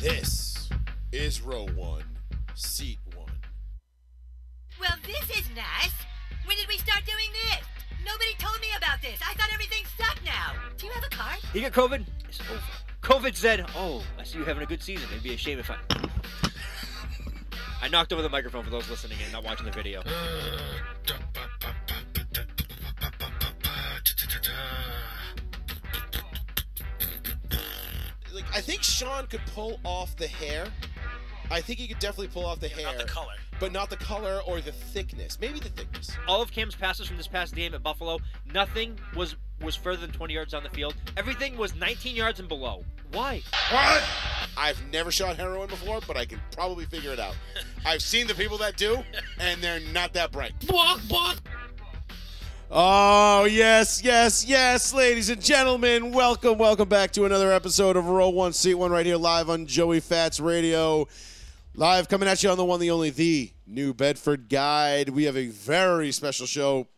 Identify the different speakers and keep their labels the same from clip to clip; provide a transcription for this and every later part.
Speaker 1: This is row one, seat one.
Speaker 2: Well, this is nice. When did we start doing this? Nobody told me about this. I thought everything sucked now. Do you have a card?
Speaker 3: You got COVID? It's over. COVID said, "Oh, I see you having a good season. It'd be a shame if I." I knocked over the microphone for those listening and not watching the video.
Speaker 1: Like I think Sean could pull off the hair. I think he could definitely pull off the hair,
Speaker 4: Not the color.
Speaker 1: but not the color or the thickness. Maybe the thickness.
Speaker 3: All of Cam's passes from this past game at Buffalo, nothing was was further than 20 yards on the field. Everything was 19 yards and below. Why?
Speaker 1: I've never shot heroin before, but I can probably figure it out. I've seen the people that do, and they're not that bright. Oh, yes, yes, yes, ladies and gentlemen. Welcome, welcome back to another episode of Row One, Seat One, right here live on Joey Fats Radio. Live coming at you on the one, the only, the New Bedford Guide. We have a very special show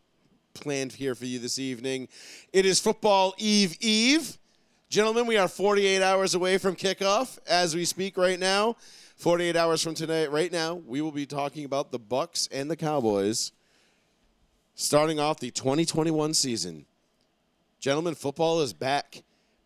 Speaker 1: planned here for you this evening. It is football eve eve. Gentlemen, we are 48 hours away from kickoff as we speak right now. 48 hours from tonight, right now, we will be talking about the Bucks and the Cowboys starting off the 2021 season. Gentlemen, football is back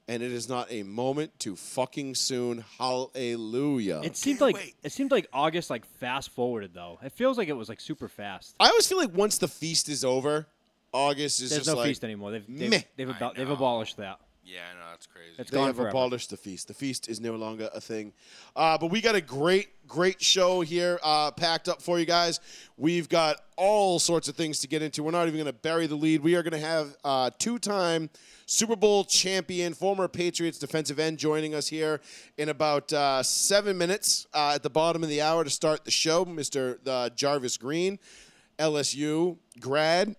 Speaker 1: and it is not a moment too fucking soon. Hallelujah.
Speaker 5: It seemed like it seemed like August like fast forwarded though. It feels like it was like super fast.
Speaker 1: I always feel like once the feast is over, August is
Speaker 5: There's
Speaker 1: just
Speaker 5: no
Speaker 1: like
Speaker 5: feast anymore. They've they've,
Speaker 1: meh.
Speaker 5: they've, abo- they've abolished that.
Speaker 4: Yeah, I know that's crazy.
Speaker 5: It's
Speaker 1: They
Speaker 5: gone
Speaker 1: have
Speaker 5: forever.
Speaker 1: abolished the feast. The feast is no longer a thing. Uh, but we got a great, great show here uh, packed up for you guys. We've got all sorts of things to get into. We're not even going to bury the lead. We are going to have uh, two time Super Bowl champion, former Patriots defensive end, joining us here in about uh, seven minutes uh, at the bottom of the hour to start the show. Mr. Uh, Jarvis Green, LSU grad.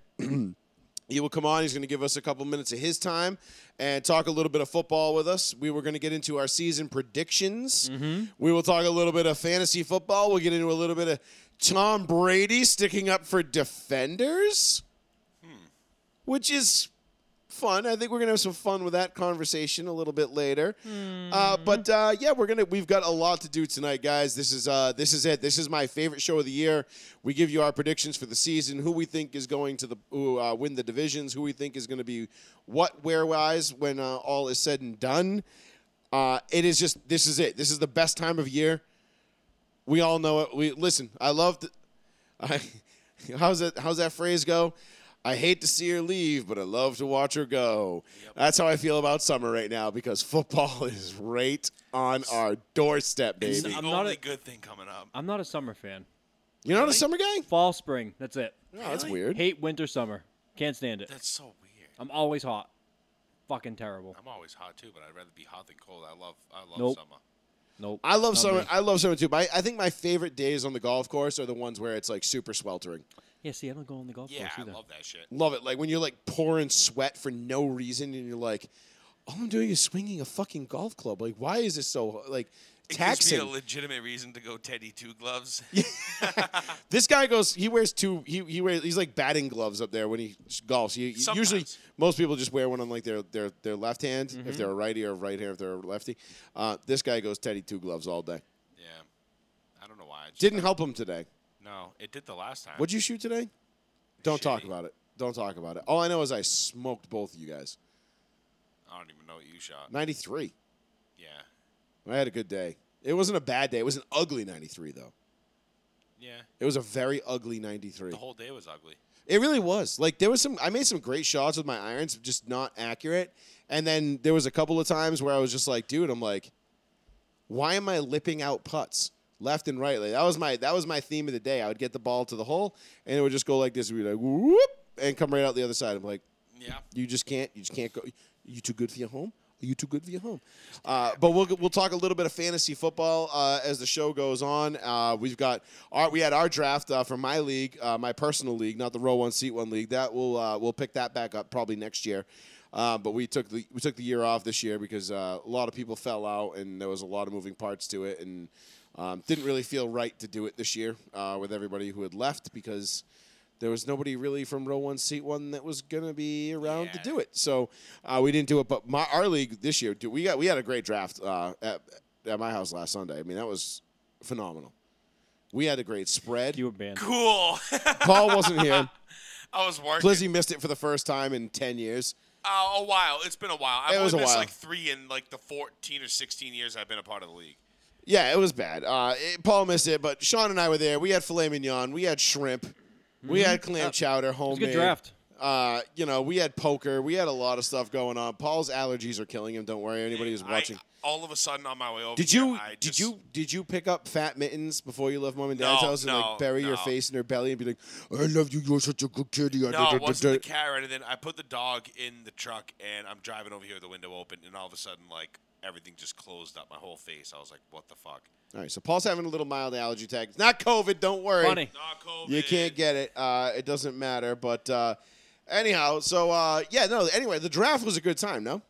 Speaker 1: He will come on. He's going to give us a couple minutes of his time and talk a little bit of football with us. We were going to get into our season predictions. We will talk a little bit of fantasy football. We'll get into a little bit of Tom Brady sticking up for defenders, which is fun. I think we're going to have some fun with that conversation a little bit later. Uh, but uh, yeah, we're gonna we've got a lot to do tonight, guys. This is uh, this is it. This is my favorite show of the year. We give you our predictions for the season, who we think is going to the who, uh, win the divisions, who we think is going to be what where wise when uh, all is said and done. Uh, it is just this is it. This is the best time of year. We all know it. We listen. I love. The, I, how's that? How's that phrase go? I hate to see her leave, but I love to watch her go. That's how I feel about summer right now because football is right on our doorstep,
Speaker 4: It's
Speaker 1: baby.
Speaker 4: the
Speaker 5: I'm
Speaker 4: only
Speaker 5: not a-
Speaker 4: good thing coming up.
Speaker 5: I'm not a summer fan.
Speaker 1: You're not a summer guy?
Speaker 5: Fall, spring, that's it.
Speaker 1: No, that's
Speaker 4: Really?
Speaker 1: weird.
Speaker 5: Hate winter, summer. Can't stand it.
Speaker 4: That's so weird.
Speaker 5: I'm always hot. Fucking terrible.
Speaker 4: I'm always hot too, but I'd rather be hot than cold. I love I love
Speaker 5: Nope.
Speaker 4: summer.
Speaker 5: Nope.
Speaker 1: I love
Speaker 5: Not
Speaker 1: summer.
Speaker 5: me.
Speaker 1: I love summer too. But I, I think my favorite days on the golf course are the ones where it's like super sweltering.
Speaker 5: Yeah, see, I don't go on the golf
Speaker 4: Yeah,
Speaker 5: course
Speaker 4: I
Speaker 5: either.
Speaker 4: love that shit.
Speaker 1: Love it. Like when you're like pouring sweat for no reason and you're like, all I'm doing is swinging a fucking golf club. Like, why is this so like taxing?
Speaker 4: a legitimate reason to go Teddy Two Gloves.
Speaker 1: This guy goes. He wears two. He he wears. He's like batting gloves up there when he golfs. He, he- usually,
Speaker 4: Sometimes. Mm-hmm.
Speaker 1: most people just wear one on like their their, their left hand if they're a righty or right hand if they're a lefty. Uh, this guy goes Teddy two gloves all day.
Speaker 4: yeah, I don't know why. I just,
Speaker 1: Didn't help him today.
Speaker 4: No, it did the last time.
Speaker 1: What'd you shoot today? Don't talk
Speaker 4: Shitty.
Speaker 1: about it. Don't talk about it. All I know is I smoked both of you guys.
Speaker 4: I don't even know what you shot.
Speaker 1: Ninety three.
Speaker 4: Yeah,
Speaker 1: I had a good day. It wasn't a bad day. It was an ugly ninety three though.
Speaker 4: yeah.
Speaker 1: It was a very ugly ninety three.
Speaker 4: The whole day was ugly.
Speaker 1: It really was. Like there was some I made some great shots with my irons, just not accurate. And then there was a couple of times where I was just like, dude, I'm like, why am I lipping out putts left and right? Like that was my that was my theme of the day. I would get the ball to the hole and it would just go like this. It would be like whoop and come right out the other side. I'm like,
Speaker 4: Yeah,
Speaker 1: you just can't. You just can't go. You too good for your home. Are you too good for your home? Uh, but we'll we'll talk a little bit of fantasy football uh, as the show goes on. Uh, we've got our we had our draft uh, from my league, uh, my personal league, not the row one seat one league. That will uh, we'll pick that back up probably next year. Uh, but we took the we took the year off this year because uh, a lot of people fell out and there was a lot of moving parts to it and um, didn't really feel right to do it this year uh, with everybody who had left because there was nobody really from row one seat one that was gonna be around to
Speaker 4: Yeah.
Speaker 1: do it. So uh, we didn't do it. But my our league this year, dude, we got we had a great draft uh, at, at my house last Sunday. I mean, that was phenomenal. We had a great spread.
Speaker 5: You were banned.
Speaker 4: Cool.
Speaker 1: Paul wasn't here.
Speaker 4: I was working.
Speaker 1: Blizzy missed it for the first time in ten years.
Speaker 4: Uh, a while. It's been a while. I've
Speaker 1: It
Speaker 4: only
Speaker 1: was a
Speaker 4: missed
Speaker 1: while.
Speaker 4: like three in like the 14 or 16 years I've been a part of the league.
Speaker 1: Yeah, it was bad. Uh, it- Paul missed it, but Sean and I were there. We had filet mignon. We had shrimp. We had clam chowder,
Speaker 5: Mm-hmm. It was a
Speaker 1: homemade.
Speaker 5: good draft.
Speaker 1: Uh, you know, we had poker. We had a lot of stuff going on. Paul's allergies are killing him. Don't worry, anybody who's
Speaker 4: I-
Speaker 1: watching.
Speaker 4: all of a sudden on my way over.
Speaker 1: Did
Speaker 4: here,
Speaker 1: you
Speaker 4: I
Speaker 1: did
Speaker 4: just-
Speaker 1: you did you pick up fat mittens before you left mom and dad's
Speaker 4: No,
Speaker 1: house and
Speaker 4: no,
Speaker 1: like bury your
Speaker 4: no.
Speaker 1: face in her belly and be like, "I love you. You're such a good kitty."
Speaker 4: No, it wasn't the cat or anything. I put the dog in the truck and I'm driving over here with the window open, and all of a sudden, like everything just closed up, my whole face. I was like, "What the fuck?"
Speaker 1: All right, so Paul's having a little mild allergy tag. It's not COVID. Don't worry.
Speaker 5: Funny.
Speaker 4: Not COVID.
Speaker 1: You can't get it. Uh, it doesn't matter. But uh, anyhow, so uh, yeah, no. Anyway, the draft was a good time. No.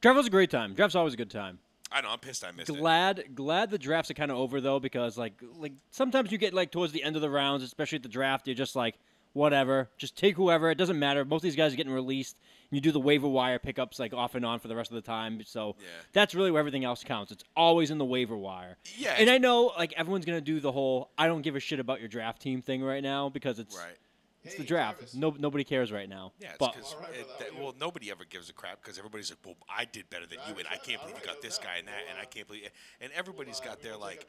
Speaker 5: Draft was a great time. Draft's always a good time.
Speaker 4: I know. I'm pissed. I missed it.
Speaker 5: Glad, glad the drafts are kind of over though, because like, like sometimes you get like towards the end of the rounds, especially at the draft, you're just like, whatever, just take whoever. It doesn't matter. Most of these guys are getting released. And you do the waiver wire pickups like off and on for the rest of the time. So
Speaker 4: Yeah.
Speaker 5: that's really where everything else counts. It's always in the waiver wire.
Speaker 4: Yeah,
Speaker 5: And
Speaker 4: it's-
Speaker 5: I know like everyone's gonna do the whole I don't give a shit about your draft team thing right now because it's
Speaker 4: Right.
Speaker 5: it's the draft. No, nibody cares right now.
Speaker 4: Yeah, it's
Speaker 5: but
Speaker 4: 'cause it- that- well, nobody ever gives a crap because everybody's like, well, I did better than you, and I can't believe you got this guy and that, and I can't believe, and everybody's got their like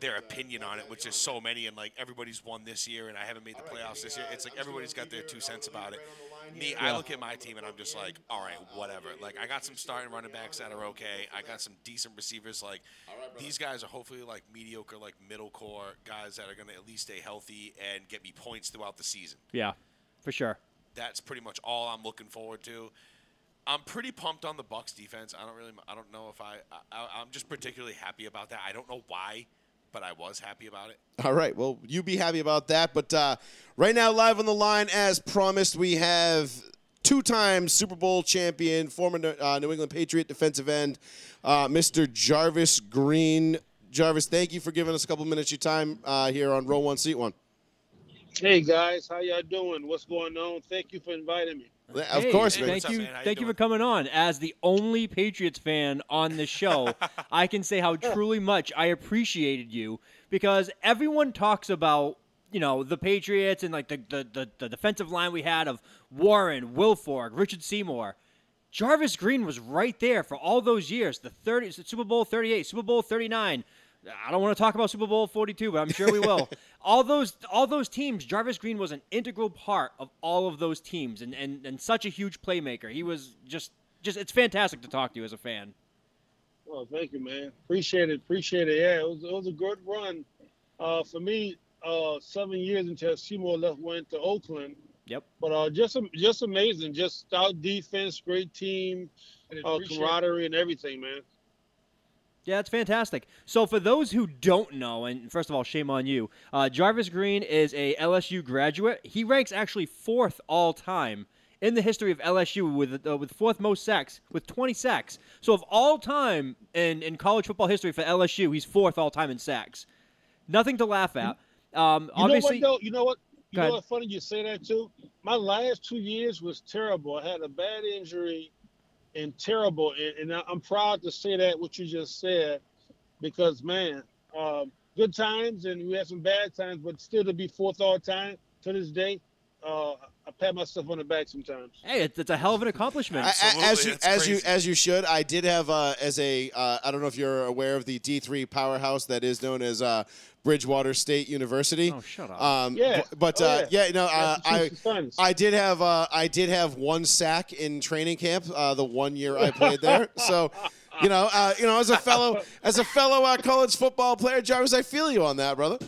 Speaker 4: their opinion on it, which is so many, and like everybody's won this year, and I haven't made the playoffs this year. It's like everybody's got their two cents about it. Me, I look at my team and I'm just like, all right, whatever. Like I got some starting running backs that are okay. I got some decent receivers. Like these guys are hopefully like mediocre, like middle core guys that are gonna at least stay healthy and get me points throughout the season
Speaker 5: yeah, for sure.
Speaker 4: that's pretty much all I'm looking forward to. I'm pretty pumped on the Bucks defense. I don't really, I don't know if I, I I'm just particularly happy about that. I don't know why, but I was happy about it.
Speaker 1: All right. Well, you be happy about that. But uh, right now, live on the line, as promised, we have two-time Super Bowl champion, former uh, New England Patriot defensive end, uh, Mr. Jarvis Green. Jarvis, thank you for giving us a couple minutes of your time uh, here on Roll One Seat One.
Speaker 6: Hey guys, how y'all doing? What's going on? Thank you for inviting me.
Speaker 1: Of
Speaker 5: Hey,
Speaker 1: course, man.
Speaker 5: Thank
Speaker 4: What's up,
Speaker 5: you,
Speaker 4: man? How you
Speaker 5: thank you for
Speaker 4: doing?
Speaker 5: coming on. As the only Patriots fan on the show, I can say how truly much I appreciated you because everyone talks about you know the Patriots and like the the, the, the defensive line we had of Warren, Wilfork, Richard Seymour. Jarvis Green was right there for all those years. The 30 Super Bowl 38, Super Bowl 39. I don't want to talk about Super Bowl 42, but I'm sure we will. all those all those teams, Jarvis Green was an integral part of all of those teams and, and, and such a huge playmaker. He was just just it's fantastic to talk to you as a fan.
Speaker 6: Well, Oh, thank you, man. Appreciate it. Appreciate it. Yeah, it was, it was a good run. Uh, for me, uh, seven years until Seymour left went to Oakland,
Speaker 5: Yep.
Speaker 6: but uh, just am- just amazing. Just stout defense, great team, uh, camaraderie, and everything, man.
Speaker 5: Yeah, it's fantastic. So for those who don't know, and first of all, shame on you. Uh, Jarvis Green is a LSU graduate. He ranks actually fourth all time in the history of LSU with uh, with fourth most sacks with 20 sacks. So of all time in in college football history for LSU, he's fourth all time in sacks. Nothing to laugh at. Um,
Speaker 6: You
Speaker 5: obviously,
Speaker 6: know what though? You know what? You
Speaker 5: Go
Speaker 6: know
Speaker 5: ahead.
Speaker 6: what? Funny you say that too. My last two years was terrible. I had a bad injury and terrible, and, and I- I'm proud to say that what you just said, because man, um, good times and we had some bad times, but still to be fourth all time to this day, uh, I pat myself on the back sometimes.
Speaker 5: hey, it's, it's a hell of an accomplishment.
Speaker 1: A- a- as
Speaker 4: Absolutely,
Speaker 1: you
Speaker 4: that's
Speaker 1: as you
Speaker 4: crazy.
Speaker 1: as you should. I did have uh, as a uh, I don't know if you're aware of the D three powerhouse that is known as uh, Bridgewater State University.
Speaker 5: Oh, shut up.
Speaker 1: Um,
Speaker 6: Yeah.
Speaker 1: bu- But
Speaker 6: Oh,
Speaker 1: uh,
Speaker 6: yeah.
Speaker 1: yeah. no, uh, I.
Speaker 6: Massachusetts Finest.
Speaker 1: I did have uh, I did have one sack in training camp uh, the one year I played there. So, you know, uh, you know, as a fellow as a fellow uh, college football player, Jarvis, I feel you on that, brother.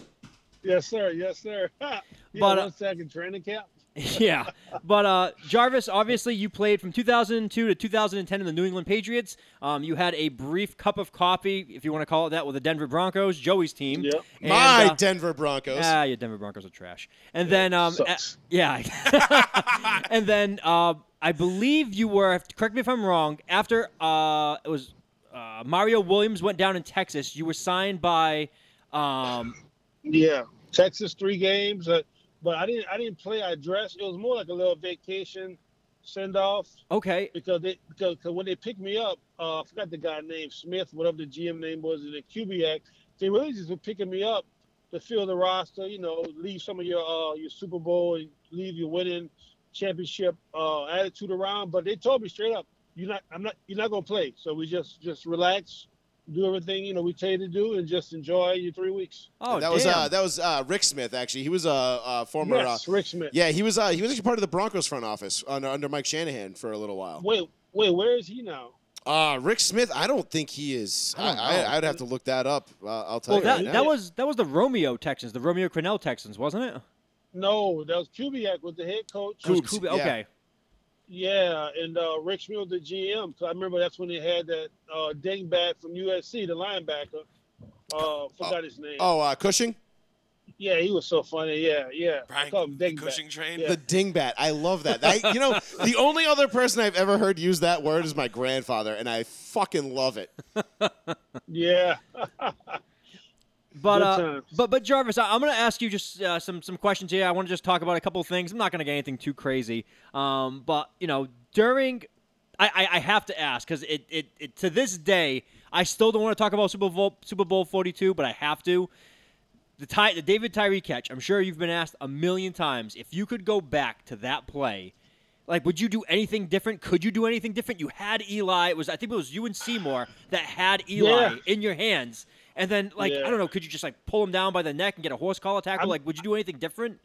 Speaker 6: yes, sir. Yes, sir. you
Speaker 5: But,
Speaker 6: but,
Speaker 5: uh,
Speaker 6: one second training camp.
Speaker 5: yeah. But uh, Jarvis, obviously, you played from 2002 to 2010 in the New England Patriots. Um, you had a brief cup of coffee, if you want to call it that, with the Denver Broncos, Joey's team.
Speaker 6: Yep.
Speaker 5: And,
Speaker 1: My
Speaker 5: uh,
Speaker 1: Denver Broncos.
Speaker 5: Ah, your Denver Broncos are trash. And then, um,
Speaker 6: sucks.
Speaker 5: a- yeah. and then uh, I believe you were. Correct me if I'm wrong. After uh, it was uh, Mario Williams went down in Texas, you were signed by. Um,
Speaker 6: Yeah, Texas three games, uh, but I didn't I didn't play. I dressed. It was more like a little vacation send off
Speaker 5: okay.
Speaker 6: because they because 'cause when they picked me up, uh, I forgot the guy named Smith, whatever the GM name was, in the QB Act. They really just were picking me up to fill the roster. You know, leave some of your uh, your Super Bowl, and leave your winning championship uh, attitude around. But they told me straight up, you're not, I'm not, you're not gonna play. So we just just relax, do everything you know we tell you to do, and just enjoy your three weeks.
Speaker 5: Oh,
Speaker 1: that was
Speaker 5: damn.
Speaker 1: uh, that was uh, Rick Smith actually. He was a uh, uh, former.
Speaker 6: yes,
Speaker 1: Uh,
Speaker 6: Rick Smith.
Speaker 1: yeah, he was. Uh, he was actually part of the Broncos front office under, under Mike Shanahan for a little while.
Speaker 6: Wait, wait, where is he now?
Speaker 1: Uh, Rick Smith, I don't think he is. I
Speaker 5: I don't know.
Speaker 1: I, I'd have to look that up. Uh, I'll tell
Speaker 5: Well,
Speaker 1: you.
Speaker 5: that,
Speaker 1: right now.
Speaker 5: that was that was the Romeo Texans, the Romeo Crennel Texans, wasn't it?
Speaker 6: No, that was Kubiak with the head coach.
Speaker 5: It was
Speaker 1: Cougs,
Speaker 5: Kubi-
Speaker 1: yeah.
Speaker 5: Okay.
Speaker 6: Yeah, and uh, Rick Smith, the GM. 'cause I remember that's when they had that uh, dingbat from USC, the linebacker. Uh, forgot his name.
Speaker 1: Oh, uh, Cushing,
Speaker 6: Yeah, he was so funny. Yeah, yeah. I call him
Speaker 4: Brian
Speaker 6: Dingbat.
Speaker 4: Cushing train.
Speaker 6: Yeah.
Speaker 1: the dingbat. I love that. I, you know, the only other person I've ever heard use that word is my grandfather, and I fucking love it.
Speaker 6: Yeah.
Speaker 5: But
Speaker 6: Good
Speaker 5: uh,
Speaker 6: times.
Speaker 5: but but Jarvis, I, I'm going to ask you just uh, some some questions here. I want to just talk about a couple of things. I'm not going to get anything too crazy. Um, but you know, during I, I, I have to ask because it, it, it to this day I still don't want to talk about Super Bowl Super Bowl 42, but I have to. The Ty, the David Tyree catch. I'm sure you've been asked a million times if you could go back to that play. Like, would you do anything different? Could you do anything different? You had Eli. It was I think it was you and Seymour that had Eli
Speaker 6: Yeah.
Speaker 5: in your hands. And then, like, I
Speaker 6: Yeah.
Speaker 5: don't know, could you just like pull him down by the neck and get a horse collar tackle?
Speaker 6: I'm-
Speaker 5: like, would you do anything different?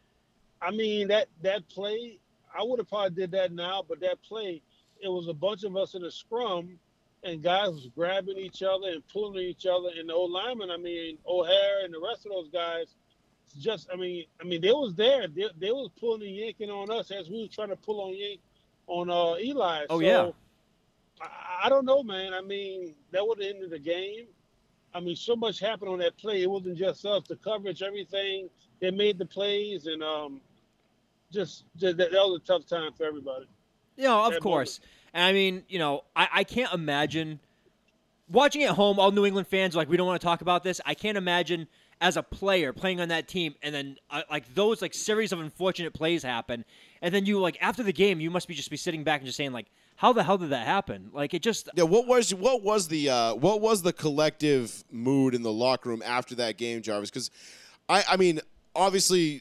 Speaker 6: I mean that that play, I would have probably did that now, but that play, it was a bunch of us in a scrum, and guys was grabbing each other and pulling each other, and the old lineman, I mean O'Hare and the rest of those guys, just I mean I mean they was there, they, they was pulling and yanking on us as we was trying to pull on yank on uh, Eli.
Speaker 5: Oh,
Speaker 6: so,
Speaker 5: yeah.
Speaker 6: I, I don't know, man. I mean that would have ended the game. I mean, so much happened on that play. It wasn't just us. The coverage, everything. They made the plays, and um, just, just that, that was a tough time for everybody.
Speaker 5: You know, of
Speaker 6: That
Speaker 5: course. And I mean, you know, I, I can't imagine watching at home. All New England fans are like, we don't want to talk about this. I can't imagine as a player playing on that team, and then uh, like those like series of unfortunate plays happen, and then you like after the game, you must be just be sitting back and just saying like, how the hell did that happen? Like it just
Speaker 1: Yeah, what was what was the uh, what was the collective mood in the locker room after that game, Jarvis? Because I, I mean, obviously,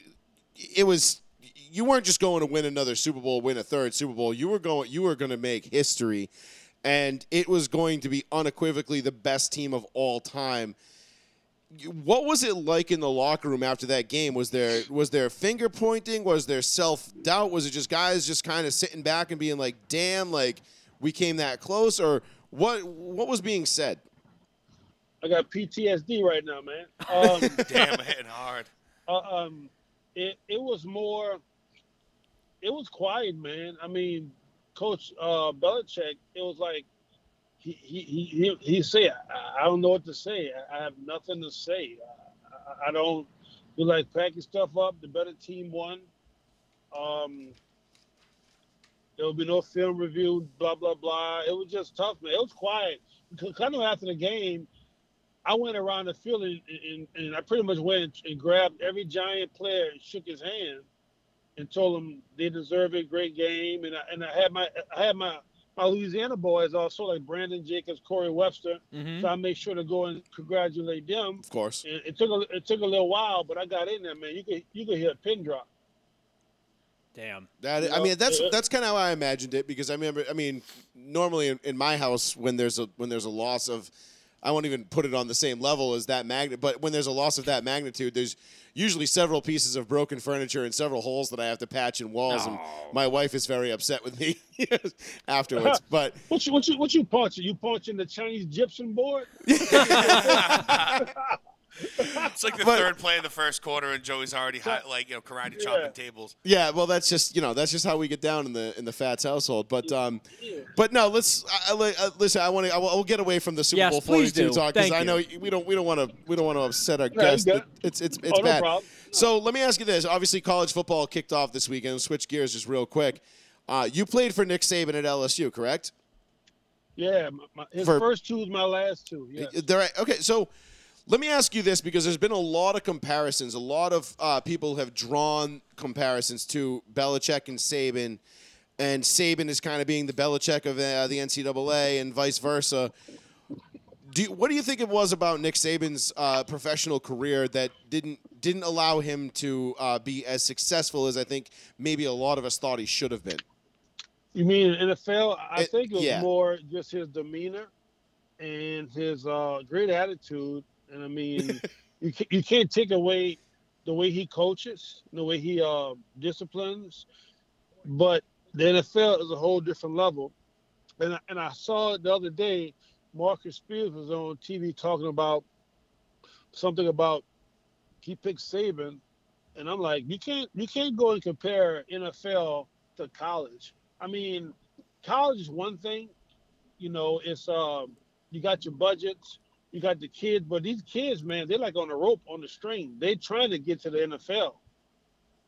Speaker 1: it was you weren't just going to win another Super Bowl, win a third Super Bowl. You were going, you were going to make history, and it was going to be unequivocally the best team of all time. What was it like in the locker room after that game? Was there was there finger pointing? Was there self doubt? Was it just guys just kind of sitting back and being like, "Damn, like we came that close," or what? What was being said?
Speaker 6: I got PTSD right now, man. Um,
Speaker 4: Damn, hitting hard.
Speaker 6: uh, um, it it was more. It was quiet, man. I mean, Coach uh, Belichick. It was like he he he he, he said, I, "I don't know what to say. I, I have nothing to say. I, I, I don't." We like packing stuff up. The better team won. Um, there will be no film review. Blah blah blah. It was just tough, man. It was quiet. Kind of after the game, I went around the field and, and, and I pretty much went and grabbed every giant player and shook his hand and told him they deserve a great game. And I, and I had my I had my, my Louisiana boys also like Brandon Jacobs, Corey Webster.
Speaker 5: mhm.
Speaker 6: So I made sure to go and congratulate them.
Speaker 1: Of course,
Speaker 6: And it took a, it took a little while, but I got in there, man. You could you could hear a pin drop.
Speaker 5: damn.
Speaker 1: that I mean that's that's kind of how I imagined it because I remember. I mean, normally in, in my house when there's a when there's a loss of, I won't even put it on the same level as that magnet. But when there's a loss of that magnitude, there's usually several pieces of broken furniture and several holes that I have to patch in walls, and my wife is very upset with me afterwards. But
Speaker 6: What you what you what you punching? You punching the Chinese gypsum board?
Speaker 4: It's like the
Speaker 1: But-
Speaker 4: third play of the first quarter, and Joey's already hot, like you know karate
Speaker 6: Yeah.
Speaker 4: chopping tables.
Speaker 1: Yeah, well, that's just you know that's just how we get down in the in the Fats household. But um, but no, let's I, I, li- uh, listen. I want to. I will, I will get away from the Super
Speaker 5: Yes,
Speaker 1: Bowl
Speaker 5: please
Speaker 1: Forty
Speaker 5: do.
Speaker 1: Two talk because
Speaker 5: Thank
Speaker 1: I
Speaker 5: you.
Speaker 1: know we don't we don't want to we don't want to upset our
Speaker 6: No,
Speaker 1: guests.
Speaker 6: you good.
Speaker 1: It's it's it's
Speaker 6: Oh, no
Speaker 1: bad.
Speaker 6: problem.
Speaker 1: So let me ask you this: Obviously, college football kicked off this weekend. We'll switch gears just real quick. Uh, you played for Nick Saban at LSU, correct?
Speaker 6: Yeah, my, my, his
Speaker 1: For-
Speaker 6: first two is my last two. Yeah.
Speaker 1: Uh, They're at- okay, so let me ask you this because there's been a lot of comparisons. A lot of uh, people have drawn comparisons to Belichick and Saban and Saban is kind of being the Belichick of uh, the NCAA and vice versa. Do you, what do you think it was about Nick Saban's uh, professional career that didn't didn't allow him to uh, be as successful as I think maybe a lot of us thought he should have been?
Speaker 6: You mean in NFL? I
Speaker 1: It-
Speaker 6: think it was
Speaker 1: yeah.
Speaker 6: more just his demeanor and his uh, great attitude. And I mean, you ca- you can't take away the way he coaches, the way he uh, disciplines. But the NFL is a whole different level. And I, and I saw it the other day. Marcus Spears was on TV talking about something about he picked Saban, and I'm like, you can't you can't go and compare NFL to college. I mean, college is one thing. You know, it's um, you got your budgets, you got the kids, but these kids, man, they're like on a rope, on the string. They're trying to get to the NFL.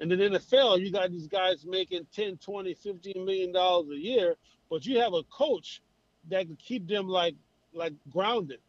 Speaker 6: And in the NFL, you got these guys making 10, 20, 15 million dollars a year, but you have a coach that can keep them like like grounded.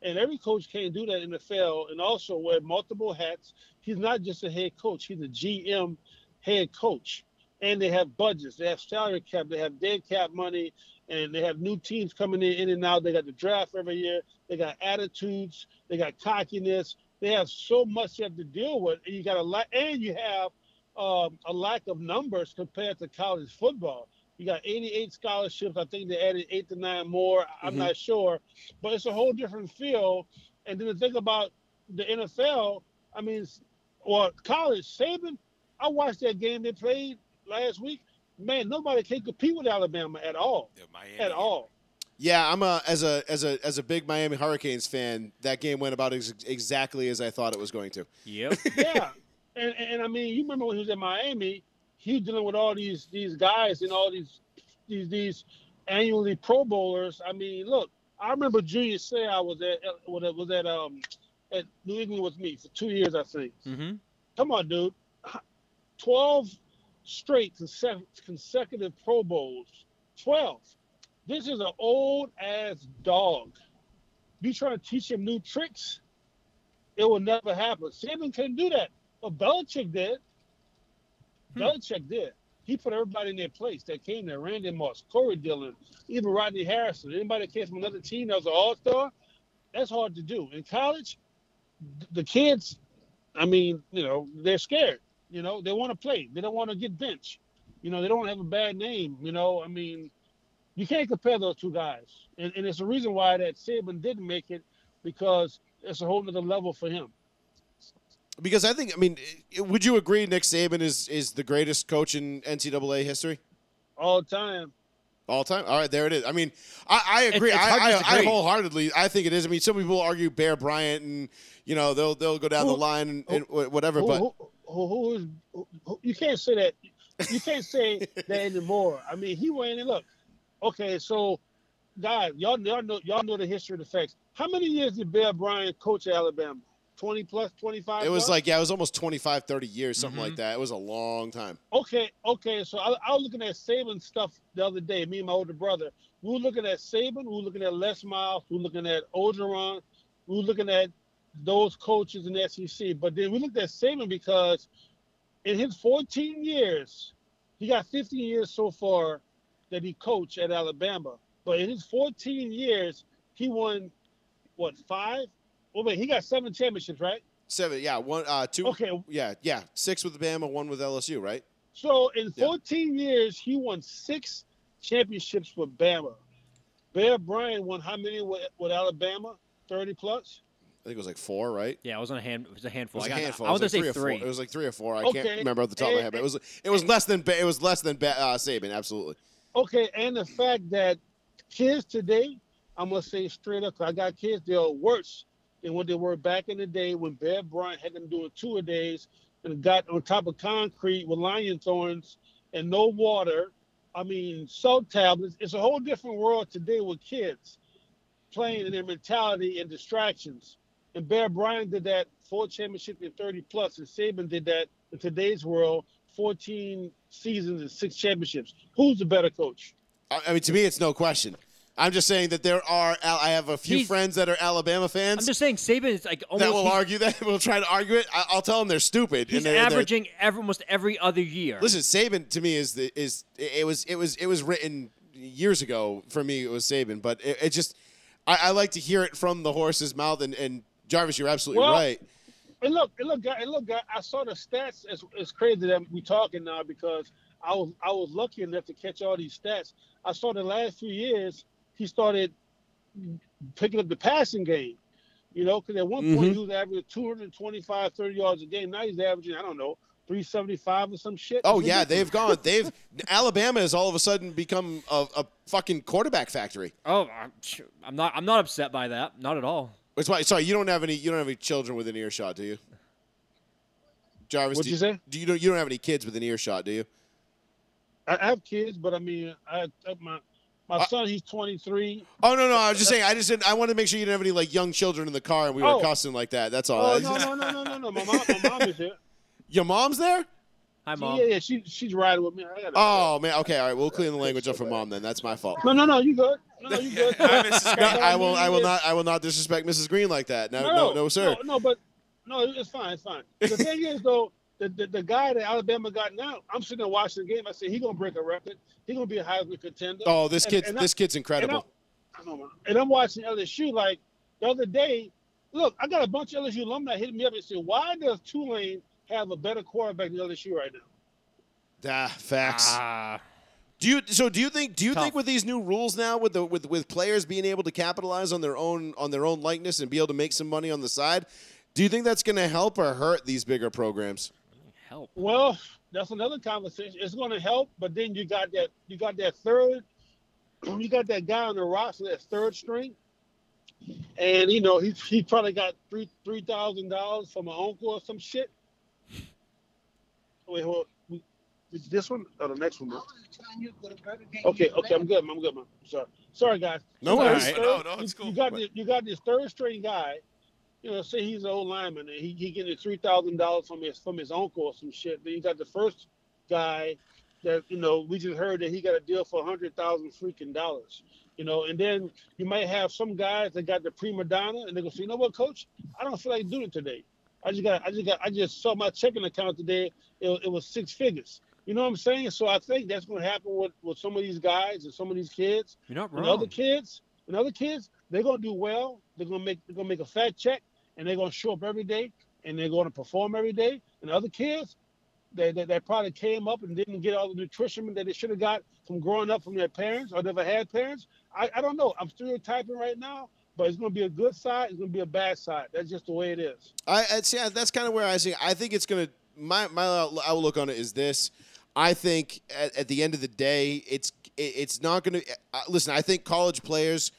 Speaker 6: And every coach can't do that in the NFL and also wear multiple hats. He's not just a head coach, he's a GM head coach and they have budgets. They have salary cap. They have dead cap money, and they have new teams coming in, in and out. They got the draft every year. They got attitudes. They got cockiness. They have so much you have to deal with, and you got a lot, and you have um, a lack of numbers compared to college football. You got 88 scholarships. I think they added eight to nine more. I'm not sure, but it's a whole different feel. And then to think about the NFL, I mean, s- or college, Saban. I watched that game they played last week, man, nobody can compete with Alabama at all.
Speaker 4: Yeah, Miami.
Speaker 6: At all.
Speaker 1: Yeah, I'm a as a as a as a big Miami Hurricanes fan. That game went about ex- exactly as I thought it was going to.
Speaker 5: Yep.
Speaker 6: Yeah. and, and and I mean, you remember when he was at Miami, he was dealing with all these these guys and all these these these annually Pro Bowlers. I mean, look, I remember Julius say I was at was at, was at um at New England with me for two years, I think.
Speaker 5: mm-hmm.
Speaker 6: Come on, dude. 12 straight conse- consecutive Pro Bowls. 12. This is an old ass dog. You trying to teach him new tricks? It will never happen. Saban couldn't do that. But Belichick did. Belichick did. He put everybody in their place that came there. Randy Moss, Corey Dillon, even Rodney Harrison. Anybody that came from another team that was an all-star, that's hard to do. In college, th- the kids, I mean, you know, they're scared. You know, they want to play. They don't want to get benched. You know, they don't have a bad name. You know, I mean, you can't compare those two guys. And, and it's a reason why that Saban didn't make it because it's a whole nother level for him.
Speaker 1: Because I think, I mean, i- would you agree Nick Saban is is the greatest coach in NCAA history
Speaker 6: All the time.
Speaker 1: all time? All right, there it is. I mean, I, I agree.
Speaker 5: it's hard
Speaker 1: I,
Speaker 5: to
Speaker 1: I, I
Speaker 5: disagree.
Speaker 1: wholeheartedly, I think it is. I mean, some people argue Bear Bryant, and you know they'll they'll go down the
Speaker 6: Who-
Speaker 1: line and, and wh- whatever.
Speaker 6: Who,
Speaker 1: but
Speaker 6: who, who, who is, who, who- you can't say that. You can't say that anymore. I mean, he went and look. Okay, so guys, y'all, y'all know y'all know the history of the facts. How many years did Bill Bryan coach at Alabama? Twenty plus, twenty five.
Speaker 1: it was like yeah, it was almost 25, 30 years, something
Speaker 6: Mm-hmm.
Speaker 1: like that. It was a long time.
Speaker 6: Okay, okay. So I, I was looking at Saban stuff the other day. Me and my older brother, we were looking at Saban. We were looking at Les Miles. We were looking at Ogeron. We were looking at those coaches in the SEC. But then we looked at Saban because in his 14 years, he got 15 years so far that he coached at Alabama. But in his 14 years, he won what five? Well, wait, he got seven championships, right?
Speaker 1: Seven, yeah, one, uh, two,
Speaker 6: Okay,
Speaker 1: yeah, yeah, six with Bama, one with LSU, right?
Speaker 6: So in
Speaker 1: Yeah.
Speaker 6: 14 years, he won six championships with Bama. Bear Bryant won how many with, with Alabama? 30 plus.
Speaker 1: I think it was like four, right?
Speaker 5: Yeah, it was on a hand. It was a handful.
Speaker 1: It was
Speaker 5: I
Speaker 1: a
Speaker 5: got.
Speaker 1: handful.
Speaker 5: I
Speaker 1: It was
Speaker 5: want to
Speaker 1: like
Speaker 5: say
Speaker 1: or
Speaker 5: three.
Speaker 1: Four. It was like three or four. I
Speaker 6: Okay.
Speaker 1: can't remember off the top of my head, but it was it was less than Ba- it was less than Ba- uh, Saban. Absolutely.
Speaker 6: Okay, and the fact that kids today, I'm gonna say straight up, 'cause I got kids, they are worse than what they were back in the day when Bear Bryant had them doing two a days and got on top of concrete with lion thorns and no water. I mean, salt tablets. It's a whole different world today with kids playing and their mentality and distractions. And Bear Bryant did that four championships in 30 plus, and Saban did that in today's world, 14 seasons and six championships. Who's the better coach?
Speaker 1: I, I mean, to me, it's no question. I'm just saying that there are. Al- I have a few
Speaker 5: He's-
Speaker 1: friends that are Alabama
Speaker 5: I'm
Speaker 1: fans
Speaker 5: just saying Saban is like almost
Speaker 1: that will
Speaker 5: he's-
Speaker 1: argue that will try to argue it. I- I'll tell them they're stupid.
Speaker 5: he's
Speaker 1: and they're, they're-
Speaker 5: averaging every, almost every other year.
Speaker 1: Listen, Saban to me is the is it was it was it was written years ago for me. It was Saban, but it, it just I, I like to hear it from the horse's mouth. And, and Jarvis, you're absolutely
Speaker 6: Well-
Speaker 1: right.
Speaker 6: And look, and look, guy- and look, guy, I saw the stats. It's, it's crazy that we talking now because I was I was lucky enough to catch all these stats. I saw the last few years he started picking up the passing game. You know, because at one
Speaker 1: Mm-hmm.
Speaker 6: point he was averaging 225, 30 yards a game. Now he's averaging, I don't know, 375 or some shit.
Speaker 1: Oh yeah, they've gone. They've Alabama has all of a sudden become a, a fucking quarterback factory.
Speaker 5: Oh, I'm, I'm not. I'm not upset by that. Not at all.
Speaker 1: That's why. Sorry, you don't have any. You don't have any children within earshot, do you? Jarvis,
Speaker 6: What'd
Speaker 1: do
Speaker 6: you say?
Speaker 1: Do you don't? You don't have any kids within earshot, do you?
Speaker 6: I I have kids, but I mean, I, I my my
Speaker 1: I-
Speaker 6: son he's 23.
Speaker 1: Oh no, no. I was just saying. I just didn't. I wanted to make sure you didn't have any like young children in the car and we were
Speaker 6: Oh.
Speaker 1: cussing like that. That's all.
Speaker 6: Oh
Speaker 1: I-
Speaker 6: no no no no no no! My mom, my mom is here.
Speaker 1: Your mom's there?
Speaker 5: Hi,
Speaker 6: Yeah
Speaker 5: mom.
Speaker 6: yeah, she she's riding with me. I gotta,
Speaker 1: Oh man. Okay. All right. We'll clean the language up for mom then. That's my fault.
Speaker 6: No, no, no, you good. No, no, you
Speaker 4: Yeah,
Speaker 6: good.
Speaker 4: I miss this
Speaker 1: No,
Speaker 4: guy.
Speaker 1: I will. I will not. I will not disrespect Mrs. Green like that. No, no, no, sir.
Speaker 6: No, no, but no, it's fine, it's fine. The thing is though, the, the, the guy that Alabama got now, I'm sitting there watching the game. I said he gonna break a record. He gonna be a Heisman contender.
Speaker 1: Oh, this
Speaker 6: And-
Speaker 1: kid's
Speaker 6: and I-
Speaker 1: this kid's
Speaker 6: and I'm,
Speaker 1: incredible.
Speaker 6: I don't know, and I'm watching LSU like the other day. Look, I got a bunch of LSU alumni hitting me up and said, "Why does Tulane have a better quarterback than LSU right now?"
Speaker 1: Ah, facts.
Speaker 5: Ah,
Speaker 1: Do you so do you think do you
Speaker 5: Tough.
Speaker 1: think with these new rules now with the with with players being able to capitalize on their own on their own likeness and be able to make some money on the side, do you think that's going to help or hurt these bigger programs?
Speaker 5: help.
Speaker 6: Well, that's another conversation. It's going to help, but then you got that you got that third, you got that guy on the roster that's third string, and you know he he probably got three three thousand dollars from an uncle or some shit. Wait, hold. we- Is this one or the next one? Okay, okay, I'm good. man, I'm good. man. I'm sorry, sorry guys.
Speaker 1: No
Speaker 6: You got
Speaker 1: worries.
Speaker 6: this
Speaker 4: No, no, no,
Speaker 6: you-
Speaker 4: it's cool.
Speaker 6: You got this, you got this third string guy. You know, say he's an old lineman and he, he getting three thousand dollars from his from his uncle or some shit. Then you got the first guy that you know we just heard that he got a deal for a hundred thousand freaking dollars. You know, and then you might have some guys that got the prima donna and they go, so you know what, coach, I don't feel like doing it today. I just got I just got I just saw my checking account today. It, was- it was six figures. You know what I'm saying? So I think that's going to happen with, with some of these guys and some of these kids.
Speaker 5: You're not
Speaker 6: And other
Speaker 5: wrong.
Speaker 6: kids, and other kids, they're gonna do well. They're gonna make they're gonna make a fat check, and they're gonna show up every day, and they're gonna perform every day. And other kids, they they, they probably came up and didn't get all the nutrition that they should have got from growing up from their parents or never had parents. I, I don't know. I'm stereotyping right now, but it's gonna be a good side. It's gonna be a bad side. That's just the way it is.
Speaker 1: I, I see. I- That's kind of where I see. I think it's gonna. My my out- outlook on it is this. I think at, at the end of the day, it's it, it's not gonna. Uh, listen, I think college players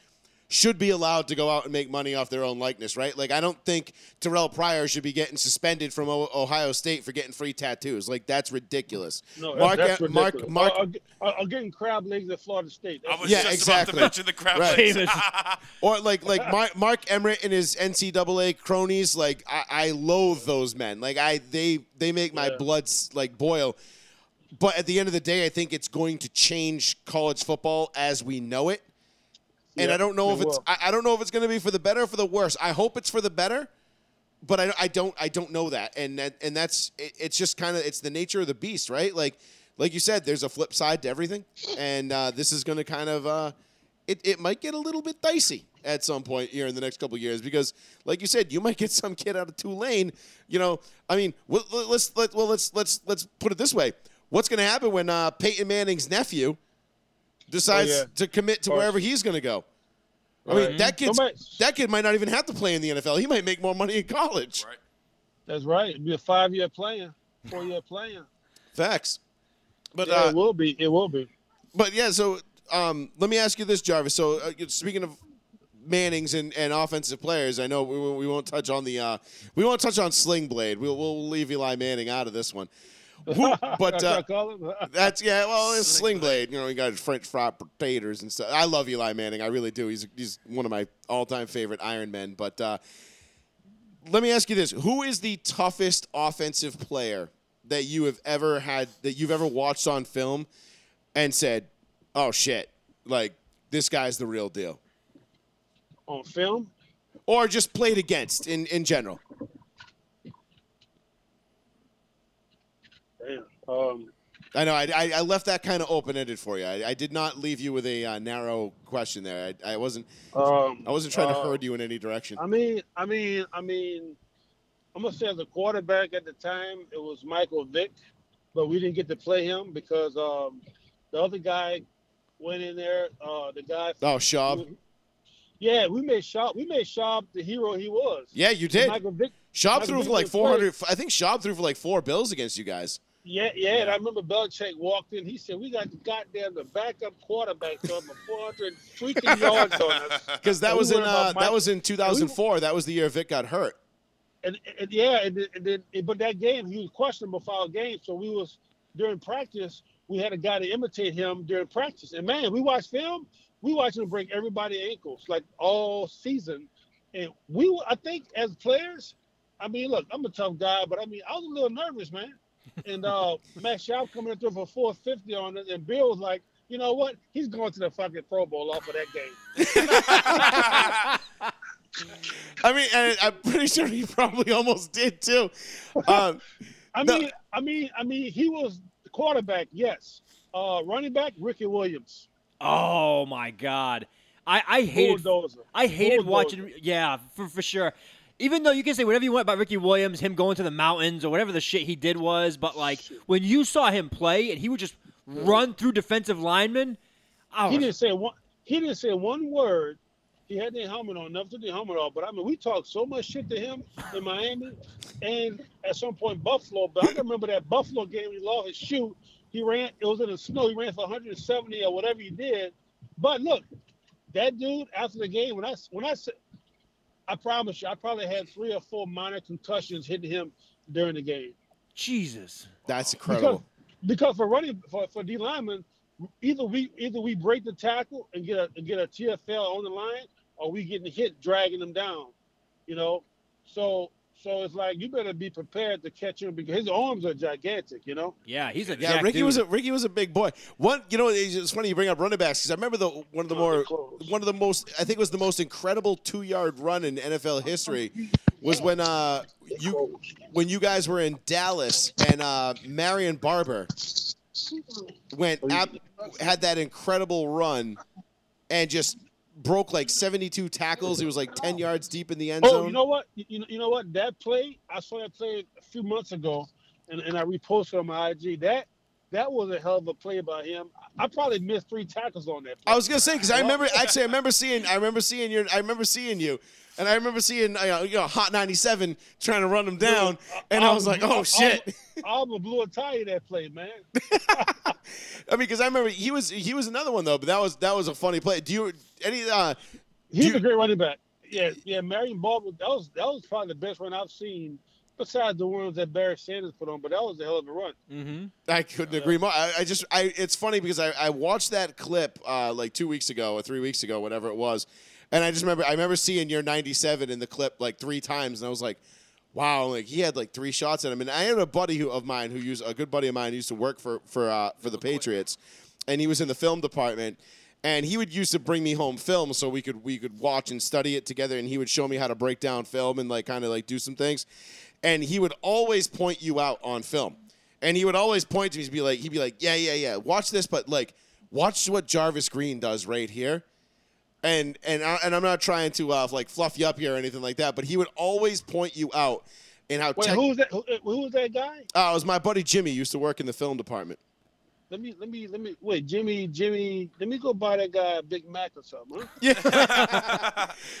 Speaker 1: should be allowed to go out and make money off their own likeness, right? Like I don't think Terrell Pryor should be getting suspended from o- Ohio State for getting free tattoos. Like that's ridiculous.
Speaker 6: No,
Speaker 1: Mark-
Speaker 6: that's
Speaker 1: Mark-
Speaker 6: ridiculous.
Speaker 1: Mark-
Speaker 6: Or- or- or getting crab legs at Florida State.
Speaker 4: I
Speaker 6: That's-
Speaker 4: was
Speaker 1: Yeah,
Speaker 4: just
Speaker 1: exactly.
Speaker 4: about to mention the crowd.
Speaker 1: Right.
Speaker 4: Right.
Speaker 1: Or like like Mark, Mark Emmerich and his NCAA cronies, like I, I loathe those men. Like I they they make my
Speaker 6: Yeah.
Speaker 1: blood s- like boil. But at the end of the day, I think it's going to change college football as we know it. And
Speaker 6: Yeah,
Speaker 1: I don't know
Speaker 6: it
Speaker 1: if it's
Speaker 6: will.
Speaker 1: I, I don't know if it's going to be for the better or for the worse. I hope it's for the better, but I, I don't I don't know that. And that, and that's it, it's just kind of it's the nature of the beast, right? Like like you said, there's a flip side to everything, and uh, this is going to kind of uh, it it might get a little bit dicey at some point here in the next couple of years because, like you said, you might get some kid out of Tulane. You know, I mean, well, let's let well let's let's let's put it this way: what's going to happen when uh, Peyton Manning's nephew decides
Speaker 6: Oh, yeah.
Speaker 1: to commit to
Speaker 6: course.
Speaker 1: wherever he's going to go? I mean,
Speaker 6: Right.
Speaker 1: that kid
Speaker 6: Somebody-
Speaker 1: that kid might not even have to play in the NFL. He might make more money in college.
Speaker 4: Right.
Speaker 6: That's right. It'd be a five year plan, four year plan.
Speaker 1: Facts. But
Speaker 6: Yeah,
Speaker 1: uh,
Speaker 6: it will be. It will be.
Speaker 1: But yeah, so um, let me ask you this, Jarvis. So uh, you- speaking of Mannings and, and offensive players, I know we, we won't touch on the uh, we won't touch on Sling Blade. We'll, we'll leave Eli Manning out of this one. Who- but
Speaker 6: That's what I
Speaker 1: uh,
Speaker 6: call it.
Speaker 1: that's yeah, well, it's Sling Blade. You know, he got French fried potatoes and stuff. I love Eli Manning. I really do. He's he's one of my all time favorite Iron Men. But uh, let me ask you this: Who is the toughest offensive player that you have ever had that you've ever watched on film and said, "Oh shit!" Like this guy's the real deal,
Speaker 6: on film.
Speaker 1: or just played against in in general.
Speaker 6: Damn. Um,
Speaker 1: I know I, I, I left that kind of open ended for you. I, I did not leave you with a uh, narrow question there. I, I wasn't
Speaker 6: um,
Speaker 1: I wasn't trying to
Speaker 6: uh,
Speaker 1: herd you in any direction.
Speaker 6: I mean, I mean, I mean, I'm gonna say as a quarterback at the time, it was Michael Vick, but we didn't get to play him because um, the other guy went in there. Uh, the guy.
Speaker 1: Oh, Schaub.
Speaker 6: Yeah, we made Sharp. We made Sharp the hero he was.
Speaker 1: Yeah, you did.
Speaker 6: Michael Vick.
Speaker 1: Schaub
Speaker 6: Michael
Speaker 1: threw for
Speaker 6: Vick
Speaker 1: like
Speaker 6: was
Speaker 1: 400. I think Schaub threw for like four bills against you guys.
Speaker 6: Yeah, yeah, And I remember Belichick walked in. He said, "We got the goddamn the backup quarterback throwing for 400 freaking yards on us."
Speaker 1: Because that
Speaker 6: We
Speaker 1: was in
Speaker 6: worried about
Speaker 1: uh, that
Speaker 6: Mike-
Speaker 1: was in 2004. That was the year Vic got hurt.
Speaker 6: and, and yeah, and, then- and then but that game he was questionable for our game, so we was during practice we had a guy to imitate him during practice, and man, we watched film, we watched him break everybody's ankles like all season, and we were- I think as players, I mean, look, I'm a tough guy, but I mean, I was a little nervous, man, and uh, Max Schaub coming in through for 450 on it, and Bill was like. You know what? He's going to the fucking Pro Bowl off of that game.
Speaker 1: I mean, and I'm pretty sure he probably almost did too. Um,
Speaker 6: I
Speaker 1: No.
Speaker 6: mean, I mean, I mean, he was the quarterback, yes. Uh, running back, Ricky Williams.
Speaker 5: Oh my god. I, I hated
Speaker 6: bulldozer.
Speaker 5: I hated
Speaker 6: Bulldozer.
Speaker 5: watching yeah, for for sure. Even though you can say whatever you want about Ricky Williams, him going to the mountains or whatever the shit he did was, but like when you saw him play and he would just run through defensive linemen, I
Speaker 6: He
Speaker 5: was-
Speaker 6: didn't say one. He didn't say one word. He had the helmet on, never took the helmet off. But I mean, we talked so much shit to him in Miami, and at some point Buffalo. But I can remember that Buffalo game. He lost his shoe. He ran. It was in the snow. He ran for 170 or whatever he did. But look, that dude after the game when I when I said, I promise you, I probably had three or four minor concussions hitting him during the game.
Speaker 5: Jesus.
Speaker 1: that's
Speaker 6: Because,
Speaker 1: incredible.
Speaker 6: because for running for, for D linemen, either we either we break the tackle and get a and get a TFL on the line, or we getting hit dragging them down. You know, so so it's like you better be prepared to catch him because his arms are gigantic. You know,
Speaker 5: Yeah, he's a
Speaker 1: Yeah,
Speaker 5: jack
Speaker 1: Ricky
Speaker 5: dude.
Speaker 1: was a Ricky was a big boy. One, you know, it's it's funny you bring up running backs because I remember the one of the more
Speaker 6: close.
Speaker 1: one of the most I think it was the most incredible two yard run in NFL history was when uh you when you guys were in Dallas and uh Marion Barber
Speaker 6: Oh,
Speaker 1: went ab- had that incredible run and just broke like seventy two tackles. He was like ten yards deep in the end
Speaker 6: Oh,
Speaker 1: zone.
Speaker 6: you know what? You- You know, you know what? That play, I saw that play a few months ago, and, and I reposted on my IG. That that was a hell of a play by him. I I probably missed three tackles on that. Play.
Speaker 1: I was gonna say because I remember actually I remember seeing I remember seeing your I remember seeing you and I remember seeing uh, you know Hot 97 trying to run them down and I was like oh shit
Speaker 6: Alba blew a tire that play, man.
Speaker 1: I mean because I remember he was he was another one though but that was that was a funny play do you any uh
Speaker 6: He's
Speaker 1: You-
Speaker 6: a great running back. Yeah, yeah. Marion Barber, that was that was probably the best run I've seen, besides the ones that Barry Sanders put on. But that was a hell of a run.
Speaker 5: mm-hmm.
Speaker 1: I couldn't agree more I, I just I it's funny because I I watched that clip uh like two weeks ago or three weeks ago whatever it was and I just remember I remember seeing your 97 in the clip like three times and I was like. Wow, like he had like three shots at him, and I had a buddy who of mine who used a good buddy of mine who used to work for for uh, for the Patriots, and he was in the film department, and he would used to bring me home film so we could we could watch and study it together, and he would show me how to break down film and like kind of like do some things, and he would always point you out on film, and he would always point to me to be like he'd be like yeah yeah yeah watch this but like watch what Jarvis Green does right here and and I, and I'm not trying to uh, like fluff you up here or anything like that, but he would always point you out and how.
Speaker 6: Wait,
Speaker 1: tech-
Speaker 6: who was that? Who, who was that guy?
Speaker 1: uh, it was my buddy Jimmy used to work in the film department.
Speaker 6: Let me, let me, let me. Wait, Jimmy, Jimmy. Let me go buy that guy a Big Mac or something. Huh?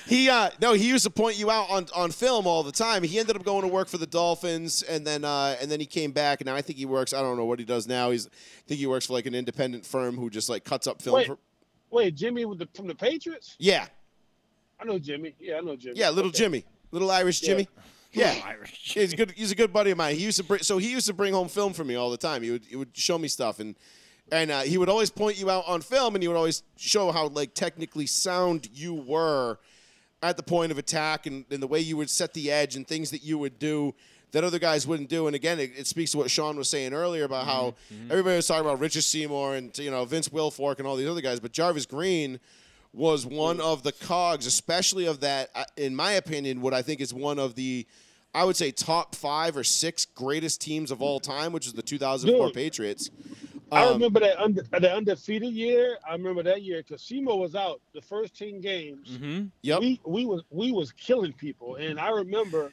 Speaker 1: He uh, no, he used to point you out on, on film all the time. He ended up going to work for the Dolphins, and then uh, and then he came back, and now I think he works. I don't know what he does now. He's I think he works for like an independent firm who just like cuts up film.
Speaker 6: Wait.
Speaker 1: For,
Speaker 6: Wait, Jimmy with the from the Patriots.
Speaker 1: yeah,
Speaker 6: I know Jimmy. Yeah, I know Jimmy.
Speaker 1: yeah, little
Speaker 6: Okay.
Speaker 1: Jimmy, little Irish
Speaker 6: Yeah.
Speaker 1: Jimmy. Yeah,
Speaker 5: Irish.
Speaker 1: he's good. He's a good buddy of mine. He used to bring, so he used to bring home film for me all the time. He would he would show me stuff and and uh, he would always point you out on film and he would always show how like technically sound you were at the point of attack and, and the way you would set the edge and things that you would do that other guys wouldn't do. And again, it, it speaks to what Sean was saying earlier about how everybody was talking about Richard Seymour and you know Vince Wilfork and all these other guys, but Jarvis Green was one of the cogs, especially of that, uh, in my opinion, what I think is one of the, I would say, top five or six greatest teams of all time, which is the 2004
Speaker 6: Dude.
Speaker 1: Patriots.
Speaker 6: I
Speaker 1: Um,
Speaker 6: remember that under, the undefeated year. I remember that year because Seymour was out the first ten games.
Speaker 5: Mm-hmm.
Speaker 1: Yep.
Speaker 6: We we was we was killing people, and I remember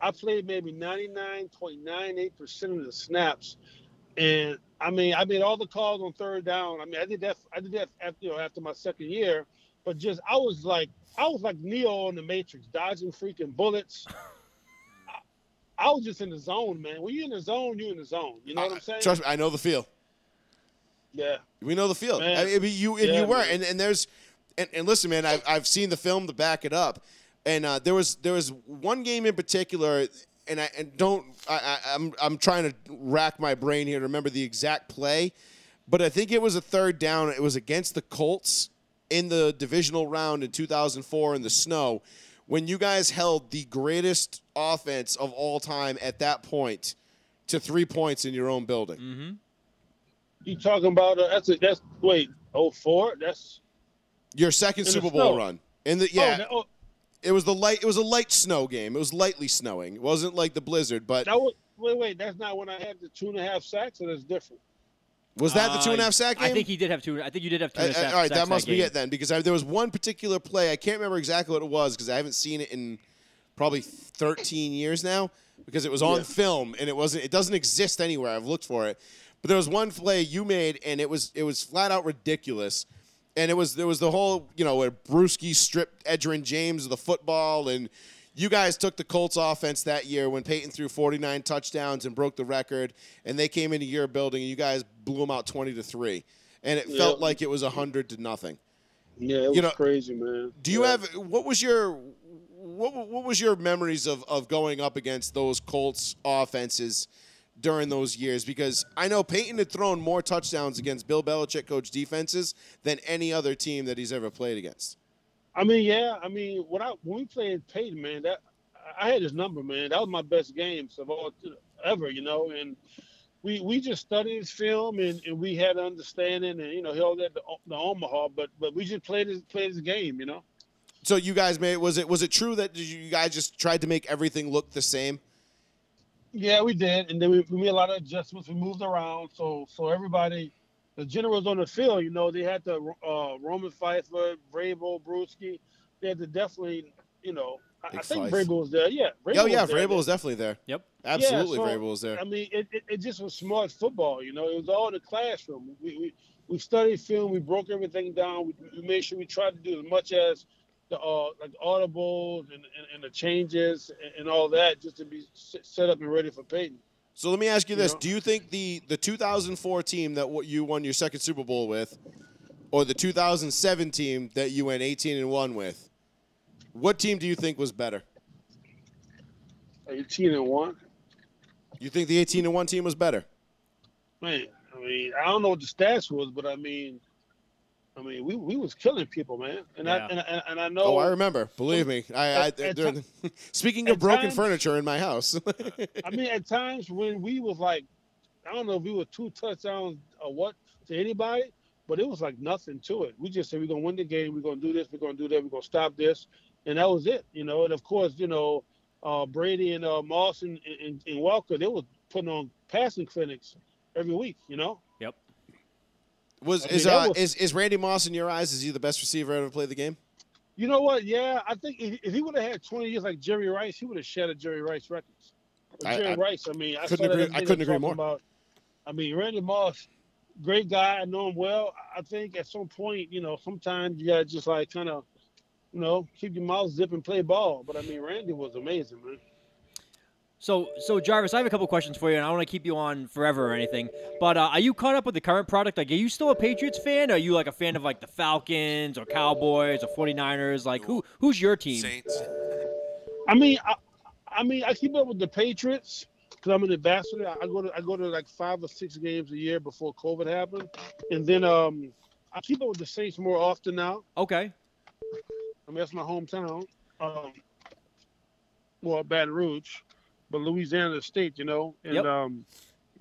Speaker 6: I played maybe ninety nine point nine eight percent of the snaps, and I mean I made all the calls on third down. I mean I did that I did that after you know after my second year, but just I was like I was like Neo in the Matrix, dodging freaking bullets. I- I was just in the zone, man. When you in the zone, you in the zone. You know what I'm saying?
Speaker 1: Trust me, I know the feel.
Speaker 6: yeah.
Speaker 1: We know the field.
Speaker 6: Man.
Speaker 1: I mean, you and
Speaker 6: Yeah,
Speaker 1: you were,
Speaker 6: man.
Speaker 1: and, and there's, and, and listen, man, I've, I've seen the film to back it up, and uh, there was there was one game in particular, and I and don't I, I I'm I'm trying to rack my brain here to remember the exact play, but I think it was a third down. It was against the Colts in the divisional round in 2004 in the snow, when you guys held the greatest offense of all time at that point to three points in your own building.
Speaker 6: Mm-hmm. You talking about uh, that's a, that's wait oh four that's
Speaker 1: Your second
Speaker 6: the
Speaker 1: Super Bowl
Speaker 6: snow.
Speaker 1: run. In the
Speaker 6: oh,
Speaker 1: yeah,
Speaker 6: that- oh,
Speaker 1: It was the light. It was a light snow game. It was lightly snowing. It wasn't like the blizzard, but
Speaker 6: that was wait wait that's not when I had the two and a half sacks or that's different.
Speaker 1: was that the two and a half sack game?
Speaker 5: Uh, I think he did have two. I think you did have two.
Speaker 1: I-
Speaker 5: and a
Speaker 1: I-
Speaker 5: half
Speaker 1: all right,
Speaker 5: sacks
Speaker 1: that must be
Speaker 5: game.
Speaker 1: it then, because I, there was one particular play. I can't remember exactly what it was because I haven't seen it in probably 13 years now because it was on film and it wasn't. It doesn't exist anywhere. I've looked for it, but there was one play you made and it was it was flat out ridiculous. And it was there was the whole you know where Brewski stripped Edgerrin James of the football and. You guys took the Colts offense that year when Peyton threw 49 touchdowns and broke the record, and they came into your building and you guys blew them out 20 to three, and it felt
Speaker 6: Yeah.
Speaker 1: like it was 100 to nothing.
Speaker 6: Yeah, it was
Speaker 1: You know,
Speaker 6: crazy, man.
Speaker 1: Do you
Speaker 6: Yeah.
Speaker 1: have what was your what, what was your memories of, of going up against those Colts offenses during those years? Because I know Peyton had thrown more touchdowns against Bill Belichick coach defenses than any other team that he's ever played against.
Speaker 6: I mean, yeah. I mean, when I when we played Peyton, man, that I had his number, man. That was my best games of all ever, you know. And we we just studied his film, and, and we had understanding, and you know, he all that the, the Omaha, but but we just played his played his game, you know.
Speaker 1: So you guys made was it was it true that you guys just tried to make everything look the same?
Speaker 6: Yeah, we did, and then we, we made a lot of adjustments. We moved around, so so everybody, the generals on the field, you know, they had to uh, Roman Feisler, Vrabel, Brewski. They had to definitely, you know, I, I
Speaker 1: Big
Speaker 6: think
Speaker 1: Feist.
Speaker 6: Vrabel was there. Yeah, Vrabel
Speaker 1: oh yeah,
Speaker 6: was there.
Speaker 1: Vrabel was definitely there.
Speaker 5: Yep.
Speaker 1: Absolutely,
Speaker 6: so-
Speaker 1: Vrabel was there.
Speaker 6: I mean, it, it, it just was smart football. You know, it was all in the classroom. We we, we studied film. We broke everything down. We, we made sure we tried to do as much as the uh, like audibles and, and, and the changes and, and all that, just to be s- set up and ready for Peyton.
Speaker 1: So let me ask you
Speaker 6: You
Speaker 1: this:
Speaker 6: know?
Speaker 1: Do you think the the 2004 team that what you won your second Super Bowl with, or the 2007 team that you went 18 and one with, what team do you think was better?
Speaker 6: Eighteen and one.
Speaker 1: You think the 18 and one team was better?
Speaker 6: Man, I mean, I don't know what the stats was, but I mean, I mean, we, we was killing people, man. And
Speaker 5: Yeah.
Speaker 6: I and, I- and I know.
Speaker 1: Oh, I remember. Believe me. I, I
Speaker 6: At- at
Speaker 1: during- speaking of
Speaker 6: at
Speaker 1: broken
Speaker 6: times-
Speaker 1: furniture in my house.
Speaker 6: I mean, at times when we was like, I don't know if we were two touchdowns or what to anybody, but it was like nothing to it. We just said we're gonna win the game, we're gonna do this, we're gonna do that, we're gonna stop this, and that was it, you know. And of course, you know, uh, Brady and uh, Moss and, and, and Walker, they were putting on passing clinics every week, you know.
Speaker 5: Yep.
Speaker 1: was
Speaker 6: I mean,
Speaker 1: is,
Speaker 6: that
Speaker 1: uh,
Speaker 6: was-
Speaker 1: is is Randy Moss in your eyes? Is he the best receiver ever played the game?
Speaker 6: You know what? Yeah, I think if, if he would have had 20 years like Jerry Rice, he would have shattered Jerry Rice records. But
Speaker 1: I-
Speaker 6: Jerry
Speaker 1: I
Speaker 6: Rice, I mean, I
Speaker 1: couldn't
Speaker 6: saw that
Speaker 1: agree-
Speaker 6: other
Speaker 1: I
Speaker 6: day
Speaker 1: couldn't
Speaker 6: they
Speaker 1: agree
Speaker 6: talking
Speaker 1: more.
Speaker 6: About, I mean, Randy Moss, great guy. I know him well. I- I think at some point, you know, sometimes you gotta just like kind of, you know, keep your mouth zipped and play ball. But I mean, Randy was amazing, man.
Speaker 5: So, so Jarvis, I have a couple questions for you, and I don't want to keep you on forever or anything. But uh, are you caught up with the current product? Like, are you still a Patriots fan? Or are you like a fan of like the Falcons or Cowboys or 49ers? Like, who who's your team?
Speaker 4: Saints.
Speaker 6: I mean, I, I mean, I keep up with the Patriots because I'm an ambassador. I go to I go to like five or six games a year before COVID happened, and then um, I keep up with the Saints more often now.
Speaker 5: Okay.
Speaker 6: I mean, that's my hometown. Um, well, Baton Rouge. but Louisiana State, you know. And
Speaker 5: Yep.
Speaker 6: um,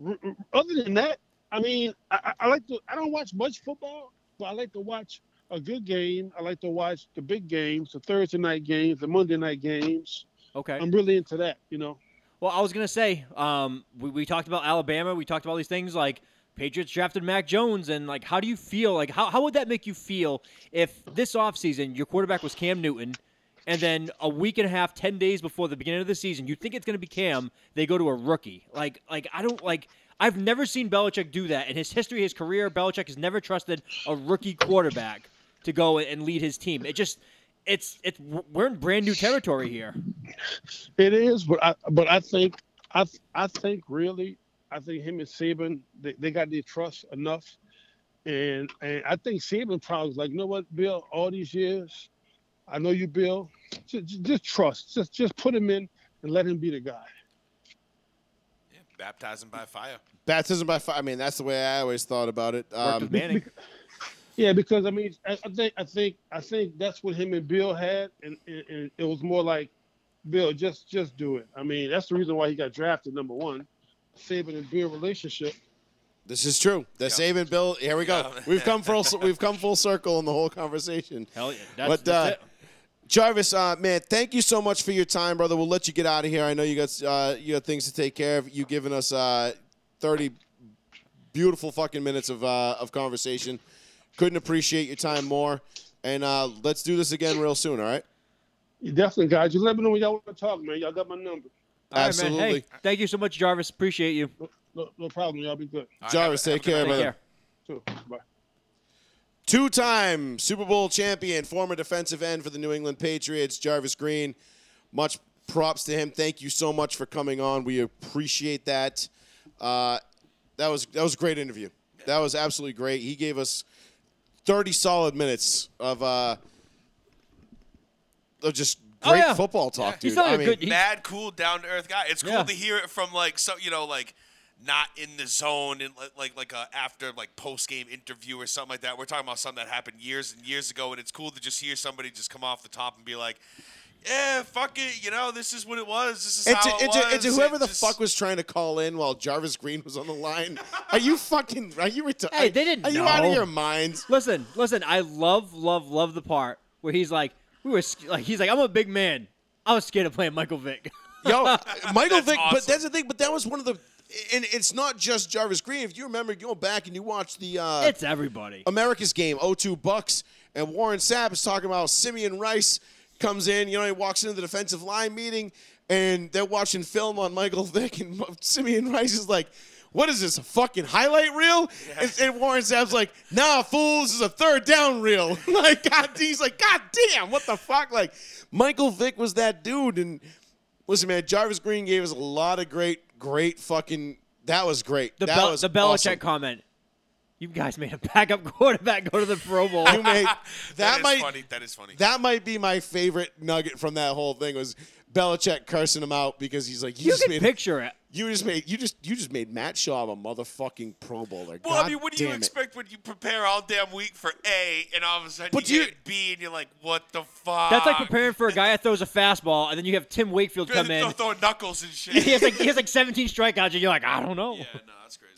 Speaker 6: r- r- other than that, I mean, I, I I like to. I don't watch much football, but I like to watch a good game. I like to watch the big games, the Thursday night games, the Monday night games.
Speaker 5: Okay.
Speaker 6: I'm really into that, you know.
Speaker 5: Well, I was gonna say, um, we, we talked about Alabama, we talked about all these things like Patriots drafted Mac Jones, and like, how do you feel? Like, how, how would that make you feel if this offseason your quarterback was Cam Newton, and then a week and a half, ten days before the beginning of the season, you think it's gonna be Cam, they go to a rookie. Like, like I don't like. I've never seen Belichick do that in his history, his career. Belichick has never trusted a rookie quarterback to go and lead his team. It just, it's, it's we're in brand new territory here.
Speaker 6: It is, but I but I think I I think really I think him and Saban they, they got their trust enough, and and I think Saban probably was like, you know what, Bill, all these years, I know you, Bill, just, just trust, just just put him in and let him be the guy.
Speaker 4: Yeah, baptize him by fire.
Speaker 1: Baptism by fire. I mean, that's the way I always thought about it.
Speaker 5: Worked
Speaker 1: Um,
Speaker 5: with Manning.
Speaker 6: Yeah, because I mean, I, I think I think I think that's what him and Bill had, and, and, and it was more like, Bill, just just do it. I mean, that's the reason why he got drafted number one, Saban and Bill relationship.
Speaker 1: this is true. The saving Bill. Here we go.
Speaker 4: Yeah.
Speaker 1: We've come full. We've come full circle in the whole conversation.
Speaker 5: Hell yeah, that's,
Speaker 1: But,
Speaker 5: that's
Speaker 1: uh,
Speaker 5: it.
Speaker 1: Jarvis, uh, man, thank you so much for your time, brother. We'll let you get out of here. I know you got uh, you got things to take care of. You giving us uh, thirty beautiful fucking minutes of uh, of conversation. Couldn't appreciate your time more. And uh, let's do this again real soon. All right.
Speaker 6: You definitely, guys, you let me know when y'all want to talk, man. Y'all got my number.
Speaker 5: All right, man.
Speaker 1: Absolutely.
Speaker 5: Hey, thank you so much, Jarvis. Appreciate you.
Speaker 6: No, no problem. Y'all be good.
Speaker 4: All right,
Speaker 1: Jarvis,
Speaker 4: have a-
Speaker 1: take
Speaker 4: have a
Speaker 1: care, brother.
Speaker 5: Take care.
Speaker 6: Too. Bye.
Speaker 1: Two time Super Bowl champion, former defensive end for the New England Patriots, Jarvis Green. Much props to him. Thank you so much for coming on. We appreciate that. Uh, that was that was a great interview. That was absolutely great. He gave us 30 solid minutes of uh, of just
Speaker 5: Oh,
Speaker 1: great
Speaker 5: yeah.
Speaker 1: football talk, dude.
Speaker 5: He's not
Speaker 1: I
Speaker 5: a
Speaker 1: mean,
Speaker 5: good. He,
Speaker 4: mad cool down to earth guy. It's cool
Speaker 5: Yeah.
Speaker 4: to hear it from like so you know like not in the zone and like like, like a after like post game interview or something like that. We're talking about something that happened years and years ago, and it's cool to just hear somebody just come off the top and be like, "Yeah, fuck it, you know, this is what it was. This is
Speaker 1: and to,
Speaker 4: how
Speaker 1: and
Speaker 4: it
Speaker 1: to-
Speaker 4: was."
Speaker 1: and to whoever
Speaker 4: and
Speaker 1: the
Speaker 4: just-
Speaker 1: fuck was trying to call in while Jarvis Green was on the line, are you fucking? Are you retarded?
Speaker 5: Hey, they didn't
Speaker 1: Are you out of
Speaker 5: know.
Speaker 1: your minds?
Speaker 5: listen, listen. I love, love, love the part where he's like, we were sc- like, he's like, I'm a big man. I was scared of playing Michael Vick.
Speaker 1: Yo, Michael Vick, but
Speaker 4: awesome.
Speaker 1: that's the thing. But that was one of the, and it's not just Jarvis Green. If you remember, you go back and you watch the uh,
Speaker 5: it's everybody.
Speaker 1: America's game, 0-2 Bucks, and Warren Sapp is talking about Simeon Rice comes in. You know, he walks into the defensive line meeting, and they're watching film on Michael Vick, and Simeon Rice is like. What is this? A fucking highlight reel? And, and Warren Sapp's like, nah, fool, this is a third down reel. like, God, he's like, God damn, what the fuck? Like, Michael Vick was that dude, and Listen, man, Jarvis Green gave us a lot of great, great fucking. That was great.
Speaker 5: The,
Speaker 1: that
Speaker 5: Bel-
Speaker 1: was
Speaker 5: the Belichick
Speaker 1: awesome.
Speaker 5: comment. You guys made a backup quarterback go to the Pro Bowl.
Speaker 1: You made- that,
Speaker 4: that is
Speaker 1: might
Speaker 4: funny. That is funny.
Speaker 1: that might be my favorite nugget from that whole thing was Belichick cursing him out because he's like, you,
Speaker 5: you
Speaker 1: just
Speaker 5: can
Speaker 1: made
Speaker 5: picture it.
Speaker 1: you just made you just you just made Matt Shaw a motherfucking Pro Bowler.
Speaker 4: well,
Speaker 1: God
Speaker 4: I mean, what do you
Speaker 1: damn it.
Speaker 4: expect when you prepare all damn week for A, and all of a sudden
Speaker 1: But
Speaker 4: you
Speaker 1: you-
Speaker 4: get B, and you're like, "What the fuck?"
Speaker 5: That's
Speaker 1: Ah.
Speaker 5: like preparing for a guy that throws a fastball, and then you have Tim Wakefield come in.
Speaker 4: throwing knuckles and shit.
Speaker 5: He has like he has like 17 strikeouts, and you're like, I don't know.
Speaker 4: yeah, no, that's crazy.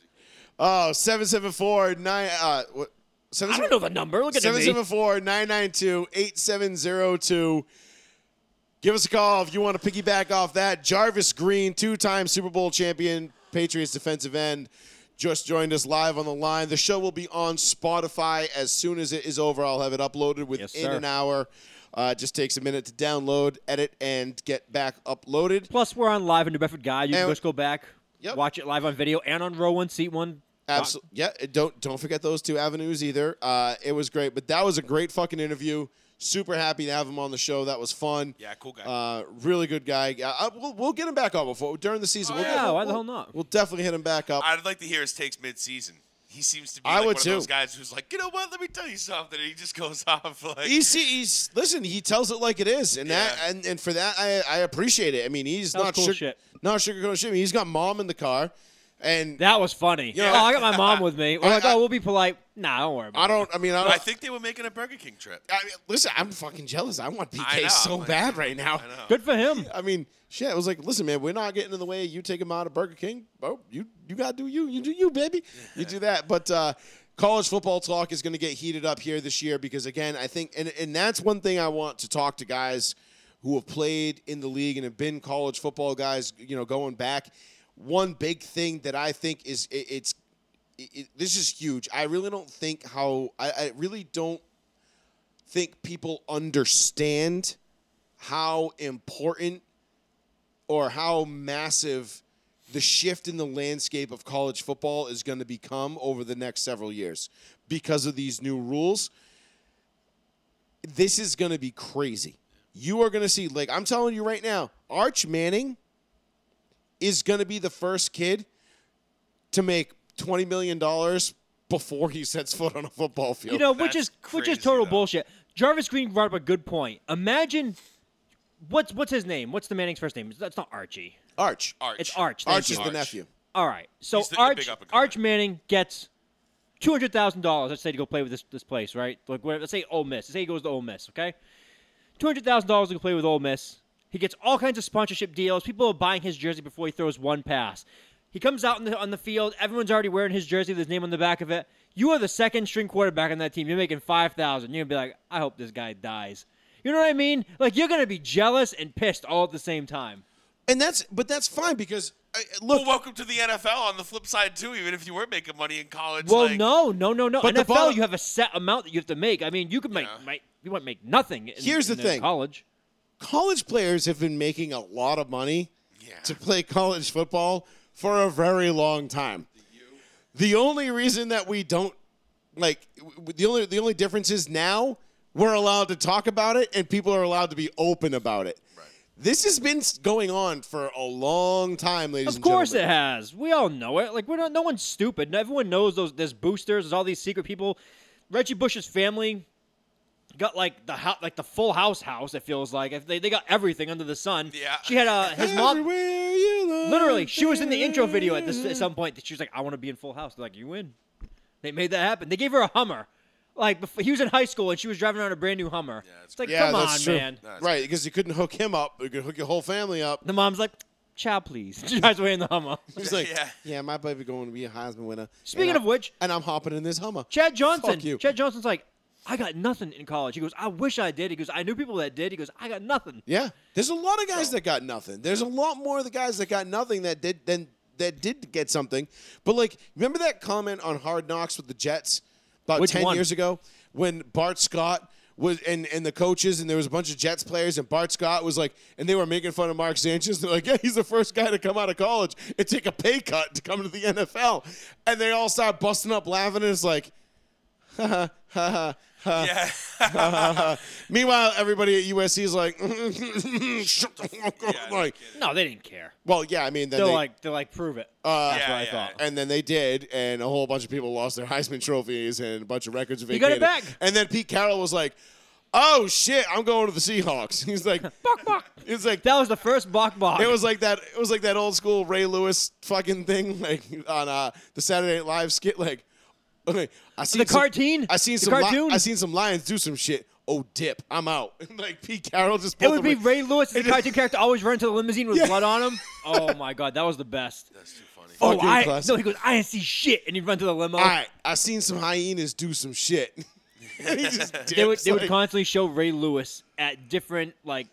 Speaker 1: Oh, seven seven four nine. Uh, what? Seven,
Speaker 5: I don't know the number. Look at me.
Speaker 1: 774 992 8702. Give us a call if you want to piggyback off that. Jarvis Green, two time Super Bowl champion, Patriots defensive end, just joined us live on the line. The show will be on Spotify as soon as it is over. I'll have it uploaded within
Speaker 5: Yes, sir.
Speaker 1: an hour. Uh, it just takes a minute to download, edit, and get back uploaded.
Speaker 5: Plus, we're on live in New Bedford Guy. You
Speaker 1: And-
Speaker 5: can just go back,
Speaker 1: Yep.
Speaker 5: watch it live on video and on row one, seat one.
Speaker 1: Absolutely. Yeah. and Don't don't forget those two avenues either. Uh, it was great, but that was a great fucking interview. Super happy to have him on the show. That was fun.
Speaker 4: Yeah, cool guy.
Speaker 1: Uh, really good guy. Uh, I- we'll, we'll get him back on before during the season. we'll
Speaker 5: Oh, yeah,
Speaker 1: get-
Speaker 5: why the
Speaker 1: we'll-
Speaker 5: hell not?
Speaker 1: We'll definitely hit him back up.
Speaker 4: I'd like to hear his takes mid-season. He seems to be
Speaker 1: I
Speaker 4: like
Speaker 1: would
Speaker 4: one
Speaker 1: too.
Speaker 4: of those guys who's like, you know what? Let me tell you something. And he just goes off like,
Speaker 1: He's, he's listen. He tells it like it is, and that
Speaker 4: Yeah.
Speaker 1: and, and for that I, I appreciate it. I mean, he's
Speaker 5: That was
Speaker 1: not
Speaker 5: cool
Speaker 1: sugar,
Speaker 5: shit.
Speaker 1: not sugarcoating shit. I mean, he's got mom in the car. And
Speaker 5: That was funny.
Speaker 1: Yeah.
Speaker 5: Oh, I got my mom with me. We're
Speaker 1: I-
Speaker 5: like,
Speaker 1: I-
Speaker 5: oh, we'll be polite. Nah, don't worry about
Speaker 1: I don't. I mean, I don't.
Speaker 4: I think they were making a Burger King trip.
Speaker 1: I mean, listen, I'm fucking jealous. I want PK
Speaker 4: I know,
Speaker 1: so
Speaker 4: like-
Speaker 1: bad right now.
Speaker 4: I know.
Speaker 5: it. Good for him.
Speaker 1: I mean, shit. I was like, listen, man, we're not getting in the way. You take him out of Burger King. Oh, you you gotta do you. You do you, baby. You do that. But uh, college football talk is going to get heated up here this year because again, I think, and and that's one thing I want to talk to guys who have played in the league and have been college football guys. You know, going back, one big thing that I think is it, it's it, it- this is huge. I really don't think how I, I really don't think people understand how important or how massive the shift in the landscape of college football is going to become over the next several years because of these new rules. This is going to be crazy. You are going to see, like, I'm telling you right now, Arch Manning is going to be the first kid to make $20 million before he sets foot on a football field.
Speaker 5: You know, which is
Speaker 4: that's
Speaker 5: which is
Speaker 4: crazy,
Speaker 5: total
Speaker 4: though.
Speaker 5: bullshit. Jarvis Green brought up a good point. Imagine what's what's his name? What's the Manning's first name? That's not Archie.
Speaker 1: Arch.
Speaker 4: Arch.
Speaker 5: It's Arch. Thank
Speaker 1: Arch
Speaker 5: you.
Speaker 1: is the nephew.
Speaker 5: All right. So
Speaker 4: He's the- the
Speaker 5: Arch
Speaker 4: big up-and-comer.
Speaker 5: Arch Manning gets two hundred thousand dollars. Let's say to go play with this this place, right? Like where, let's say Ole Miss. Let's say he goes to Ole Miss. Okay, two hundred thousand dollars to go play with Ole Miss. He gets all kinds of sponsorship deals. People are buying his jersey before he throws one pass. He comes out on the, on the field. Everyone's already wearing his jersey with his name on the back of it. You are the second string quarterback on that team. You're making five thousand. You're gonna be like, I hope this guy dies. You know what I mean? Like you're gonna be jealous and pissed all at the same time.
Speaker 1: And that's, but that's fine because, I look,
Speaker 4: Well, welcome to the NFL on the flip side, too, even if you were making money in college.
Speaker 5: Well,
Speaker 4: like,
Speaker 5: no, no, no, no.
Speaker 1: But the
Speaker 5: NFL,
Speaker 1: bottom-
Speaker 5: you have a set amount that you have to make. I mean, you could make, might, you might make nothing. In,
Speaker 1: Here's the
Speaker 5: in
Speaker 1: thing.
Speaker 5: college.
Speaker 1: college players have been making a lot of money
Speaker 4: Yeah.
Speaker 1: to play college football for a very long time. The only reason that we don't like w- w- the only the only difference is now we're allowed to talk about it and people are allowed to be open about it. This has been s- going on for a long time, ladies
Speaker 5: Of
Speaker 1: and
Speaker 5: course,
Speaker 1: gentlemen.
Speaker 5: it has. We all know it. Like we're not. No one's stupid. Everyone knows those. There's boosters. There's all these secret people. Reggie Bush's family got like the hou- like the full house house. It feels like If they they got everything under the sun.
Speaker 4: Yeah.
Speaker 5: She had a his mom.
Speaker 1: Everywhere you look,
Speaker 5: Literally, she was in the intro video at this at some point. That she was like, "I want to be in Full House." They're like, "You win." They made that happen. They gave her a Hummer. Like before, he was in high school and she was driving around a brand new Hummer. Yeah, it's like,
Speaker 1: Yeah,
Speaker 5: come
Speaker 1: that's
Speaker 5: on,
Speaker 1: true.
Speaker 5: man.
Speaker 1: Right, because you couldn't hook him up. You could hook your whole family up.
Speaker 5: The mom's like, "Child, please." She drives away in the Hummer.
Speaker 1: He's like, yeah,
Speaker 4: Yeah.
Speaker 1: my baby going to be a Heisman winner.
Speaker 5: Speaking
Speaker 1: And
Speaker 5: of which-
Speaker 1: and I'm hopping in this Hummer.
Speaker 5: Chad Johnson.
Speaker 1: Fuck you.
Speaker 5: Chad Johnson's like, "I got nothing in college." He goes, "I wish I did." He goes, "I knew people that did." He goes, "I got nothing."
Speaker 1: Yeah, there's a lot of guys that got nothing. There's a lot more of the guys that got nothing that did than that did get something. But like, remember that comment on Hard Knocks with the Jets about
Speaker 5: Which
Speaker 1: ten
Speaker 5: one?
Speaker 1: years ago when Bart Scott was and and the coaches and there was a bunch of Jets players and Bart Scott was like and they were making fun of Mark Sanchez. They're like, yeah, he's the first guy to come out of college and take a pay cut to come to the NFL, and they all start busting up laughing and it's like.
Speaker 4: Yeah.
Speaker 1: Uh, Meanwhile, everybody at USC is like, shut the fuck up.
Speaker 4: no
Speaker 1: like,
Speaker 5: No, they didn't care.
Speaker 1: well, yeah, I mean, then
Speaker 5: They're
Speaker 1: they, Uh,
Speaker 5: like, they're like, prove it.
Speaker 4: yeah,
Speaker 5: what I
Speaker 4: yeah.
Speaker 5: thought.
Speaker 1: and then they did, and a whole bunch of people lost their Heisman trophies and a bunch of records vacated.
Speaker 5: You got it back.
Speaker 1: And then Pete Carroll was like, "Oh shit, I'm going to the Seahawks." He's like,
Speaker 5: Bok bok.
Speaker 1: "It's like
Speaker 5: That was the first bok bok.
Speaker 1: it was like that. It was like that old school Ray Lewis fucking thing, like on uh, the Saturday Night Live skit. Like, okay, I seen
Speaker 5: The
Speaker 1: some-
Speaker 5: cartoon?
Speaker 1: I seen
Speaker 5: The
Speaker 1: some. li-
Speaker 5: cartoon?
Speaker 1: I seen some lions do some shit. Oh, dip, I'm out. like Pete Carroll just.
Speaker 5: It
Speaker 1: pulled
Speaker 5: would
Speaker 1: the
Speaker 5: be
Speaker 1: ring.
Speaker 5: Ray Lewis as
Speaker 1: It
Speaker 5: the
Speaker 1: is-
Speaker 5: cartoon character always run to the limousine with
Speaker 1: Yeah.
Speaker 5: blood on him. Oh my god, that was the best.
Speaker 4: That's too funny.
Speaker 5: Oh,
Speaker 1: Fucking
Speaker 5: I
Speaker 1: classic.
Speaker 5: no, he goes, I didn't see shit, and he'd run to the limo.
Speaker 1: All right, I seen some hyenas do some shit. And he just
Speaker 5: They would
Speaker 1: dips,
Speaker 5: they would
Speaker 1: like-
Speaker 5: constantly show Ray Lewis at different like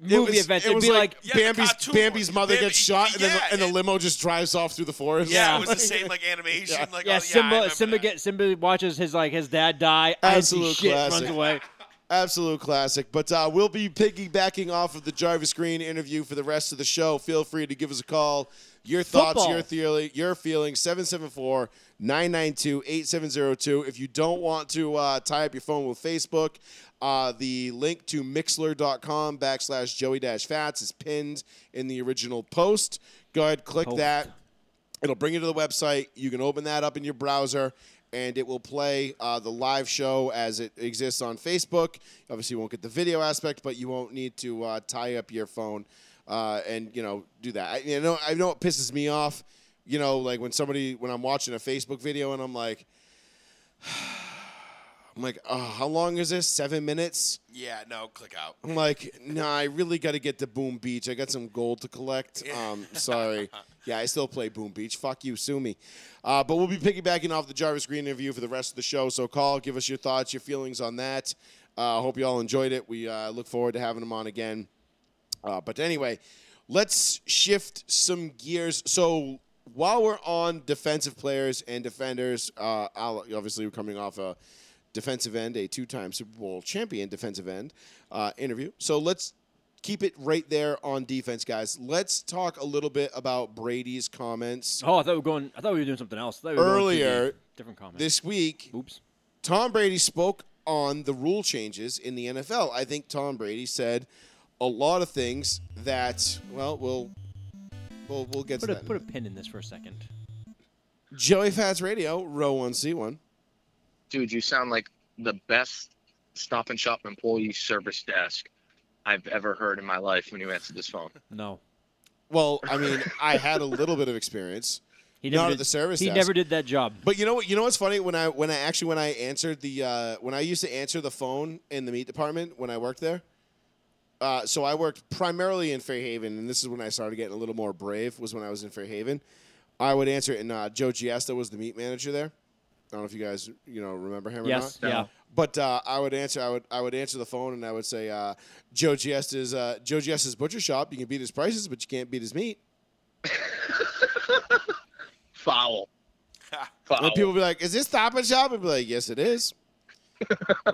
Speaker 1: It
Speaker 5: movie
Speaker 1: was-
Speaker 5: events.
Speaker 1: It
Speaker 5: It'd
Speaker 1: was
Speaker 5: be like,
Speaker 4: Yeah, the
Speaker 1: Bambi's
Speaker 4: cartoon
Speaker 1: Bambi's
Speaker 4: one.
Speaker 1: mother
Speaker 4: Bambi-
Speaker 1: gets shot, and, then,
Speaker 4: yeah,
Speaker 1: and the
Speaker 4: it-
Speaker 1: limo just drives off through the forest.
Speaker 4: Yeah,
Speaker 5: Yeah.
Speaker 4: it was the same like animation. Like, oh,
Speaker 5: yeah,
Speaker 4: I
Speaker 5: Simba
Speaker 4: remember
Speaker 5: Simba
Speaker 4: that.
Speaker 5: gets Simba watches his like his dad die. I didn't see
Speaker 1: Absolute
Speaker 5: shit,
Speaker 1: classic.
Speaker 5: runs away.
Speaker 1: Absolute classic. But uh, we'll be piggybacking off of the Jarvis Green interview for the rest of the show. Feel free to give us a call. Your thoughts,
Speaker 5: Football.
Speaker 1: your theory, your feelings, 774 992 8702. If you don't want to uh, tie up your phone with Facebook, uh, the link to mixler.com backslash joey dash fats is pinned in the original post. Go ahead, click that. It'll bring you to the website. You can open that up in your browser, and it will play uh, the live show as it exists on Facebook. Obviously, you won't get the video aspect, but you won't need to uh, tie up your phone uh, and you know do that. I, you know, I know it pisses me off you know, like when somebody when I'm watching a Facebook video and I'm like, I'm like, oh, how long is this? Seven minutes.
Speaker 4: Yeah, no, click out.
Speaker 1: I'm like, nah, I really got to get to Boom Beach. I got some gold to collect. Um, sorry. Yeah, I still play Boom Beach. Fuck you, sue me. Uh, but we'll be piggybacking off the Jarvis Green interview for the rest of the show. So call, give us your thoughts, your feelings on that. Uh, hope you all enjoyed it. We uh, look forward to having him on again. Uh, but anyway, let's shift some gears. So while we're on defensive players and defenders, uh, I'll- obviously we're coming off a defensive end, a two-time Super Bowl champion defensive end uh, interview. So let's keep it right there on defense, guys. Let's talk a little bit about Brady's comments
Speaker 5: Oh, I thought we were going. I thought we were doing something else. I thought we were going to
Speaker 1: Earlier,
Speaker 5: the different comment.
Speaker 1: this week.
Speaker 5: Oops.
Speaker 1: Tom Brady spoke on the rule changes in the NFL. I think Tom Brady said a lot of things that, well, we'll we'll, we'll get
Speaker 5: Put
Speaker 1: to
Speaker 5: a
Speaker 1: that.
Speaker 5: put a pin in this for a second.
Speaker 1: Joey Fats Radio, row one, C one.
Speaker 7: dude, you sound like the best stop and shop employee service desk I've ever heard in my life when you answered this phone.
Speaker 5: No,
Speaker 1: Well, I mean, I had a little bit of experience,
Speaker 5: he
Speaker 1: Not
Speaker 5: never
Speaker 1: at
Speaker 5: did,
Speaker 1: the service
Speaker 5: He
Speaker 1: desk.
Speaker 5: never did that job.
Speaker 1: but you know what? You know what's funny? When I when I actually when I answered the uh, when I used to answer the phone in the meat department when I worked there. Uh, so I worked primarily in Fairhaven, and this is when I started getting a little more brave. Was when I was in Fairhaven, I would answer, it, and uh, Joe Giesta was the meat manager there. I don't know if you guys you know remember him or not.
Speaker 5: Yes, yeah.
Speaker 1: But uh, I would answer. I would I would answer the phone and I would say, uh, "Joe Giesta's uh, Joe Giesta's butcher shop. You can beat his prices, but you can't beat his meat."
Speaker 7: Foul. Foul.
Speaker 1: When people be like, "Is this Stop and Shop?" I'd be like, "Yes, it is."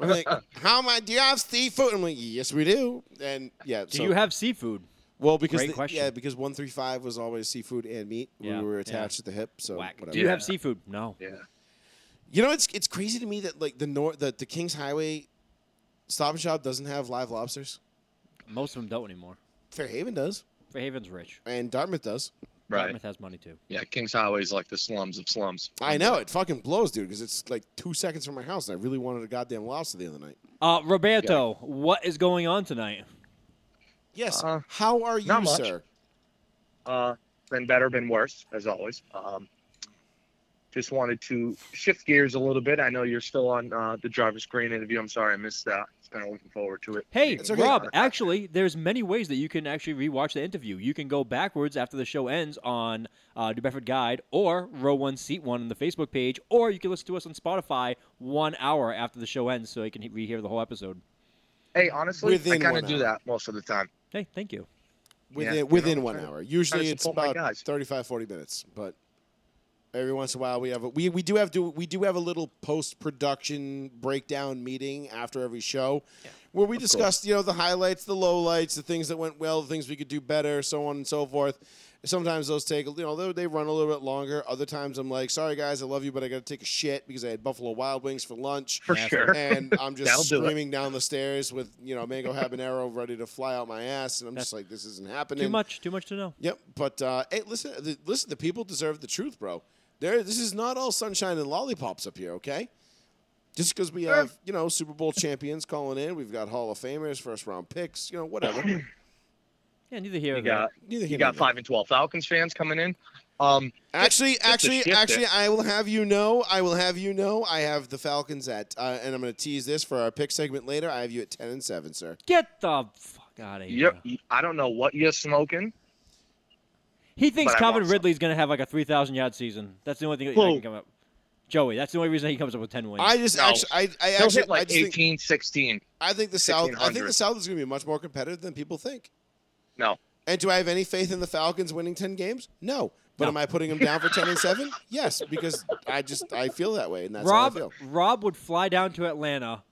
Speaker 1: I'm like, "How am I? Do you have seafood?" I'm like, "Yes, we do." And yeah,
Speaker 5: Do
Speaker 1: so,
Speaker 5: you have seafood?
Speaker 1: Well, because
Speaker 5: Great
Speaker 1: the-
Speaker 5: question.
Speaker 1: yeah, because one three five was always seafood and meat.
Speaker 5: Yeah,
Speaker 1: We were
Speaker 5: yeah.
Speaker 1: attached at the hip, so
Speaker 5: Whack.
Speaker 1: whatever.
Speaker 5: Do you
Speaker 7: Yeah.
Speaker 5: have seafood? No.
Speaker 7: Yeah.
Speaker 1: You know, it's it's crazy to me that like the north, the, the Kings Highway Stop and Shop doesn't have live lobsters.
Speaker 5: Most of them don't anymore.
Speaker 1: Fairhaven does,
Speaker 5: Fairhaven's rich.
Speaker 1: and Dartmouth does.
Speaker 7: Right.
Speaker 5: Dartmouth has money too.
Speaker 7: Yeah. Kings Highway is like the slums of slums.
Speaker 5: Mm-hmm.
Speaker 1: I know it fucking blows, dude, because it's like two seconds from my house, and I really wanted a goddamn lobster the other night.
Speaker 5: Uh, Roberto, what is going on tonight?
Speaker 1: Yes.
Speaker 5: Uh-huh.
Speaker 7: Uh,
Speaker 1: How are you,
Speaker 7: not much.
Speaker 1: sir?
Speaker 7: Uh, been better, been worse, as always. Um, just wanted to shift gears a little bit. I know you're still on uh, the driver's green interview. I'm sorry I missed that. It's kind of looking forward to it.
Speaker 5: Hey,
Speaker 1: okay.
Speaker 5: Rob, actually, there's many ways that you can actually rewatch the interview. You can go backwards after the show ends on uh, New Bedford Guide or Row 1, Seat 1 on the Facebook page, or you can listen to us on Spotify one hour after the show ends so you can rehear the whole episode.
Speaker 7: Hey, honestly, I
Speaker 1: Within
Speaker 7: kind
Speaker 1: one
Speaker 7: of do
Speaker 1: hour.
Speaker 7: that most of the time.
Speaker 5: Hey, thank you.
Speaker 1: Within,
Speaker 7: you know,
Speaker 1: within
Speaker 7: I'm
Speaker 1: one
Speaker 7: trying to-
Speaker 1: hour. Usually
Speaker 7: to
Speaker 1: it's
Speaker 7: support my
Speaker 1: about
Speaker 7: guys.
Speaker 1: 35, 40 minutes, but every once in a while we have a, we, we do have to we do have a little post production breakdown meeting after every show where we discuss you know the highlights, the lowlights, the things that went well, the things we could do better, so on and so forth. Sometimes those take you know they- they run a little bit longer. Other times I'm like, sorry guys, I love you, but I got to take a shit because I had Buffalo Wild Wings for lunch.
Speaker 7: For sure.
Speaker 1: and I'm just
Speaker 7: That'll do it.
Speaker 1: screaming down the stairs with you know mango habanero ready to fly out my ass, and I'm just like, this isn't happening.
Speaker 5: Too much, too much to know.
Speaker 1: Yep, but uh, hey, listen, the, listen, the people deserve the truth, bro. There, this is not all sunshine and lollipops up here, okay? Just because we have you know Super Bowl champions calling in, we've got Hall of Famers, first round picks, you know, whatever.
Speaker 5: Yeah, neither here nor
Speaker 7: You
Speaker 5: there.
Speaker 7: got
Speaker 1: Neither
Speaker 7: you
Speaker 1: here nor
Speaker 7: got
Speaker 1: there.
Speaker 7: five and twelve Falcons fans coming in. Um,
Speaker 1: Actually,
Speaker 7: a
Speaker 1: actually,
Speaker 7: shift
Speaker 1: actually,
Speaker 7: there.
Speaker 1: I will have you know. I will have you know. I have the Falcons at, uh, and I'm going to tease this for our pick segment later. I have you at ten and seven, sir.
Speaker 5: Get the fuck out of here.
Speaker 7: You're, I don't know what you're smoking.
Speaker 5: He thinks
Speaker 7: But I
Speaker 5: Calvin
Speaker 7: want some.
Speaker 5: Ridley's going to have like a 3,000 yard season. That's the only thing that
Speaker 7: Who?
Speaker 5: can come up. Joey, that's the only reason he comes up with 10 wins.
Speaker 1: I just
Speaker 7: No.
Speaker 1: actually, I, I
Speaker 7: He'll
Speaker 1: actually,
Speaker 7: hit
Speaker 1: I
Speaker 7: like
Speaker 1: just think,
Speaker 7: 18, 16.
Speaker 1: I think the South, I think the
Speaker 7: 1600.
Speaker 1: South is going to be much more competitive than people think.
Speaker 7: No,
Speaker 1: And do I have any faith in the Falcons winning 10 games? No. But
Speaker 5: No.
Speaker 1: am I putting them down for 10 and 7? Yes, because I just I feel that way and that's how I
Speaker 5: Rob
Speaker 1: feel.
Speaker 5: Rob would fly down to Atlanta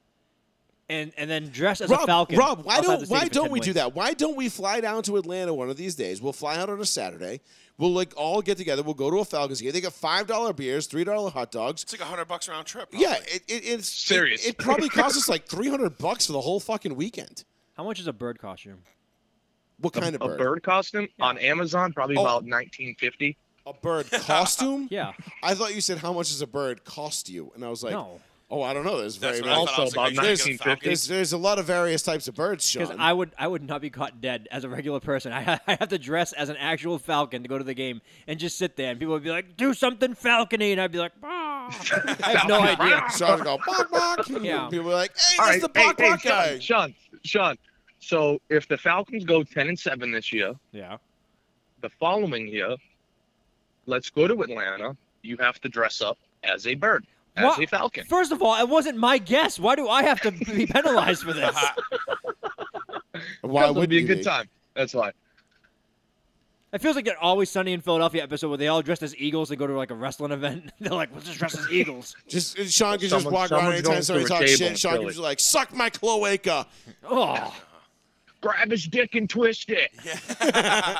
Speaker 5: and and then dress as a
Speaker 1: Rob,
Speaker 5: Falcon.
Speaker 1: Rob, why
Speaker 5: outside
Speaker 1: don't
Speaker 5: the stadium
Speaker 1: why
Speaker 5: for
Speaker 1: don't
Speaker 5: 10
Speaker 1: we do
Speaker 5: wins.
Speaker 1: that? Why don't we fly down to Atlanta one of these days? We'll fly out on a Saturday. We'll like all get together. We'll go to a Falcons game. They got five dollar beers, three dollar hot dogs.
Speaker 4: It's like a hundred bucks round trip.
Speaker 1: Yeah,
Speaker 4: probably.
Speaker 1: it, it, it's
Speaker 7: Serious.
Speaker 1: It, it probably costs us like three hundred bucks for the whole fucking weekend.
Speaker 5: How much is a bird costume?
Speaker 1: What kind
Speaker 7: a
Speaker 1: of bird?
Speaker 7: bird, costume on Amazon probably
Speaker 1: Oh.
Speaker 7: about 1950.
Speaker 1: A bird costume?
Speaker 5: Yeah.
Speaker 1: I thought you said how much does a bird cost you, and I was like,
Speaker 5: no.
Speaker 1: Oh, I don't know. There's
Speaker 4: That's
Speaker 1: very
Speaker 4: what I
Speaker 1: many.
Speaker 4: thought. I
Speaker 7: Also
Speaker 4: was like,
Speaker 7: about
Speaker 4: are you gonna get a
Speaker 7: 1950s.
Speaker 4: Falcon?
Speaker 1: There's, there's a lot of various types of birds,
Speaker 5: Because
Speaker 1: Sean.
Speaker 5: I would I would not be caught dead as a regular person. I, I have to dress as an actual falcon to go to the game and just sit there, and people would be like, "Do something falcony," and I'd be like, "Ah." I have no idea.
Speaker 1: so I would go, bark, bark.
Speaker 5: Yeah.
Speaker 1: People were like, hey,
Speaker 7: All
Speaker 1: that's the
Speaker 7: right,
Speaker 1: bark, bark guy.
Speaker 7: Sean, Sean, Sean. So if the Falcons go ten and seven this year,
Speaker 5: Yeah.
Speaker 7: the following year, let's go to Atlanta. You have to dress up as a bird, as
Speaker 5: What?
Speaker 7: a falcon.
Speaker 5: First of all, it wasn't my guess. Why do I have to be penalized for this?
Speaker 1: Why
Speaker 7: It'll
Speaker 1: would
Speaker 7: be a
Speaker 1: you
Speaker 7: good
Speaker 1: be?
Speaker 7: time. That's why.
Speaker 5: It feels like an Always Sunny in Philadelphia episode where they all dressed as eagles. They go to like a wrestling event. They're like, "Let's just dress as eagles."
Speaker 1: Just uh, Sean can just
Speaker 7: Someone-
Speaker 1: walk around
Speaker 7: someone's
Speaker 1: anytime
Speaker 7: going
Speaker 1: somebody
Speaker 7: through a
Speaker 1: talks
Speaker 7: table
Speaker 1: shit.
Speaker 7: and
Speaker 1: Sean
Speaker 7: kill
Speaker 1: can
Speaker 7: it.
Speaker 1: just like suck my cloaca.
Speaker 5: Oh,
Speaker 7: Grab his dick and twist it.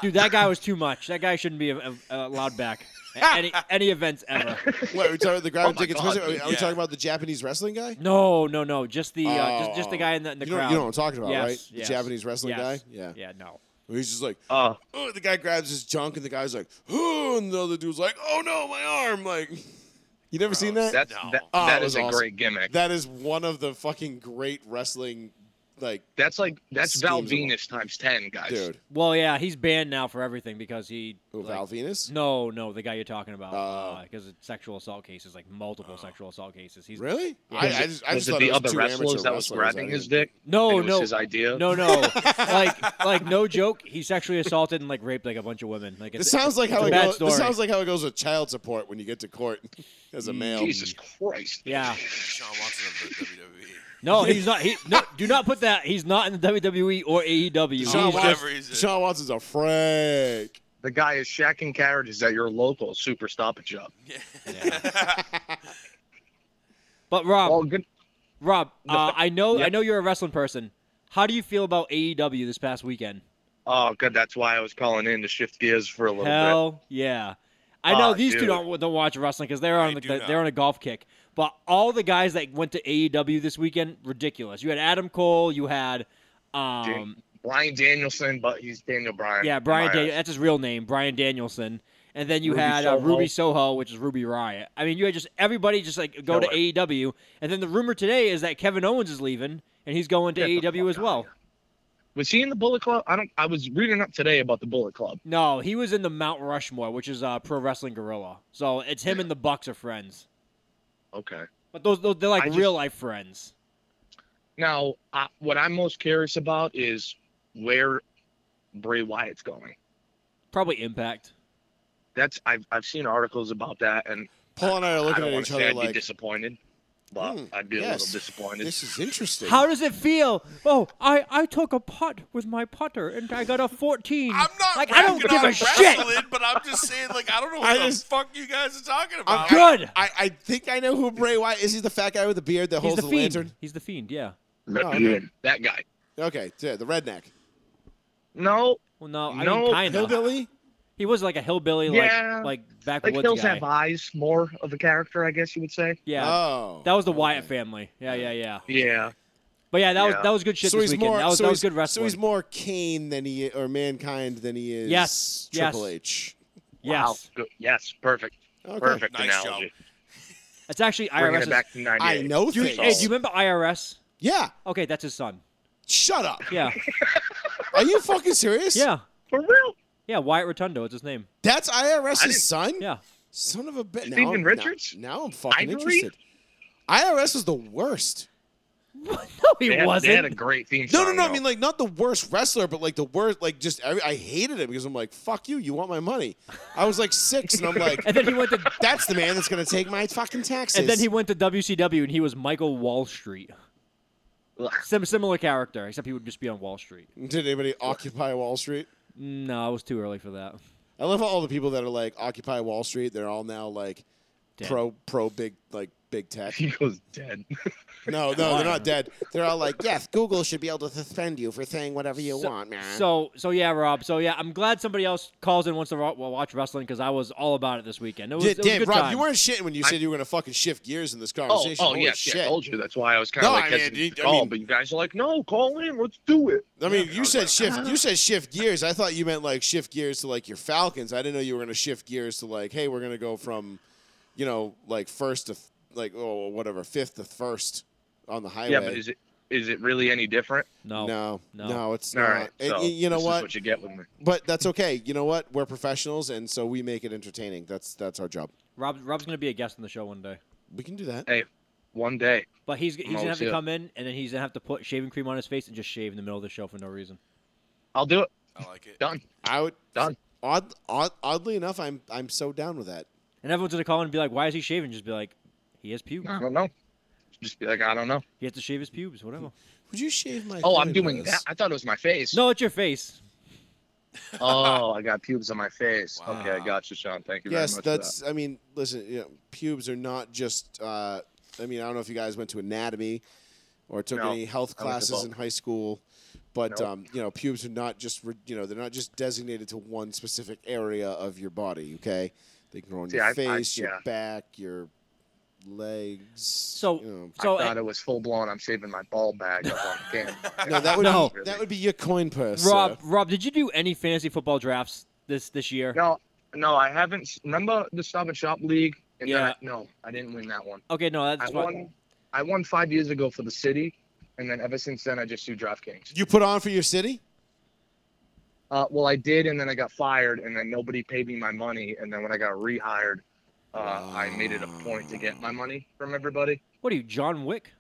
Speaker 5: dude, that guy was too much. That guy shouldn't be a- a- allowed back at any any events ever.
Speaker 1: Wait, are we talking about the grabbing
Speaker 7: Oh my
Speaker 1: tickets?
Speaker 7: God,
Speaker 1: are we, are we
Speaker 4: yeah.
Speaker 1: talking about the Japanese wrestling guy?
Speaker 5: No, no, no. Just the uh,
Speaker 1: Oh.
Speaker 5: just, just the guy in the, in the
Speaker 1: you, know,
Speaker 5: crowd.
Speaker 1: you know what I'm talking about,
Speaker 5: Yes,
Speaker 1: right? The
Speaker 5: yes,
Speaker 1: Japanese wrestling
Speaker 5: yes.
Speaker 1: guy. Yeah.
Speaker 5: Yeah. No.
Speaker 1: He's just like,
Speaker 7: Uh,
Speaker 1: oh, the guy grabs his junk, and the guy's like, oh, and the other dude's like, oh no, my arm. Like, you never seen that?
Speaker 7: that's
Speaker 4: No.
Speaker 7: that,
Speaker 1: Oh,
Speaker 7: that
Speaker 1: it
Speaker 7: is
Speaker 1: was
Speaker 7: a
Speaker 1: awesome.
Speaker 7: great gimmick.
Speaker 1: That is one of the fucking great wrestling, like,
Speaker 7: that's like that's Val
Speaker 1: Schemes a lot.
Speaker 7: Venus times ten, guys.
Speaker 1: dude.
Speaker 5: Well, yeah, he's banned now for everything because he.
Speaker 1: Who,
Speaker 5: like-
Speaker 1: Val Venus?
Speaker 5: no, no, the guy you're talking about,
Speaker 1: Oh.
Speaker 5: because it's sexual assault cases, like multiple sexual assault cases. He's
Speaker 1: Really? I,
Speaker 7: Was
Speaker 1: I
Speaker 7: it-
Speaker 1: just, I
Speaker 7: was
Speaker 1: just
Speaker 7: it
Speaker 1: thought
Speaker 7: the
Speaker 1: it was
Speaker 7: other
Speaker 1: two
Speaker 7: wrestlers
Speaker 1: amateur
Speaker 7: that was
Speaker 1: wrestlers.
Speaker 7: grabbing
Speaker 1: I
Speaker 7: his
Speaker 1: didn't-
Speaker 7: dick?
Speaker 5: No,
Speaker 7: and it was
Speaker 5: Oh, no.
Speaker 7: his
Speaker 1: Oh.
Speaker 7: idea.
Speaker 5: No, no, like, like no joke. He sexually assaulted and like raped like a bunch of women. Like,
Speaker 1: This
Speaker 5: it's,
Speaker 1: sounds like
Speaker 5: it's
Speaker 1: how
Speaker 5: a
Speaker 1: it
Speaker 5: bad
Speaker 1: goes.
Speaker 5: story.
Speaker 1: This sounds like how it goes with child support when you get to court as a male.
Speaker 7: Jesus Christ.
Speaker 5: yeah,
Speaker 4: Sean Watson of the WWE.
Speaker 5: no, he's not. He no, do not put that. He's not in the WWE or AEW. He's
Speaker 1: Sean,
Speaker 5: just-
Speaker 4: whatever
Speaker 1: Watson,
Speaker 4: he's in.
Speaker 1: Sean Watson's a freak.
Speaker 7: The guy is shacking carriages at your local super stop and shop.
Speaker 4: E.
Speaker 5: but Rob,
Speaker 7: Well, good.
Speaker 5: Rob, uh, I know,
Speaker 7: Yeah.
Speaker 5: I know you're a wrestling person. How do you feel about AEW this past weekend?
Speaker 7: Oh, good. That's why I was calling in to shift gears for a little bit.
Speaker 5: Hell yeah! I know
Speaker 7: Ah,
Speaker 5: these two
Speaker 7: dude.
Speaker 5: don't don't watch wrestling because they're on
Speaker 4: They
Speaker 5: the,
Speaker 4: do
Speaker 5: they're,
Speaker 4: not.
Speaker 5: on a golf kick. But all the guys that went to AEW this weekend, ridiculous. You had Adam Cole, you had um,
Speaker 7: Brian Danielson, but he's Daniel Bryan.
Speaker 5: Yeah, Brian.
Speaker 7: My
Speaker 5: Dan-
Speaker 7: eyes.
Speaker 5: that's his real name, Brian Danielson. And then you
Speaker 7: Ruby
Speaker 5: had uh,
Speaker 7: Soho.
Speaker 5: Ruby Soho, which is Ruby Riot. I mean, you had just everybody just like go to
Speaker 7: Killer.
Speaker 5: AEW. And then the rumor today is that Kevin Owens is leaving and he's going to
Speaker 7: Get the
Speaker 5: AEW
Speaker 7: fuck
Speaker 5: as
Speaker 7: outta
Speaker 5: well.
Speaker 7: here. Was he in the Bullet Club? I don't. I was reading up today about the Bullet Club.
Speaker 5: No, he was in the Mount Rushmore, which is uh, Pro Wrestling Gorilla. So it's him and the Bucks are friends.
Speaker 7: Okay.
Speaker 5: But those, those they're like
Speaker 7: I just-
Speaker 5: real life friends.
Speaker 7: Now, I, what I'm most curious about is where Bray Wyatt's going.
Speaker 5: Probably Impact.
Speaker 7: That's I've I've seen articles about that, and
Speaker 1: Paul and I are
Speaker 7: I
Speaker 1: looking
Speaker 7: don't
Speaker 1: at
Speaker 7: want
Speaker 1: each
Speaker 7: to say
Speaker 1: other
Speaker 7: I'd be
Speaker 1: like,
Speaker 7: disappointed, but
Speaker 1: "Hmm,
Speaker 7: I'd be a
Speaker 1: yes,
Speaker 7: little disappointed.
Speaker 1: This is interesting.
Speaker 5: How does it feel? Oh, I, I took a putt with my putter and I got a 14.
Speaker 4: I'm not
Speaker 5: like I don't
Speaker 4: ragging
Speaker 5: give
Speaker 4: on
Speaker 5: a shit.
Speaker 4: wrestling, but I'm just saying, like, I don't know
Speaker 1: I
Speaker 4: what the
Speaker 1: just-
Speaker 4: fuck you guys are talking
Speaker 1: I'm-
Speaker 4: about.
Speaker 5: Good.
Speaker 1: I, I think I know who Bray Wyatt is. He the fat guy with the beard that
Speaker 5: He's
Speaker 1: holds
Speaker 5: the
Speaker 1: the,
Speaker 5: fiend.
Speaker 1: lantern.
Speaker 5: He's the fiend. Yeah.
Speaker 1: No, I
Speaker 7: Yeah, that guy.
Speaker 1: Okay, yeah, the redneck.
Speaker 7: No,
Speaker 5: Well, no, I
Speaker 7: No,
Speaker 5: mean, kind of.
Speaker 1: Hillbilly.
Speaker 5: He was like a hillbilly,
Speaker 7: Yeah.
Speaker 5: like like
Speaker 7: like
Speaker 5: backwoods
Speaker 7: hills
Speaker 5: guy.
Speaker 7: have eyes. More of a character, I guess you would say.
Speaker 5: yeah,
Speaker 1: Oh,
Speaker 5: that was the Wyatt family. Yeah, yeah, yeah.
Speaker 7: Yeah.
Speaker 5: But yeah, that was
Speaker 7: Yeah.
Speaker 5: that was good shit
Speaker 1: so
Speaker 5: this
Speaker 1: he's
Speaker 5: weekend.
Speaker 1: more.
Speaker 5: that was
Speaker 1: so
Speaker 5: that was
Speaker 1: he's-
Speaker 5: good wrestling.
Speaker 1: So he's more Kane than he or mankind than he is.
Speaker 5: Yes, yes.
Speaker 1: Triple H.
Speaker 7: Wow.
Speaker 5: yes,
Speaker 7: Good. Yes. Perfect.
Speaker 1: Okay.
Speaker 7: Perfect
Speaker 4: Nice job.
Speaker 7: analogy.
Speaker 5: it's actually
Speaker 7: Bringing
Speaker 5: IRS.
Speaker 7: it back to 98.
Speaker 1: I know
Speaker 5: Do you,
Speaker 1: things.
Speaker 5: hey, do you remember IRS?
Speaker 1: yeah.
Speaker 5: Okay, that's his son.
Speaker 1: Shut up.
Speaker 5: Yeah,
Speaker 1: Are you fucking serious?
Speaker 5: yeah,
Speaker 7: For real.
Speaker 5: yeah. Wyatt Rotundo is his name.
Speaker 1: That's
Speaker 7: I didn't-
Speaker 1: IRS's son.
Speaker 5: Yeah,
Speaker 1: Son of a bitch.
Speaker 7: Stephen
Speaker 1: now, I'm-
Speaker 7: Richards?
Speaker 1: Now, now I'm fucking
Speaker 7: Ivory?
Speaker 1: interested. IRS was the worst.
Speaker 5: no, he
Speaker 7: They had,
Speaker 5: wasn't.
Speaker 7: They had a great theme
Speaker 1: No,
Speaker 7: song.
Speaker 1: no, no. I
Speaker 7: though.
Speaker 1: mean, like, not the worst wrestler, but like the worst. Like, just every, I hated him because I'm like, fuck you. You want my money? I was like six, and I'm like,
Speaker 5: and then he went to
Speaker 1: that's the man that's gonna take my fucking taxes.
Speaker 5: and then he went to WCW and he was Michael Wall Street.
Speaker 7: Ugh.
Speaker 5: Sim- similar character, except he would just be on Wall Street.
Speaker 1: Did anybody occupy Wall Street?
Speaker 5: No, it was too early for that.
Speaker 1: I love how all the people that are like occupy Wall Street. They're all now like
Speaker 5: Dead.
Speaker 1: pro pro big like big tech.
Speaker 7: he goes dead.
Speaker 1: No, no, they're not dead. They're all like, yes, Google should be able to suspend you for saying whatever you want, man.
Speaker 5: So, so yeah, Rob. So yeah, I'm glad somebody else calls in wants to ro- well, watch wrestling because I was all about it this weekend. It was,
Speaker 1: Yeah,
Speaker 5: it was a
Speaker 1: Dave,
Speaker 5: good
Speaker 1: Rob,
Speaker 5: time.
Speaker 1: you weren't shitting when you said you were going to fucking shift gears in this
Speaker 7: Oh,
Speaker 1: conversation.
Speaker 7: oh
Speaker 1: Holy
Speaker 7: yeah,
Speaker 1: shit.
Speaker 7: yeah. I told you. That's why I was kind of
Speaker 1: No,
Speaker 7: like
Speaker 1: I
Speaker 7: hesitant
Speaker 1: mean,
Speaker 7: to
Speaker 1: I
Speaker 7: call,
Speaker 1: mean-
Speaker 7: but you guys are like, no, call in, let's do it.
Speaker 1: I mean, you
Speaker 7: was
Speaker 1: said
Speaker 7: like,
Speaker 1: shift. You said shift gears. I thought you meant like shift gears to like your Falcons. I didn't know you were going to shift gears to like, hey, we're going to go from, you know, like first to like oh whatever fifth to first on the highway.
Speaker 7: Yeah, but is it is it really any different?
Speaker 5: No.
Speaker 1: no, no,
Speaker 5: no.
Speaker 1: it's
Speaker 7: All
Speaker 1: not.
Speaker 7: right.
Speaker 1: And
Speaker 7: so
Speaker 1: y- you know
Speaker 7: this is
Speaker 1: what?
Speaker 7: what you get with me.
Speaker 1: But that's okay. You know what? We're professionals, and so we make it entertaining. That's that's our job.
Speaker 5: Rob, Rob's gonna be a guest on the show one day,
Speaker 1: We can do that.
Speaker 7: One day.
Speaker 5: but he's he's gonna have to
Speaker 7: always
Speaker 5: come in and then he's gonna have to put shaving cream on his face and just shave in the middle of the show for no reason.
Speaker 7: I'll do it.
Speaker 4: I like it.
Speaker 7: Done.
Speaker 1: I would.
Speaker 7: Done.
Speaker 1: Odd, odd, oddly enough, I'm I'm so down with that.
Speaker 5: And everyone's gonna call in and be like, "Why is he shaving?" Just be like, "He has pubes.
Speaker 7: I don't know. Just be like, I don't know.
Speaker 5: He has to shave his pubes. Whatever."
Speaker 1: Would you shave my?
Speaker 7: Oh, I'm
Speaker 1: clean
Speaker 7: doing
Speaker 1: dress?
Speaker 7: that. I thought it was my face.
Speaker 5: No, it's your face.
Speaker 7: Oh, I got pubes on my face.
Speaker 4: Wow.
Speaker 7: Okay, I got you, Sean. Thank you
Speaker 1: Yes,
Speaker 7: very much.
Speaker 1: that's. I mean, listen. You know, pubes are not just. Uh, I mean, I don't know if you guys went to anatomy, or took
Speaker 7: No,
Speaker 1: any health
Speaker 7: I went to
Speaker 1: classes
Speaker 7: both.
Speaker 1: in high school, but
Speaker 7: No.
Speaker 1: um, you know, pubes are not just. re- You know, they're not just designated to one specific area of your body. Okay, they can grow on
Speaker 7: See,
Speaker 1: your
Speaker 7: I- I-
Speaker 1: face, your
Speaker 7: yeah.
Speaker 1: back, your legs.
Speaker 5: So-
Speaker 1: you know.
Speaker 5: So
Speaker 7: For that.
Speaker 5: eh,
Speaker 7: I thought it was full blown. I'm shaving my ball bag up on camera.
Speaker 1: no, that would
Speaker 5: No.
Speaker 1: be, that would be your coin purse,
Speaker 5: Rob,
Speaker 1: sir.
Speaker 5: Rob, did you do any fantasy football drafts this this year?
Speaker 7: No, no, I haven't. Remember the Stop and Shop League? And then
Speaker 5: Yeah.
Speaker 7: I- no, I didn't win that one.
Speaker 5: Okay, no,
Speaker 7: I
Speaker 5: that's what.
Speaker 7: won. I won five years ago for the city, and then ever since then I just do DraftKings.
Speaker 1: You put on for your city.
Speaker 7: Uh, well, I did, and then I got fired, and then nobody paid me my money, and then when I got rehired, uh, I made it a point to get my money from everybody.
Speaker 5: What are you, John Wick?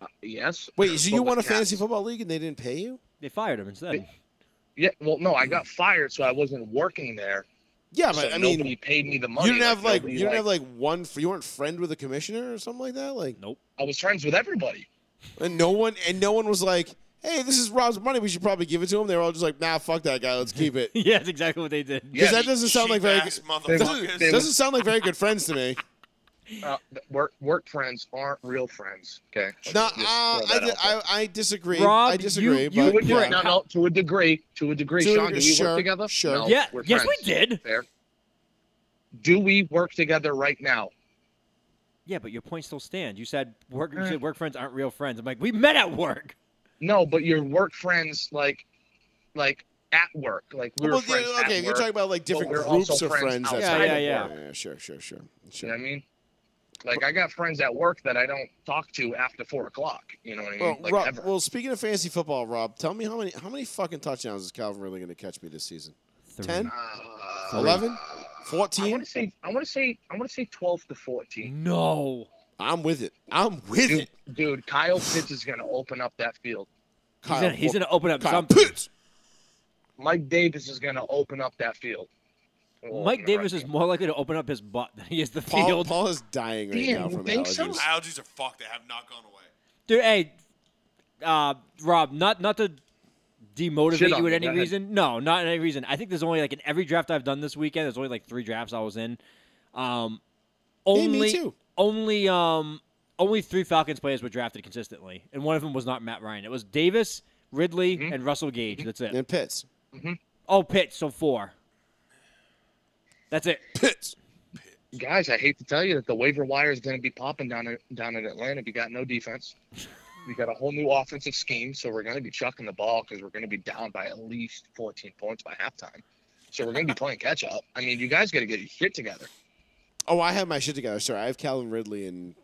Speaker 7: Uh, yes.
Speaker 1: Wait, so
Speaker 7: But
Speaker 1: you
Speaker 7: with
Speaker 1: won a
Speaker 7: cats.
Speaker 1: fantasy football league and they didn't pay you?
Speaker 5: They fired him instead.
Speaker 7: Yeah. Well, no, I got fired, so I wasn't working there.
Speaker 1: Yeah,
Speaker 7: so
Speaker 1: but I mean,
Speaker 7: nobody paid me the money.
Speaker 1: you didn't have like you
Speaker 7: nobody,
Speaker 1: didn't have like one. f- You weren't friend with a commissioner or something like that. Like,
Speaker 5: Nope.
Speaker 7: I was friends with everybody.
Speaker 1: and no one and no one was like, "Hey, this is Rob's money. We should probably give it to him." They were all just like, "Nah, fuck that guy. Let's keep it."
Speaker 5: yeah, that's exactly what they did.
Speaker 1: Because
Speaker 7: Yeah,
Speaker 1: that doesn't sound like very
Speaker 4: Cheap-ass
Speaker 1: good,
Speaker 4: motherfuckers.
Speaker 1: doesn't, doesn't sound like very good friends to me.
Speaker 7: Uh, th- work work friends aren't real friends. Okay. Let's
Speaker 1: No, uh,
Speaker 7: just throw
Speaker 1: I,
Speaker 7: that
Speaker 1: di-
Speaker 7: out there.
Speaker 1: I, I disagree.
Speaker 5: Rob,
Speaker 1: I
Speaker 5: you-
Speaker 1: disagree.
Speaker 5: you
Speaker 1: but
Speaker 5: would
Speaker 7: to a,
Speaker 1: yeah.
Speaker 5: prick.
Speaker 7: no, no, to a degree, to a degree.
Speaker 1: To a
Speaker 7: Sean,
Speaker 1: degree,
Speaker 7: do we
Speaker 1: sure,
Speaker 7: work together?
Speaker 1: sure.
Speaker 7: No,
Speaker 5: yeah.
Speaker 7: Oh, we're
Speaker 5: Yes,
Speaker 7: friends.
Speaker 5: we did.
Speaker 7: Fair. Do we work together right now?
Speaker 5: Yeah, but your point still stands. You said work. You said work friends aren't real friends. I'm like, we met at work.
Speaker 7: No, but your work friends, like, like at work, like we were
Speaker 1: Well,
Speaker 7: friends
Speaker 1: yeah, okay,
Speaker 7: at
Speaker 1: you're
Speaker 7: work.
Speaker 1: talking about like different
Speaker 7: we're
Speaker 1: groups
Speaker 7: also
Speaker 1: of friends.
Speaker 7: friends
Speaker 1: That's
Speaker 5: outside
Speaker 1: how-
Speaker 5: of
Speaker 1: yeah,
Speaker 5: work.
Speaker 1: yeah, sure, sure, sure.
Speaker 7: You
Speaker 1: sure.
Speaker 7: know what I mean? Like I got friends at work that I don't talk to after four o'clock. You know what I mean?
Speaker 1: Well,
Speaker 7: like
Speaker 1: Rob,
Speaker 7: ever.
Speaker 1: well, speaking of fantasy football, Rob, tell me how many how many fucking touchdowns is Calvin really going to catch me this season?
Speaker 5: Three.
Speaker 1: 10,
Speaker 7: uh,
Speaker 1: 11,
Speaker 7: I
Speaker 1: 14?
Speaker 7: want to say, I want to say, I want to say twelve to fourteen.
Speaker 5: No.
Speaker 1: I'm with it. I'm with
Speaker 7: Dude,
Speaker 1: it.
Speaker 7: dude, Kyle Pitts is gonna open up that field.
Speaker 5: He's gonna, he's gonna open up
Speaker 1: Kyle
Speaker 5: something.
Speaker 1: Pitts.
Speaker 7: Mike Davis is gonna open up that field. We'll
Speaker 5: Mike
Speaker 7: open it
Speaker 5: Davis
Speaker 7: Oh, right
Speaker 5: is more likely to open up his butt than he is the
Speaker 1: Paul,
Speaker 5: field.
Speaker 1: Paul is dying right
Speaker 7: Damn,
Speaker 1: now
Speaker 7: you
Speaker 1: from
Speaker 7: think so?
Speaker 1: allergies.
Speaker 4: Allergies are fucked. They have not gone away.
Speaker 5: Dude, hey, uh, Rob, not not to
Speaker 7: Shit
Speaker 5: demotivate
Speaker 7: on
Speaker 5: you at any
Speaker 7: me, go ahead.
Speaker 5: reason. No, not in any reason. I think there's only like in every draft I've done this weekend, there's only like three drafts I was in. Um,
Speaker 1: Hey,
Speaker 5: only
Speaker 1: me too.
Speaker 5: only um only three Falcons players were drafted consistently, and one of them was not Matt Ryan. It was Davis, Ridley,
Speaker 1: Mm-hmm.
Speaker 5: and Russell Gage. That's it.
Speaker 1: And Pitts.
Speaker 5: Oh, Pitts, so four. That's it.
Speaker 1: Pitts.
Speaker 7: guys, I hate to tell you that the waiver wire is going to be popping down in, down in Atlanta. You got no defense. We got a whole new offensive scheme, so we're going to be chucking the ball because we're going to be down by at least 14 points by halftime. So we're going to be playing catch up. I mean, you guys got to get your shit together.
Speaker 1: Oh, I have my shit together. Sorry, I have Calvin Ridley in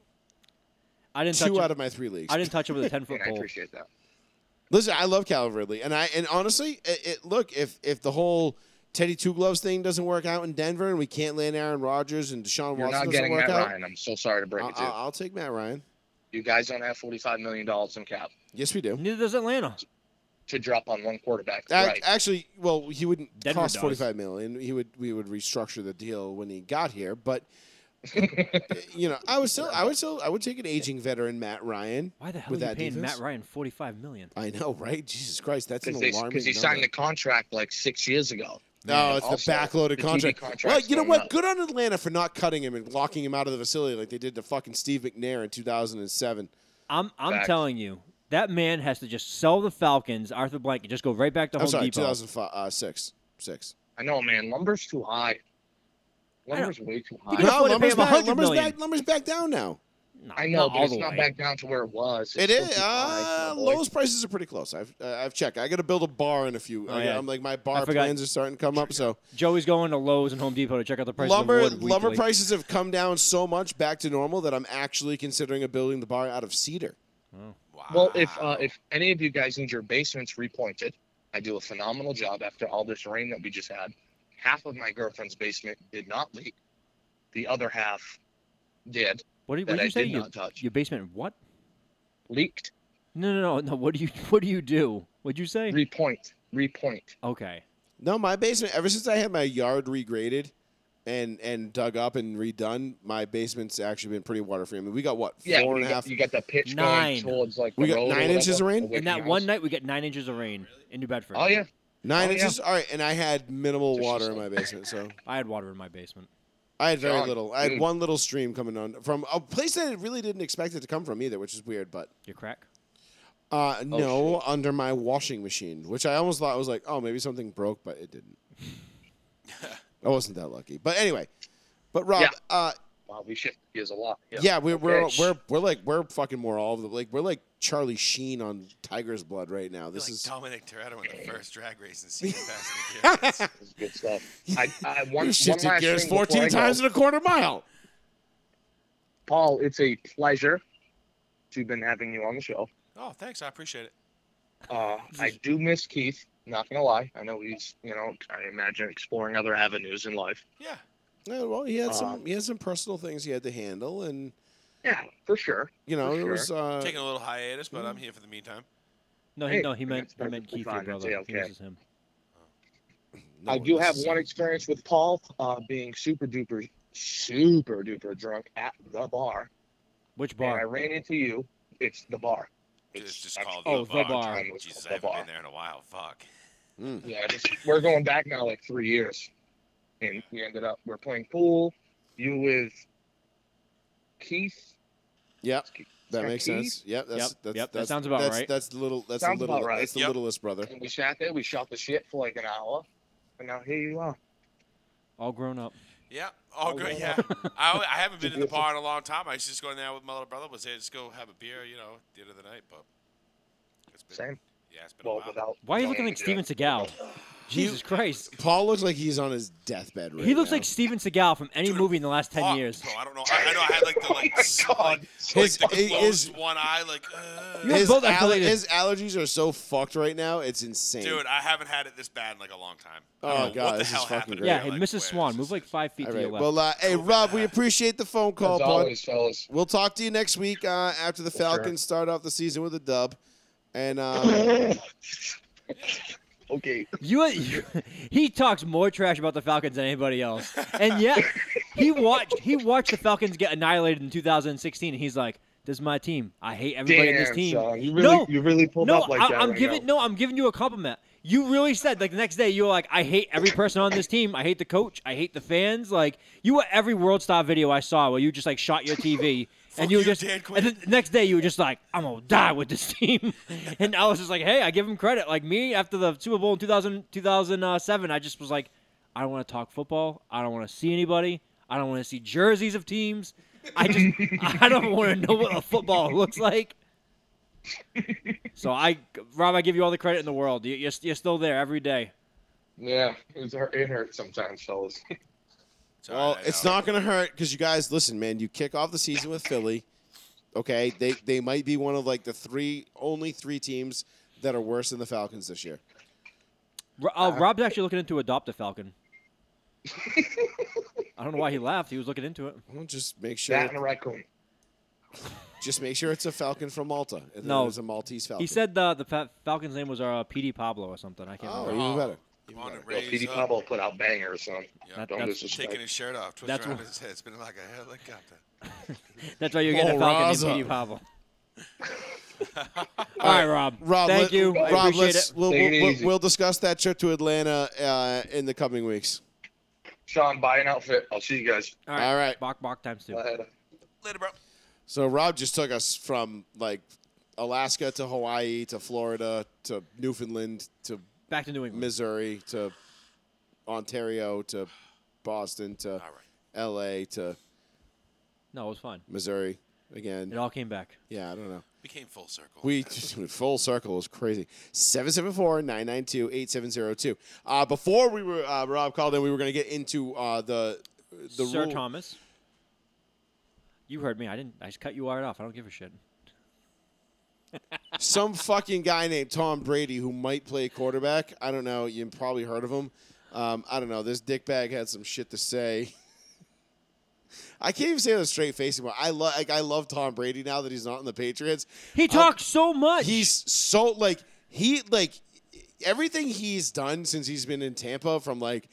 Speaker 5: I didn't touch
Speaker 1: two
Speaker 5: him.
Speaker 1: out of my three leagues.
Speaker 5: I didn't touch him with a ten
Speaker 7: And
Speaker 5: foot
Speaker 7: I
Speaker 5: pole.
Speaker 7: appreciate that.
Speaker 1: Listen, I love Calvin Ridley, and I and honestly, it, it look if if the whole Teddy Two Gloves thing doesn't work out in Denver, and we can't land Aaron Rodgers and Deshaun
Speaker 7: You're
Speaker 1: Watson
Speaker 7: not
Speaker 1: doesn't
Speaker 7: getting
Speaker 1: work
Speaker 7: Matt
Speaker 1: out, Uh-uh.
Speaker 7: Ryan. I'm so sorry to break
Speaker 1: I'll,
Speaker 7: it to you.
Speaker 1: I'll, I'll take Matt Ryan.
Speaker 7: You guys don't have 45 million dollars in cap
Speaker 1: Yes, we do.
Speaker 5: Neither does Atlanta.
Speaker 7: to drop on one quarterback.
Speaker 1: Ac-
Speaker 7: right.
Speaker 1: Actually, well, he wouldn't
Speaker 5: Denver
Speaker 1: cost
Speaker 5: does.
Speaker 1: forty five million. He would we would restructure the deal when he got here. But you know, I would still, I would still, I would take an aging veteran Matt Ryan.
Speaker 5: Why the hell
Speaker 1: with
Speaker 5: are you
Speaker 1: that
Speaker 5: paying
Speaker 1: defense.
Speaker 5: Matt Ryan forty five million?
Speaker 1: I know, right? Jesus Christ, that's an
Speaker 7: Because they-
Speaker 1: alarming.
Speaker 7: 'cause he signed the contract like six years ago.
Speaker 1: no, it's
Speaker 7: also,
Speaker 1: the backloaded
Speaker 7: the TV
Speaker 1: contract.
Speaker 7: contract's
Speaker 1: Well, you know
Speaker 7: going
Speaker 1: what?
Speaker 7: up.
Speaker 1: Good on Atlanta for not cutting him and locking him out of the facility like they did to fucking Steve McNair in two thousand and seven.
Speaker 5: I'm I'm
Speaker 7: Facts.
Speaker 5: telling you, that man has to just sell the Falcons, Arthur Blank, and just go right back to
Speaker 1: I'm
Speaker 5: Home
Speaker 1: sorry, two
Speaker 5: Depot.
Speaker 1: thousand uh, six, six.
Speaker 7: I know, man. Lumber's too high.
Speaker 5: I don't-
Speaker 7: Lumber's way too
Speaker 5: You
Speaker 7: high.
Speaker 5: can afford to pay
Speaker 1: lumber's
Speaker 5: him a
Speaker 1: back.
Speaker 5: hundred
Speaker 1: Lumber's
Speaker 5: million.
Speaker 1: back. Lumber's back down now.
Speaker 5: Not,
Speaker 7: I know,
Speaker 5: not
Speaker 7: but
Speaker 5: all
Speaker 7: it's
Speaker 5: the
Speaker 7: not
Speaker 5: way.
Speaker 7: back down to where it was.
Speaker 1: It
Speaker 7: It's
Speaker 1: is.
Speaker 7: 55,
Speaker 1: Uh,
Speaker 7: so, like,
Speaker 1: Lowe's prices are pretty close. I've uh, I've checked. I got to build a bar in a few.
Speaker 5: Oh,
Speaker 1: I
Speaker 5: yeah.
Speaker 1: am like my bar
Speaker 5: forgot.
Speaker 1: plans are starting to come up. So
Speaker 5: Joey's going to Lowe's and Home Depot to check out the price
Speaker 1: lumber
Speaker 5: of the wood
Speaker 1: lumber
Speaker 5: weekly.
Speaker 1: prices have come down so much back to normal that I'm actually considering a building the bar out of cedar.
Speaker 4: Wow.
Speaker 7: Well, if uh, if any of you guys need your basements repointed, I do a phenomenal job after all this rain that we just had. Half of my girlfriend's basement did not leak. The other half did.
Speaker 5: What did,
Speaker 7: that
Speaker 5: what did
Speaker 7: I
Speaker 5: you say?
Speaker 7: did
Speaker 5: Your,
Speaker 7: not touch.
Speaker 5: your basement? What?
Speaker 7: Leaked,
Speaker 5: No, no, no, no. What do you What do you do? What'd you say?
Speaker 7: repoint, repoint.
Speaker 5: okay.
Speaker 1: No, my basement. Ever since I had my yard regraded, and and dug up and redone, my basement's actually been pretty waterfree. I mean, we got what
Speaker 7: Yeah,
Speaker 1: four
Speaker 7: you
Speaker 1: and a
Speaker 7: got-
Speaker 1: half.
Speaker 7: you got the pitch
Speaker 5: Nine.
Speaker 7: going towards like
Speaker 1: We
Speaker 7: the
Speaker 1: got
Speaker 7: road or
Speaker 1: nine inches of
Speaker 7: whatever,
Speaker 1: rain?
Speaker 7: away
Speaker 5: In
Speaker 7: from
Speaker 5: that
Speaker 7: the
Speaker 5: one
Speaker 7: house.
Speaker 5: night, we get nine inches of rain in New Bedford.
Speaker 7: Oh yeah,
Speaker 1: Nine
Speaker 7: Oh, yeah.
Speaker 1: inches. All right, and I had minimal water in my basement, so
Speaker 5: I had water in my basement.
Speaker 1: I had very
Speaker 7: John, Mm.
Speaker 1: little. I had
Speaker 7: dude.
Speaker 1: one little stream coming on from a place that I really didn't expect it to come from either, which is weird. But
Speaker 5: Your crack?
Speaker 1: uh,
Speaker 7: Oh,
Speaker 1: no, under my washing machine, which I almost thought was like, oh, maybe something broke, but it didn't. I wasn't that lucky. But anyway, but Rob,
Speaker 7: Yeah.
Speaker 1: uh,
Speaker 7: wow, we shift gears a lot.
Speaker 1: yeah, we're, we're
Speaker 7: Okay.
Speaker 1: we're we're like we're fucking more all over the like we're like Charlie Sheen on Tiger's Blood right now.
Speaker 4: You're
Speaker 1: This
Speaker 4: like
Speaker 1: is
Speaker 4: Dominic Toretto in the first drag race in season Fast and Furious.
Speaker 7: This is good stuff. I, I one,
Speaker 1: you
Speaker 7: one
Speaker 1: shifted
Speaker 7: last
Speaker 1: gears
Speaker 7: thing before I
Speaker 1: 14
Speaker 7: go.
Speaker 1: times in a quarter mile.
Speaker 7: Paul, it's a pleasure to been having you on the show.
Speaker 4: Oh, thanks. I appreciate it.
Speaker 7: Uh, I do miss Keith. Not gonna lie, I know he's you know I imagine exploring other avenues in life.
Speaker 4: Yeah.
Speaker 1: Yeah, well, he had some
Speaker 7: Um,
Speaker 1: he had some personal things he had to handle, and
Speaker 7: Yeah, for sure.
Speaker 1: you know
Speaker 7: For
Speaker 1: it
Speaker 7: sure.
Speaker 1: was uh, mm-hmm.
Speaker 4: Taking a little hiatus, but I'm here for the meantime.
Speaker 5: No, he,
Speaker 7: Hey,
Speaker 5: no, he meant he
Speaker 7: that's
Speaker 5: meant
Speaker 7: perfectly
Speaker 5: Keith, your
Speaker 7: fine. That's
Speaker 5: brother. He
Speaker 7: okay.
Speaker 5: misses him.
Speaker 1: no
Speaker 7: I do have
Speaker 1: necessary-
Speaker 7: one experience with Paul uh, being super duper super duper drunk at the bar,
Speaker 5: Which
Speaker 7: and I
Speaker 5: bar?
Speaker 7: ran into you. It's the bar.
Speaker 4: It's just called
Speaker 5: Oh,
Speaker 4: the,
Speaker 5: The
Speaker 4: bar.
Speaker 5: Bar.
Speaker 4: Jesus,
Speaker 7: The
Speaker 4: I haven't
Speaker 7: Bar.
Speaker 4: been there in a while. Fuck.
Speaker 1: Mm.
Speaker 7: Yeah, just, we're going back now like three years, and we ended up we're playing pool. You with Keith.
Speaker 1: Yep, that
Speaker 7: Chuck
Speaker 1: makes
Speaker 7: E.
Speaker 1: sense. Yep, that's,
Speaker 5: Yep,
Speaker 1: that's,
Speaker 5: yep, that
Speaker 1: that's,
Speaker 5: sounds about
Speaker 1: that's,
Speaker 5: right.
Speaker 1: That's the little. That's
Speaker 7: Sounds
Speaker 1: the little.
Speaker 7: about right.
Speaker 1: That's the
Speaker 4: Yep.
Speaker 1: littlest brother.
Speaker 7: And we sat there, we shot the shit for like an hour, and now here you are.
Speaker 5: All grown up.
Speaker 4: Yeah. Oh,
Speaker 7: Oh,
Speaker 4: good. Yeah.
Speaker 7: yeah.
Speaker 4: I, I haven't been in the bar in a long time. I used to just go in there with my little brother. Was there just go have a beer, you know, at the end of the night. But it's been,
Speaker 7: Same.
Speaker 4: Yeah, it's been a
Speaker 7: Well,
Speaker 4: while.
Speaker 7: without.
Speaker 5: Why are you
Speaker 7: knowing
Speaker 5: looking
Speaker 7: we
Speaker 5: like
Speaker 7: did.
Speaker 5: Steven Seagal? Jesus Christ.
Speaker 1: Paul looks like he's on his deathbed right
Speaker 5: He looks
Speaker 1: now.
Speaker 5: like Steven Seagal from any
Speaker 4: Dude,
Speaker 5: movie in the last 10
Speaker 4: Fuck,
Speaker 5: years.
Speaker 4: Bro, I don't know. I, I know. I had like the like,
Speaker 7: Oh my God.
Speaker 4: like,
Speaker 1: His-
Speaker 4: like the
Speaker 1: it is-
Speaker 4: closed one eye. Like, uh,
Speaker 5: You have
Speaker 1: his,
Speaker 5: both
Speaker 1: aller-
Speaker 5: escalated.
Speaker 1: his allergies are so fucked right now. It's insane.
Speaker 4: dude, I haven't had it this bad in like a long time. I
Speaker 1: Oh,
Speaker 4: don't know
Speaker 1: God,
Speaker 4: what the
Speaker 1: this is
Speaker 4: hell
Speaker 1: fucking
Speaker 4: happened?
Speaker 1: great.
Speaker 5: Yeah,
Speaker 4: Like,
Speaker 5: and
Speaker 4: where
Speaker 5: Mrs.
Speaker 4: is
Speaker 5: Swan,
Speaker 4: this?
Speaker 5: move like five feet
Speaker 1: All
Speaker 5: to your
Speaker 1: right.
Speaker 5: left.
Speaker 1: Well, uh, hey Rob, we appreciate the phone call,
Speaker 7: As
Speaker 1: bud.
Speaker 7: always, fellas.
Speaker 1: We'll talk to you next week uh, after the
Speaker 7: sure.
Speaker 1: Falcons start off the season with a dub, and uh,
Speaker 7: Okay.
Speaker 5: You, you, he talks more trash about the Falcons than anybody else, and yet he watched he watched the Falcons get annihilated in 2016, and he's like, "This is my team. I hate everybody on this
Speaker 7: Damn,
Speaker 5: team."
Speaker 7: son. You really,
Speaker 5: no,
Speaker 7: you really pulled
Speaker 5: no,
Speaker 7: up like
Speaker 5: I,
Speaker 7: that.
Speaker 5: I'm
Speaker 7: right
Speaker 5: giving
Speaker 7: now.
Speaker 5: no, I'm giving you a compliment. You really said like the next day you were like, "I hate every person on this team. I hate the coach. I hate the fans." Like you were every World Star video I saw where you just like shot your TV. And
Speaker 4: Fuck
Speaker 5: you were
Speaker 4: you,
Speaker 5: just,
Speaker 4: Dan
Speaker 5: and
Speaker 4: Quinn.
Speaker 5: then the next day you were just like, I'm gonna die with this team, and I was just like, hey, I give him credit. Like me after the Super Bowl in 2000, 2007, uh, I just was like, I don't want to talk football. I don't want to see anybody. I don't want to see jerseys of teams. I just, I don't want to know what a football looks like. So I, Rob, I give you all the credit in the world. You- You're, you're still there every day.
Speaker 7: Yeah, it's hurt, it hurts sometimes, fellas.
Speaker 4: Sorry,
Speaker 1: well,
Speaker 4: I
Speaker 1: it's
Speaker 4: know.
Speaker 1: not gonna hurt because you guys listen, man. You kick off the season with Philly. Okay, they they might be one of like the three only three teams that are worse than the Falcons this year.
Speaker 5: Ro- Uh, Rob's actually looking into adopt a falcon. I don't know why he laughed. He was looking into it.
Speaker 1: Well, just make sure
Speaker 7: That and a raccoon.
Speaker 1: just make sure it's a Falcon from Malta. And
Speaker 5: No.
Speaker 1: no, it's a Maltese Falcon.
Speaker 5: He said the the fa- falcon's name was uh, P.D. Pablo or something. I can't
Speaker 1: "Oh,
Speaker 5: remember.
Speaker 1: even better."
Speaker 4: Born and
Speaker 7: Yo,
Speaker 4: raised
Speaker 7: PD
Speaker 4: up.
Speaker 7: Pablo put out bangers, son.
Speaker 4: Yeah,
Speaker 5: That-
Speaker 7: Don't
Speaker 5: that's-
Speaker 7: disrespect.
Speaker 4: Taking his shirt off, twisting
Speaker 5: That's
Speaker 4: around
Speaker 5: wh-
Speaker 4: his head. It's been like a helicopter.
Speaker 5: That's why you're getting a
Speaker 1: Oh,
Speaker 5: Falcon
Speaker 1: Raza.
Speaker 5: named Petey Pavel. All right, Rob.
Speaker 1: Rob, let-
Speaker 5: thank you. I
Speaker 1: Rob,
Speaker 5: appreciate
Speaker 1: let's
Speaker 5: it.
Speaker 1: We'll,
Speaker 7: Take
Speaker 1: we'll,
Speaker 7: it
Speaker 1: we'll-
Speaker 7: easy.
Speaker 1: we'll discuss that trip to Atlanta uh, in the coming weeks.
Speaker 7: Sean, buy an outfit. I'll see you guys.
Speaker 5: All right.
Speaker 1: All right.
Speaker 5: Bok bok times two.
Speaker 7: Later.
Speaker 4: Later, bro.
Speaker 1: So Rob just took us from like Alaska to Hawaii to Florida to Newfoundland to
Speaker 5: Back to New England.
Speaker 1: Missouri to Ontario to Boston to
Speaker 4: All right.
Speaker 1: L.A. to
Speaker 5: No, it was fun.
Speaker 1: Missouri. again.
Speaker 5: It all came back.
Speaker 1: Yeah, I don't know.
Speaker 4: We came full circle.
Speaker 1: We full circle is crazy. 774-992-8702. Uh, before we were uh, Rob called in, we were going to get into uh, the the
Speaker 5: Sir
Speaker 1: rule.
Speaker 5: Thomas. You heard me. I didn't. I just cut you wired off. I don't give a shit.
Speaker 1: some fucking guy named Tom Brady who might play quarterback. I don't know. You probably heard of him. Um, I don't know. This dickbag had some shit to say. I can't even say that straight face anymore. I love like I love Tom Brady now that he's not in the Patriots.
Speaker 5: He talks so much.
Speaker 1: He's so like he like everything he's done since he's been in Tampa from like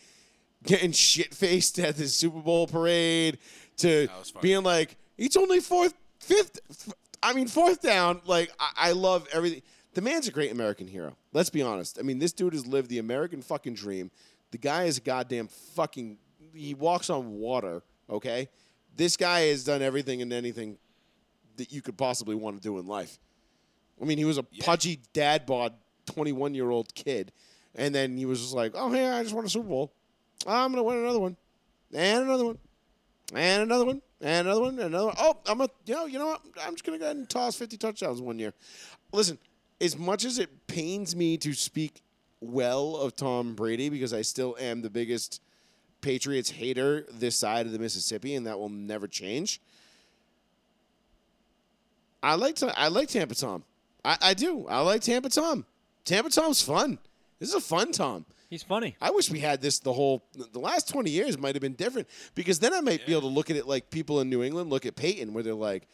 Speaker 1: getting shit faced at the Super Bowl parade to
Speaker 4: was funny.
Speaker 1: being like it's only fourth, fifth. f- I mean fourth down. Like I, I love everything. The man's a great American hero. Let's be honest. I mean this dude has lived the American fucking dream. The guy is a goddamn fucking. He walks on water. Okay, this guy has done everything and anything that you could possibly want to do in life. I mean, he was a pudgy dad bod, 21 year old kid. And then he was just like, oh, hey, I just won a Super Bowl. I'm going to win another one. And another one. And another one. And another one. And another one. Oh, I'm a, you know, you know what? I'm just going to go ahead and toss 50 touchdowns one year. Listen, as much as it pains me to speak well of Tom Brady, because I still am the biggest Patriots hater this side of the Mississippi, and that will never change. I like to, I like Tampa Tom. I, I do. I like Tampa Tom. Tampa Tom's fun. This is a fun Tom.
Speaker 5: He's funny.
Speaker 1: I wish we had this the whole the last 20 years might have been different because then I might be able to look at it like people in New England look at Peyton where they're like,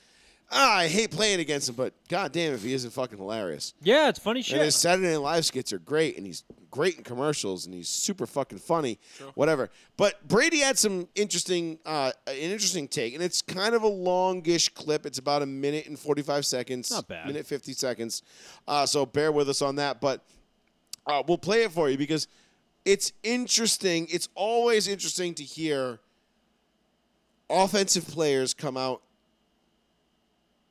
Speaker 1: ah, I hate playing against him, but god damn if he isn't fucking hilarious.
Speaker 5: Yeah, it's funny shit.
Speaker 1: And his Saturday Night Live skits are great, and he's great in commercials, and he's super fucking funny, whatever. But Brady had some interesting, uh, an interesting take, and it's kind of a longish clip. It's about a minute and forty-five seconds,
Speaker 5: Not bad.
Speaker 1: minute fifty seconds. Uh, so bear with us on that, but uh, we'll play it for you because it's interesting. It's always interesting to hear offensive players come out.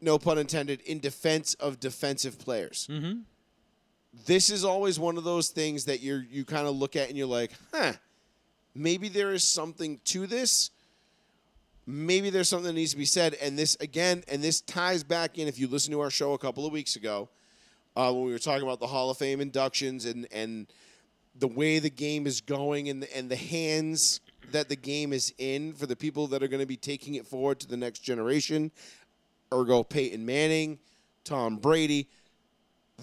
Speaker 1: No pun intended. In defense of defensive players,
Speaker 5: Mm-hmm.
Speaker 1: this is always one of those things that you're you kind of look at and you're like, huh, maybe there is something to this. Maybe there's something that needs to be said. And this again, and this ties back in if you listen to our show a couple of weeks ago, uh, when we were talking about the Hall of Fame inductions and and the way the game is going and the, and the hands that the game is in for the people that are going to be taking it forward to the next generation, ergo Peyton Manning, Tom Brady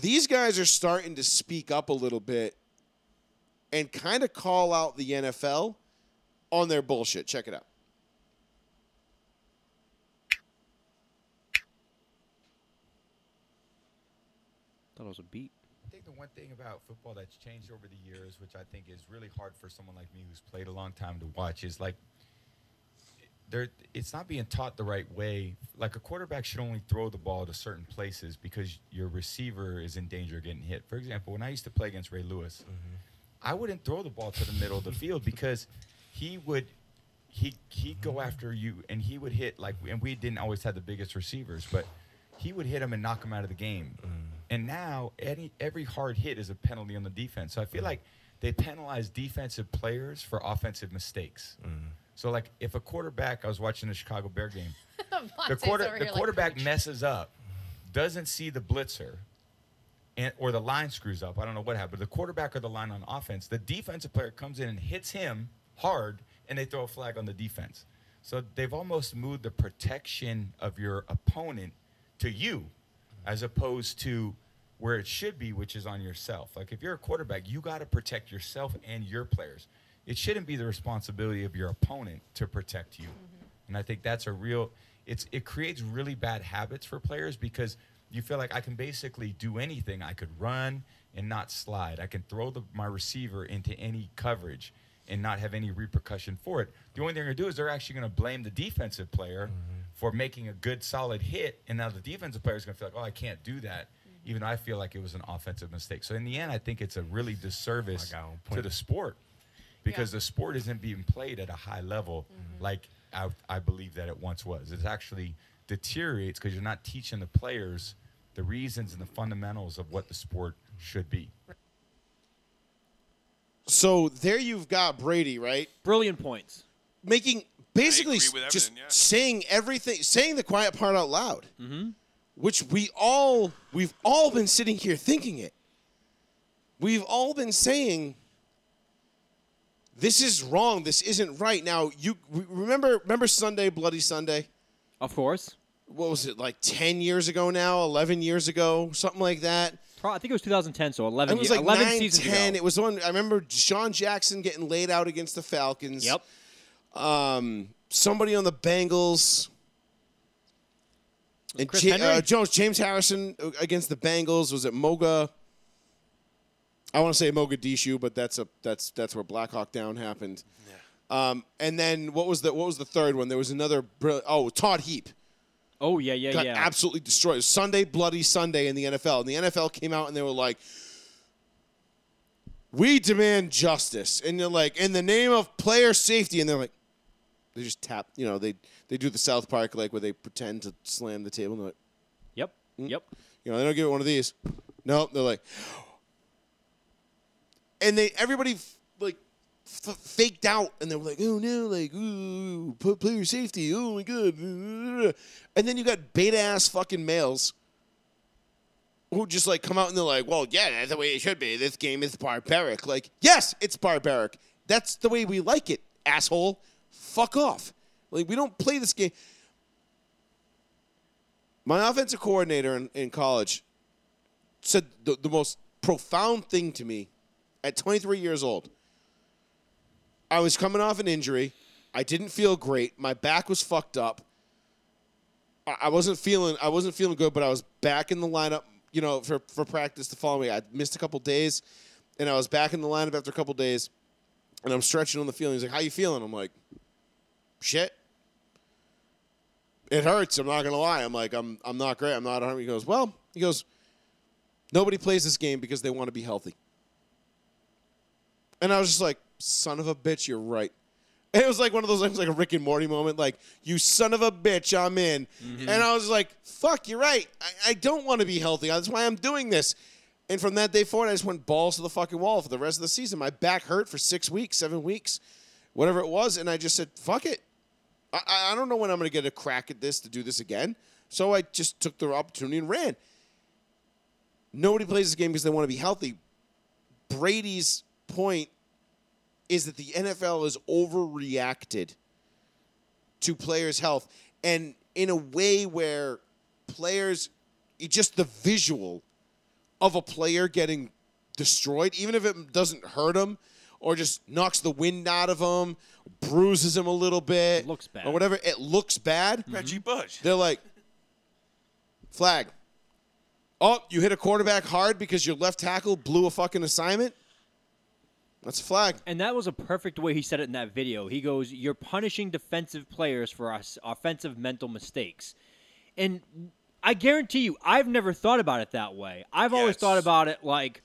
Speaker 1: these guys are starting to speak up a little bit and kind of call out the NFL on their bullshit. Check it out.
Speaker 5: thought it was a beat.
Speaker 8: I think the one thing about football that's changed over the years, which I think is really hard for someone like me who's played a long time to watch, is like there it's not being taught the right way. Like a quarterback should only throw the ball to certain places because your receiver is in danger of getting hit. For example, when I used to play against Ray Lewis, I wouldn't throw the ball to the middle of the field because he would he he'd go after you and he would hit like and we didn't always have the biggest receivers, but he would hit him and knock him out of the game. And now any every hard hit is a penalty on the defense. So I feel like they penalize defensive players for offensive mistakes. So like if a quarterback, I was watching the Chicago Bear game, the
Speaker 9: Monte's
Speaker 8: quarter
Speaker 9: over
Speaker 8: the
Speaker 9: here like,
Speaker 8: quarterback messes up, doesn't see the blitzer, and or the line screws up. I don't know what happened. The quarterback or the line on offense, the defensive player comes in and hits him hard, and they throw a flag on the defense. So they've almost moved the protection of your opponent to you, as opposed to where it should be, which is on yourself. Like if you're a quarterback, you got to protect yourself and your players. It shouldn't be the responsibility of your opponent to protect you. And I think that's a real it's it creates really bad habits for players because you feel like I can basically do anything. I could run and not slide. I can throw the, my receiver into any coverage and not have any repercussion for it. The only thing they're gonna do is they're actually gonna blame the defensive player
Speaker 10: Mm-hmm.
Speaker 8: for making a good solid hit, and now the defensive player is gonna feel like, oh, I can't do that, even though I feel like it was an offensive mistake. So in the end, I think it's a really disservice
Speaker 10: Like, I don't
Speaker 8: to
Speaker 10: point-
Speaker 8: the sport because the sport isn't being played at a high level like I, I believe that it once was. It actually deteriorates because you're not teaching the players the reasons and the fundamentals of what the sport should be.
Speaker 1: So there you've got Brady, right?
Speaker 5: Brilliant points.
Speaker 1: Making basically
Speaker 4: agree with
Speaker 1: just
Speaker 4: everything, yeah.
Speaker 1: saying everything, saying the quiet part out loud, mm-hmm. which we all we've all been sitting here thinking it. We've all been saying this is wrong. This isn't right. Now you re- remember remember Sunday, Bloody Sunday.
Speaker 5: Of course.
Speaker 1: What was it like? Ten years ago now, eleven years ago, something like that.
Speaker 5: Pro- I think it was 2010, so 11,
Speaker 1: It was
Speaker 5: ye-
Speaker 1: like
Speaker 5: 11
Speaker 1: nine,
Speaker 5: seasons
Speaker 1: ten.
Speaker 5: ago.
Speaker 1: It was on. I remember Sean Jackson getting laid out against the Falcons.
Speaker 5: Yep.
Speaker 1: Um, somebody on the Bengals. And
Speaker 5: Chris
Speaker 1: Ja-
Speaker 5: Henry?
Speaker 1: uh, Jones, James Harrison uh, against the Bengals was it Moga? I want to say Mogadishu, but that's a that's that's where Black Hawk Down happened. Um, and then what was the what was the third one? There was another. Br- oh, Todd Heap
Speaker 5: Oh, yeah, yeah,
Speaker 1: got
Speaker 5: yeah.
Speaker 1: absolutely destroyed. It was Sunday, bloody Sunday in the NFL. And the NFL came out and they were like, we demand justice. And they're like, in the name of player safety. And they're like, they just tap, you know, they, they do the South Park, like where they pretend to slam the table. And they're like,
Speaker 5: yep,
Speaker 1: Mm.
Speaker 5: yep.
Speaker 1: you know, they don't give it one of these. No, they're like, and they everybody f- like f- faked out, and they were like, oh no, like ooh, pl- player safety, oh my god, and then you got beta ass fucking males who just like come out and they're like, well, yeah, that's the way it should be. This game is barbaric. Like, yes, it's barbaric. That's the way we like it, asshole. Fuck off. Like, we don't play this game. My offensive coordinator in, in college said the, the most profound thing to me at 23 years old. I was coming off an injury. I didn't feel great. My back was fucked up. I, I wasn't feeling I wasn't feeling good, but I was back in the lineup, you know, for, for practice the following week. I missed a couple days and I was back in the lineup after a couple days and I'm stretching on the field. He's like, How you feeling? I'm like, shit it hurts. I'm not gonna lie. I'm like, I'm I'm not great. I'm not. 100. He goes, well, he goes, nobody plays this game because they want to be healthy. And I was just like, son of a bitch, you're right. And it was like one of those things, like a Rick and Morty moment, like you son of a bitch, I'm in. And I was like, fuck, you're right. I, I don't want to be healthy. That's why I'm doing this. And from that day forward, I just went balls to the fucking wall for the rest of the season. My back hurt for six weeks, seven weeks, whatever it was, and I just said, fuck it. I- I, I don't know when I'm going to get a crack at this to do this again. So I just took the opportunity and ran. Nobody plays this game because they want to be healthy. Brady's point is that the NFL has overreacted to players' health and in a way where players, it- just the visual of a player getting destroyed, even if it doesn't hurt him or just knocks the wind out of him, bruises him a little bit,
Speaker 5: Looks bad.
Speaker 1: or whatever, it looks bad.
Speaker 4: Reggie Bush.
Speaker 1: They're like, flag. Oh, you hit a quarterback hard because your left tackle blew a fucking assignment? That's a flag.
Speaker 5: And that was a perfect way he said it in that video. He goes, "You're punishing defensive players for us offensive mental mistakes," and I guarantee you, I've never thought about it that way. I've always
Speaker 4: Yes.
Speaker 5: thought about it like,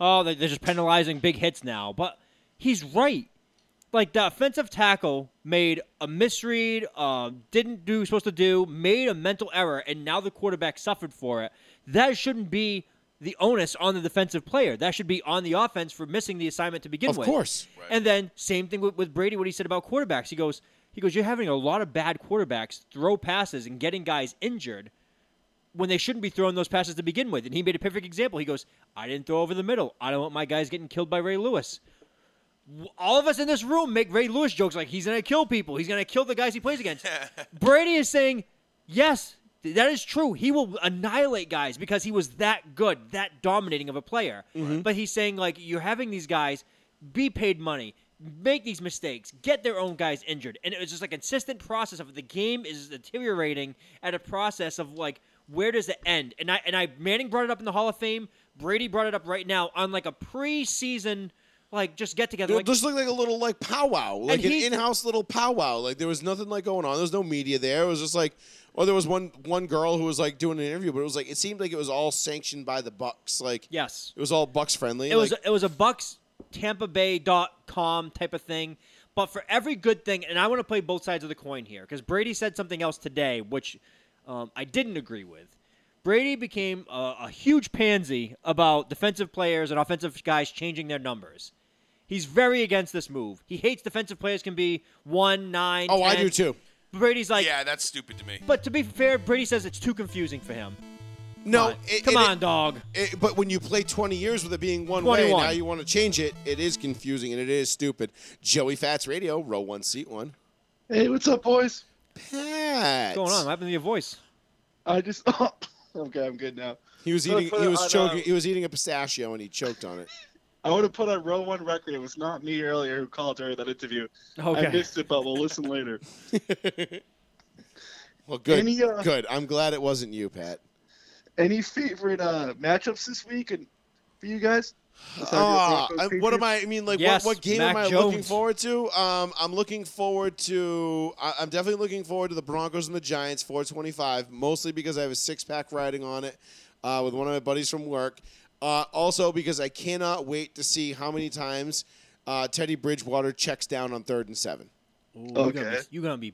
Speaker 5: "Oh, they- they're just penalizing big hits now." But he's right. Like the offensive tackle made a misread, uh, didn't do what he was supposed to do, made a mental error, and now the quarterback suffered for it. That shouldn't be the onus on the defensive player. That should be on the offense for missing the assignment to begin
Speaker 1: Of
Speaker 5: with.
Speaker 1: course.
Speaker 5: And then same thing with, with Brady. What he said about quarterbacks, he goes, he goes, you're having a lot of bad quarterbacks throw passes and getting guys injured when they shouldn't be throwing those passes to begin with. And he made a perfect example. He goes, I didn't throw over the middle. I don't want my guys getting killed by Ray Lewis. W- All of us in this room make Ray Lewis jokes like he's gonna kill people. He's gonna kill the guys he plays against. Brady is saying, yes, th- that is true. He will annihilate guys because he was that good, that dominating of a player. But he's saying, like, you're having these guys be paid money, make these mistakes, get their own guys injured. And it was just a consistent process of the game is deteriorating at a process of, like, where does it end? And I and I Manning brought it up in the Hall of Fame. Brady brought it up right now on like a preseason, like just get together.
Speaker 1: It
Speaker 5: Like,
Speaker 1: just looked like a little like powwow, like an
Speaker 5: he-
Speaker 1: in-house little powwow. Like there was nothing like going on. There was no media there. It was just like, or there was one one girl who was like doing an interview, but it was like it seemed like it was all sanctioned by the Bucks. Like
Speaker 5: yes,
Speaker 1: it was all Bucks friendly.
Speaker 5: It was
Speaker 1: Like,
Speaker 5: it was a Bucks Tampa Bay.com type of thing. But for every good thing, and I want to play both sides of the coin here because Brady said something else today, which um, I didn't agree with. Brady became a, a huge pansy about defensive players and offensive guys changing their numbers. He's very against this move. He hates defensive players can be one, nine.
Speaker 1: Oh, I
Speaker 5: 10.
Speaker 1: do too.
Speaker 5: Brady's like,
Speaker 4: yeah, that's stupid to me.
Speaker 5: but to be fair, Brady says it's too confusing for him.
Speaker 1: No,
Speaker 5: Come on,
Speaker 1: it-
Speaker 5: Come
Speaker 1: it-
Speaker 5: on, dog.
Speaker 1: It, but when you play 20 years with it being one way,
Speaker 5: 21.
Speaker 1: now you want to change it. It is confusing and it is stupid. Joey Fats Radio, row one, seat one.
Speaker 7: Hey, what's up, boys?
Speaker 1: Pat.
Speaker 5: What's going on? What happened to your voice?
Speaker 7: I just. okay, I'm good now.
Speaker 1: He was
Speaker 7: I'm gonna
Speaker 1: eating.
Speaker 7: put
Speaker 1: He
Speaker 7: it
Speaker 1: was
Speaker 7: on,
Speaker 1: choking.
Speaker 7: uh,
Speaker 1: He was eating a pistachio and he choked on it.
Speaker 7: I want to put on row one record. It was not me earlier who called during that interview. I
Speaker 5: Okay.
Speaker 7: missed it, but we'll listen later.
Speaker 1: Well, good.
Speaker 7: Any, uh,
Speaker 1: good. I'm glad it wasn't you, Pat.
Speaker 7: Any favorite uh, matchups this week and for you guys? Let's talk
Speaker 1: Ah,
Speaker 7: about Broncos,
Speaker 1: I- what am
Speaker 7: Patriots.
Speaker 1: I? I mean, like,
Speaker 5: Yes,
Speaker 1: what, what game
Speaker 5: Mac
Speaker 1: am I looking
Speaker 5: Jones.
Speaker 1: forward to? Um, I'm looking forward to. I, I'm definitely looking forward to the Broncos and the Giants 425, mostly because I have a six pack riding on it uh, with one of my buddies from work. Uh, also, because I cannot wait to see how many times uh, Teddy Bridgewater checks down on third and seven.
Speaker 5: Ooh, you're gonna
Speaker 7: Okay.
Speaker 5: be- You're going to be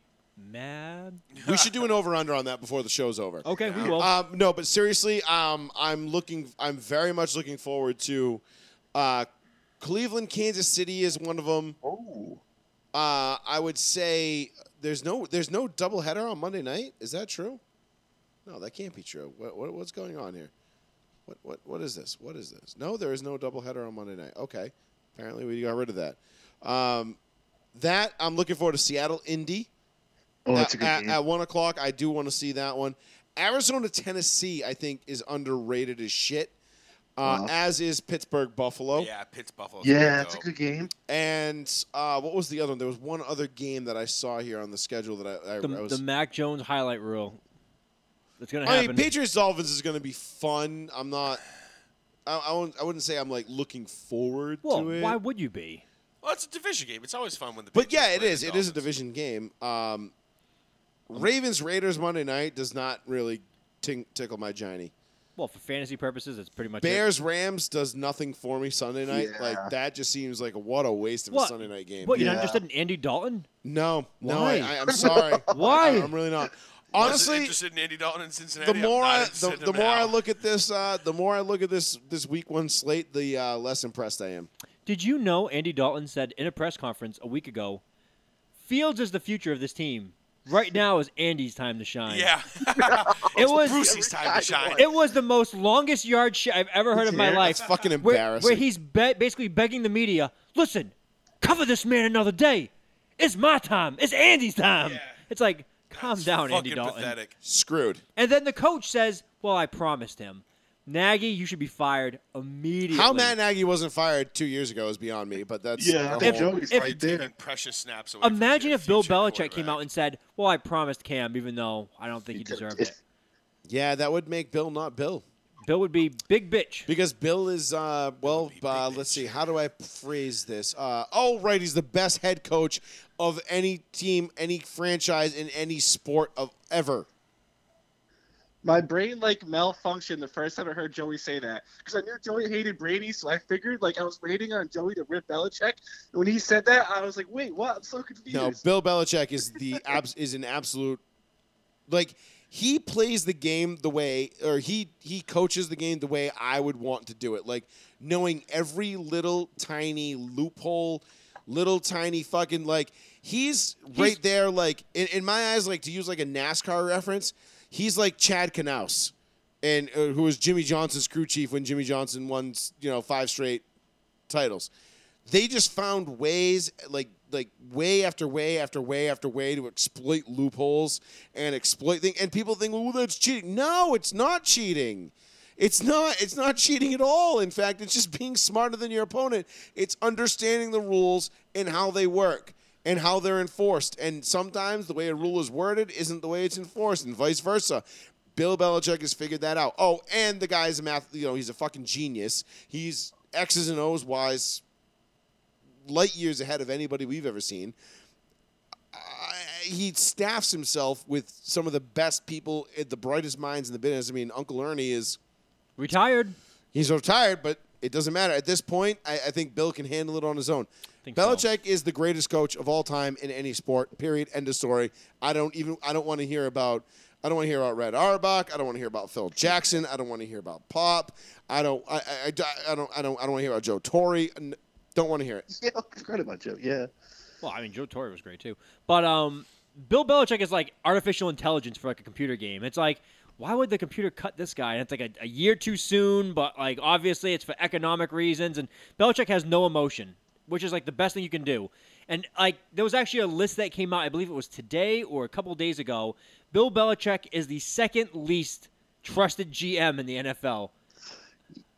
Speaker 5: mad.
Speaker 1: We should do an over under on that before the show's over.
Speaker 5: Okay, we will.
Speaker 1: Um, no, but seriously, um, I'm looking. I'm very much looking forward to uh, Cleveland, Kansas City is one of them.
Speaker 7: Oh,
Speaker 1: Uh, I would say there's no there's no doubleheader on Monday night. Is that true? No, that can't be true. What, what what's going on here? What what what is this? What is this? No, there is no doubleheader on Monday night. Okay, apparently we got rid of that. Um, that I'm looking forward to Seattle, Indy
Speaker 7: oh,
Speaker 1: at,
Speaker 7: that's a good
Speaker 1: at,
Speaker 7: game.
Speaker 1: at one o'clock. I do want to see that one. Arizona, Tennessee, I think is underrated as shit. Uh,
Speaker 7: Wow.
Speaker 1: As is Pittsburgh, Buffalo,
Speaker 4: Yeah, Pitts Buffalo.
Speaker 7: yeah, that's a good game.
Speaker 1: and uh, what was the other one? There was one other game that I saw here on the schedule that I, I,
Speaker 5: the,
Speaker 1: I was.
Speaker 5: the Mac Jones highlight reel. That's going to
Speaker 1: I
Speaker 5: happen.
Speaker 1: mean, Patriots Dolphins is going to be fun. I'm not. I, I, won't, I wouldn't say I'm like looking forward
Speaker 5: well,
Speaker 1: to it.
Speaker 5: why would you be?
Speaker 4: Well, it's a division game. It's always fun when the.
Speaker 1: but yeah,
Speaker 4: Patriots
Speaker 1: it
Speaker 4: play the
Speaker 1: is. It is a
Speaker 4: Dolphins.
Speaker 1: division game. Um, Ravens Raiders Monday night does not really ting- tickle my Johnny.
Speaker 5: Well, for fantasy purposes, that's pretty much it.
Speaker 1: Bears Rams does nothing for me Sunday night.
Speaker 7: Yeah.
Speaker 1: Like that just seems like a, what a waste of a
Speaker 5: What?
Speaker 1: Sunday night game.
Speaker 5: What, you're
Speaker 7: Yeah.
Speaker 5: not interested in Andy Dalton?
Speaker 1: No, no,
Speaker 5: Why?
Speaker 1: I, I, I'm sorry. I,
Speaker 5: Why?
Speaker 1: am really not.
Speaker 4: Wasn't
Speaker 1: Honestly,
Speaker 4: interested in Andy Dalton in Cincinnati.
Speaker 1: the more
Speaker 4: i
Speaker 1: I, the, the more I look at this, uh, the more I look at this this week one slate, the uh, less impressed I am.
Speaker 5: Did you know Andy Dalton said in a press conference a week ago, Fields is the future of this team. Right now is Andy's time to shine.
Speaker 4: Yeah,
Speaker 5: It was
Speaker 4: Brucey's time to shine.
Speaker 5: it was the most longest yard shit I've ever heard of my
Speaker 7: Yeah.
Speaker 5: life.
Speaker 1: It's fucking
Speaker 5: Where,
Speaker 1: embarrassing.
Speaker 5: where he's be- basically begging the media, listen, cover this man another day. It's my time. It's Andy's time. It's like, calm
Speaker 4: It's
Speaker 5: down, Andy
Speaker 4: fucking
Speaker 5: Dalton.
Speaker 4: Pathetic.
Speaker 1: Screwed.
Speaker 5: And then the coach says, well, I promised him. Nagy, you should be fired immediately.
Speaker 1: How Matt Nagy wasn't fired two years ago is beyond me, but that's a
Speaker 7: Yeah,
Speaker 5: If-
Speaker 1: whole-
Speaker 7: Joey's
Speaker 5: if-
Speaker 7: right
Speaker 4: Taking
Speaker 7: there.
Speaker 4: precious snaps away. from
Speaker 5: Imagine
Speaker 4: your
Speaker 5: if Bill
Speaker 4: future
Speaker 5: Belichick came
Speaker 4: quarterback.
Speaker 5: out and said, "Well, I promised Cam, even though I don't think he
Speaker 7: could've
Speaker 5: deserved
Speaker 7: did.
Speaker 5: it."
Speaker 1: yeah, that would make Bill not Bill
Speaker 5: Bill would be big bitch.
Speaker 1: because Bill is uh, well.
Speaker 4: be big
Speaker 1: Uh, let's see, how do I phrase this? Uh, oh, right, he's the best head coach of any team, any franchise, in any sport of ever.
Speaker 7: My brain like malfunctioned the first time I heard Joey say that because I knew Joey hated Brady, so I figured like I was waiting on Joey to rip Belichick. And when he said that, I was like, "Wait, what?" I'm so confused.
Speaker 1: No, Bill Belichick is the abs- is an absolute like he plays the game the way or he he coaches the game the way I would want to do it. Like knowing every little tiny loophole, little tiny fucking like he's right there like in, in my eyes like to use like a NASCAR reference, he's like Chad Knaus and uh, who was Jimmy Johnson's crew chief when Jimmy Johnson won, you know, five straight titles. They just found ways like like way after way after way after way to exploit loopholes and exploit things and people think, well, that's cheating. No, it's not cheating. It's not it's not cheating at all. In fact, it's just being smarter than your opponent. It's understanding the rules and how they work and how they're enforced. And sometimes the way a rule is worded isn't the way it's enforced and vice versa. Bill Belichick has figured that out. Oh, and the guy's a math, you know, he's a fucking genius. He's X's and O's wise, light years ahead of anybody we've ever seen. Uh, he staffs himself with some of the best people, eh, the brightest minds in the business. I mean, Uncle Ernie is
Speaker 5: Retired.
Speaker 1: he's retired, but it doesn't matter. At this point, I, I think Bill can handle it on his own.
Speaker 5: Think so.
Speaker 1: Belichick is the greatest coach of all time in any sport. Period. End of story. I don't even. I don't want to hear about. I don't want to hear about Red Auerbach. I don't want to hear about Phil Jackson. I don't want to hear about Pop. I don't. I. I, I- I don't. I don't. I don't want to hear about Joe Torre. N- Don't want to hear it.
Speaker 7: Yeah, I forgot about you. Yeah.
Speaker 5: Well, I mean, Joe Torre was great too, but um, Bill Belichick is like artificial intelligence for like a computer game. It's like, why would the computer cut this guy? And it's like a, a year too soon, but like obviously it's for economic reasons. And Belichick has no emotion, which is like the best thing you can do. And like there was actually a list that came out, I believe it was today or a couple days ago. Bill Belichick is the second least trusted GM in the NFL.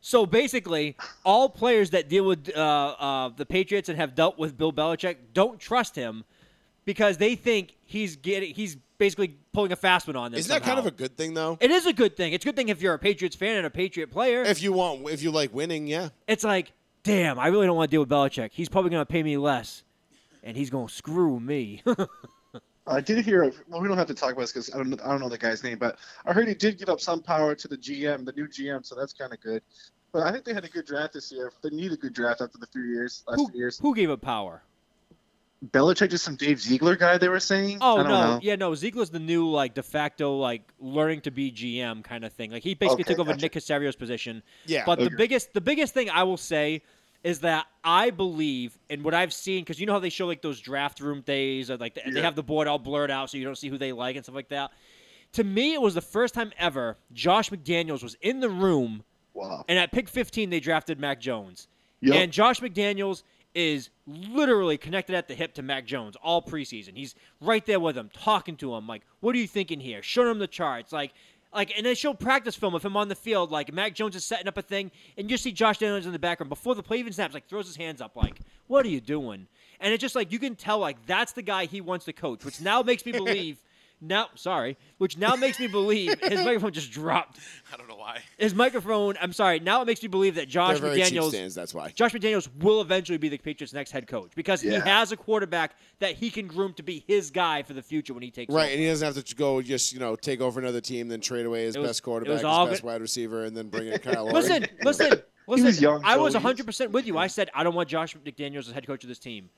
Speaker 5: So basically, all players that deal with uh, uh, the Patriots and have dealt with Bill Belichick don't trust him because they think he's getting he's basically pulling a fast one on them.
Speaker 1: Isn't that kind of
Speaker 5: somehow.
Speaker 1: a good thing though?
Speaker 5: It is a good thing. It's a good thing if you're a Patriots fan and a Patriot player.
Speaker 1: If you want, if you like winning, yeah.
Speaker 5: It's like, damn, I really don't want to deal with Belichick. He's probably going to pay me less, and he's going to screw me.
Speaker 7: I did hear. Well, we don't have to talk about this because I don't. I don't know the guy's name, but I heard he did give up some power to the GM, the new GM. So that's kind of good. But I think they had a good draft this year. They need a good draft after the few years, last
Speaker 5: who,
Speaker 7: few years.
Speaker 5: who gave up power?
Speaker 7: Belichick is some Dave Ziegler guy. They were saying.
Speaker 5: Oh
Speaker 7: I
Speaker 5: no,
Speaker 7: don't know.
Speaker 5: yeah, no. Ziegler's the new like de facto like learning to be GM kind of thing. Like he basically
Speaker 7: Okay,
Speaker 5: took over
Speaker 7: gotcha.
Speaker 5: Nick Casario's position.
Speaker 1: Yeah.
Speaker 5: But the
Speaker 7: Okay.
Speaker 5: biggest the biggest thing I will say is that I believe in what I've seen because you know how they show like those draft room days or like the, they
Speaker 7: Yeah.
Speaker 5: have the board all blurred out so you don't see who they like and stuff like that. To me, it was the first time ever Josh McDaniels was in the room
Speaker 7: Wow.
Speaker 5: and at pick 15, they drafted Mac Jones.
Speaker 7: Yep.
Speaker 5: And Josh McDaniels is literally connected at the hip to Mac Jones all preseason. He's right there with him, talking to him, like, what are you thinking here? Showing him the charts. Like, like, and they show practice film of him on the field. Like, Mac Jones is setting up a thing, and you see Josh Daniels in the background before the play even snaps, like, throws his hands up, like, what are you doing? And it's just like, you can tell, like, that's the guy he wants to coach, which now makes me believe. Now, sorry, which now makes me believe his microphone just dropped
Speaker 4: I don't know why.
Speaker 5: his microphone. I'm sorry. Now it makes me believe that Josh
Speaker 1: They're very cheap
Speaker 5: McDaniels,
Speaker 1: stands. That's why.
Speaker 5: Josh McDaniels will eventually be the Patriots' next head coach because he
Speaker 7: Yeah.
Speaker 5: has a quarterback that he can groom to be his guy for the future when he takes
Speaker 1: Right,
Speaker 5: Over.
Speaker 1: and he doesn't have to go just you know take over another team, then trade away his
Speaker 5: It was-
Speaker 1: best
Speaker 5: it
Speaker 1: quarterback,
Speaker 5: was
Speaker 1: his
Speaker 5: all
Speaker 1: best
Speaker 5: good-
Speaker 1: wide receiver, and then bring in Kyle. Lowry.
Speaker 5: Listen, listen, listen.
Speaker 7: was young,
Speaker 5: I was
Speaker 7: Joe. He was-
Speaker 5: 100 percent with you. I said I don't want Josh McDaniels as head coach of this team.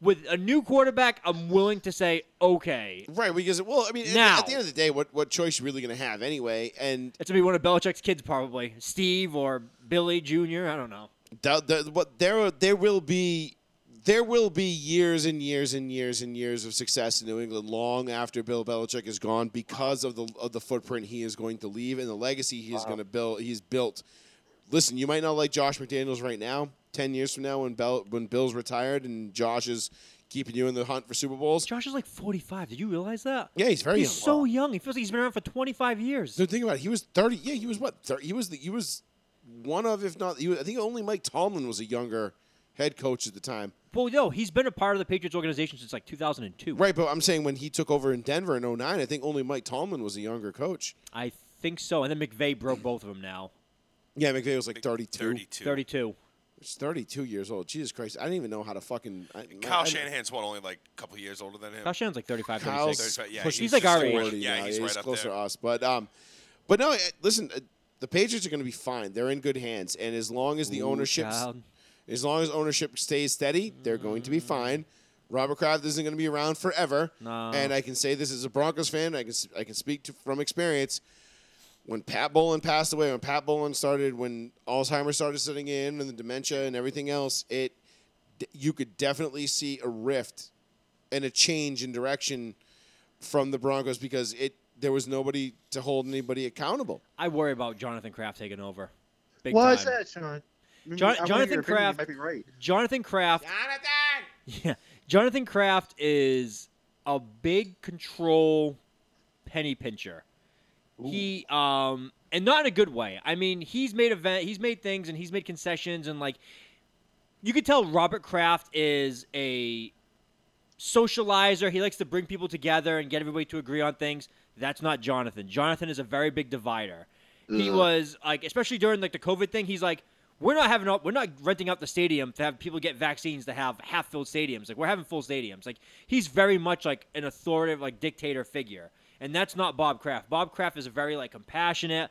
Speaker 5: With a new quarterback, I'm willing to say okay.
Speaker 1: right? Because well, I mean, at-
Speaker 5: Now.
Speaker 1: at the end of the day, what what choice you really going to have anyway? And
Speaker 5: It's gonna be one of Belichick's kids, probably Steve or Billy Jr. I don't know.
Speaker 1: that, that, what there are- there will be there will be years and years and years and years of success in New England long after Bill Belichick is gone because of the of the footprint he is going to leave and the legacy he is going to build. He's built. Listen, you might not like Josh McDaniels right now. Ten years from now, when Bell when Bill's retired and Josh is keeping you in the hunt for Super Bowls.
Speaker 5: Josh is like 45. Did you realize that?
Speaker 1: Yeah, he's very
Speaker 5: He's
Speaker 1: young.
Speaker 5: so young. He feels like he's been around for 25 years.
Speaker 1: So think about it. He was thirty. Yeah, he was what? 30, he was the, he was one of, if not, he was, I think only Mike Tomlin was a younger head coach at the time.
Speaker 5: Well, no, he's been a part of the Patriots organization since like 2002.
Speaker 1: Right, but I'm saying when he took over in Denver in 09, I think only Mike Tomlin was a younger coach.
Speaker 5: I think so. And then McVay broke both of them now.
Speaker 1: Yeah, McVay was like 32.
Speaker 4: 32.
Speaker 5: 32.
Speaker 1: He's 32 years old. Jesus Christ, I didn't even know how to fucking. I,
Speaker 4: Kyle
Speaker 1: I-
Speaker 4: Shanahan's what only like a couple years older than him.
Speaker 5: Kyle Shanahan's like 35,
Speaker 1: Kyle's
Speaker 5: 36.
Speaker 4: yeah,
Speaker 1: pushing
Speaker 5: he's like our age.
Speaker 1: 40
Speaker 4: Yeah,
Speaker 1: now.
Speaker 4: he's right up
Speaker 1: closer
Speaker 4: there.
Speaker 1: to us. But um, but no, eh, listen, eh, the Patriots are going to be fine. They're in good hands, and as long as the ownership,
Speaker 5: child.
Speaker 1: as long as ownership stays steady, they're going to be
Speaker 5: Mm.
Speaker 1: fine. Robert Kraft isn't going to be around forever,
Speaker 5: No.
Speaker 1: and I can say this as a Broncos fan. I can s- I can speak to, from experience. When Pat Bolin passed away, when Pat Bolin started, when Alzheimer's started setting in, and the dementia and everything else, it d- you could definitely see a rift and a change in direction from the Broncos because it there was nobody to hold anybody accountable.
Speaker 5: I worry about Jonathan Kraft taking over. Big time.
Speaker 7: Why is that, Sean? I mean,
Speaker 5: Jon-
Speaker 7: I want
Speaker 5: Jonathan
Speaker 7: your opinion.
Speaker 5: Kraft-
Speaker 7: You might be right.
Speaker 5: Jonathan Kraft. Jonathan! Yeah. Jonathan Kraft is a big control penny pincher. He um and not in a good way. I mean, he's made event he's made things and he's made concessions and like you could tell Robert Kraft is a socializer. He likes to bring people together and get everybody to agree on things. That's not Jonathan. Jonathan is a very big divider. He was like, especially during like the COVID thing, he's like, we're not having, we're not renting out the stadium to have people get vaccines to have half-filled stadiums. Like we're having full stadiums. Like he's very much like an authoritative, like dictator figure, and that's not Bob Kraft. Bob Kraft is a very like compassionate.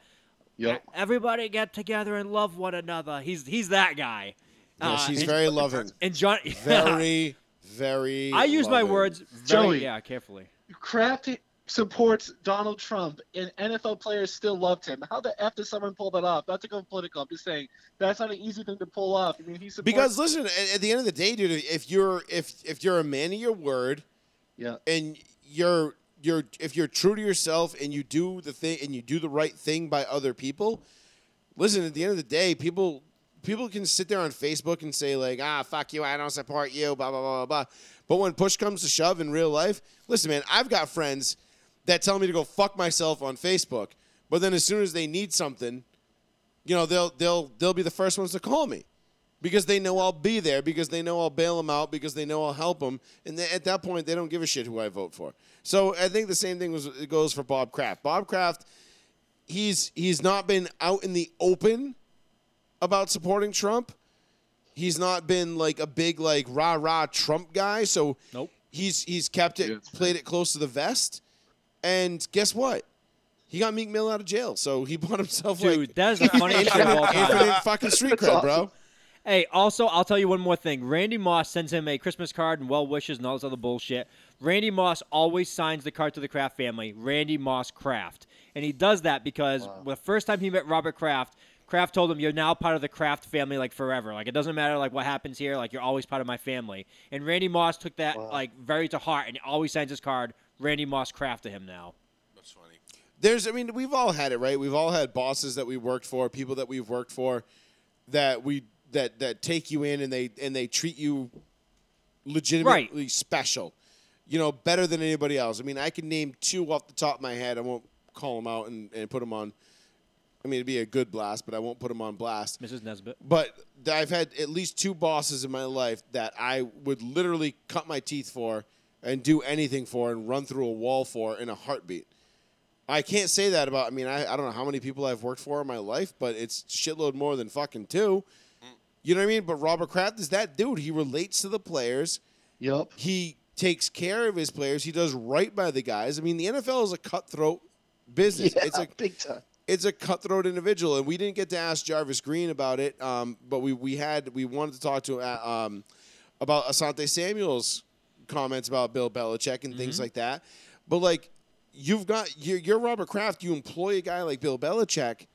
Speaker 7: Yep.
Speaker 5: Everybody get together and love one another. He's he's that guy.
Speaker 1: Yeah,
Speaker 5: Uh,
Speaker 1: she's
Speaker 5: and-
Speaker 1: very loving,
Speaker 5: and John.
Speaker 1: very, very.
Speaker 5: I use my
Speaker 1: loving.
Speaker 5: words very
Speaker 7: Joey.
Speaker 5: yeah carefully.
Speaker 7: Kraft
Speaker 9: supports Donald Trump and NFL players still loved him. How the F does someone pull that off? Not to go political, I'm just saying that's not an easy thing to pull off. I mean, he supports
Speaker 1: Because listen, at, at the end of the day, dude, if you're if if you're a man of your word,
Speaker 9: Yeah.
Speaker 1: and you're you're if you're true to yourself and you do the thing and you do the right thing by other people, listen, at the end of the day, people people can sit there on Facebook and say like, ah, fuck you, I don't support you, blah blah blah blah. blah. But when push comes to shove in real life, listen, man, I've got friends that tell me to go fuck myself on Facebook, but then as soon as they need something, you know, they'll they'll they'll be the first ones to call me because they know I'll be there, because they know I'll bail them out, because they know I'll help them, and th- at that point they don't give a shit who I vote for. So I think the same thing was it goes for Bob Kraft. Bob Kraft, he's he's not been out in the open about supporting Trump. He's not been like a big like rah rah Trump guy. So
Speaker 5: Nope.
Speaker 1: he's he's kept it played it close to the vest. And guess what? He got Meek Mill out of jail, so he bought himself like
Speaker 5: Dude, that is the funniest shit of all
Speaker 1: infinite,
Speaker 5: time.
Speaker 1: infinite fucking street cred, bro.
Speaker 5: Hey, also, I'll tell you one more thing. Randy Moss sends him a Christmas card and well wishes and all this other bullshit. Randy Moss always signs the card to the Kraft family, Randy Moss Kraft. And he does that because the first time he met Robert Kraft, Kraft told him, You're now part of the Kraft family like forever. Like it doesn't matter like what happens here, like you're always part of my family. And Randy Moss took that like very to heart and always signs his card, Randy Moss Kraft to him now.
Speaker 4: That's funny.
Speaker 1: there's i mean we've all had it right we've all had bosses that we worked for people that we've worked for that we that that take you in and they and they treat you legitimately special you know better than anybody else i mean i can name two off the top of my head i won't call them out and, and put them on i mean it'd be a good blast but i won't put them on blast
Speaker 5: Mrs. Nesbitt.
Speaker 1: but th- I've had at least two bosses in my life that I would literally cut my teeth for and do anything for and run through a wall for in a heartbeat. I can't say that about, I mean, I, I don't know how many people I've worked for in my life, but it's shitload more than fucking two. You know what I mean? But Robert Kraft is that dude. He relates to the players
Speaker 9: Yep.
Speaker 1: he takes care of his players. He does right by the guys. I mean, the NFL is a cutthroat business.
Speaker 9: Yeah,
Speaker 1: it's a
Speaker 9: big time.
Speaker 1: It's a cutthroat individual, and we didn't get to ask Jarvis Green about it. Um, but we we had we wanted to talk to him uh, um, about Asante Samuel's comments about Bill Belichick and things like that. But like, you've got you're, you're Robert Kraft. You employ a guy like Bill Belichick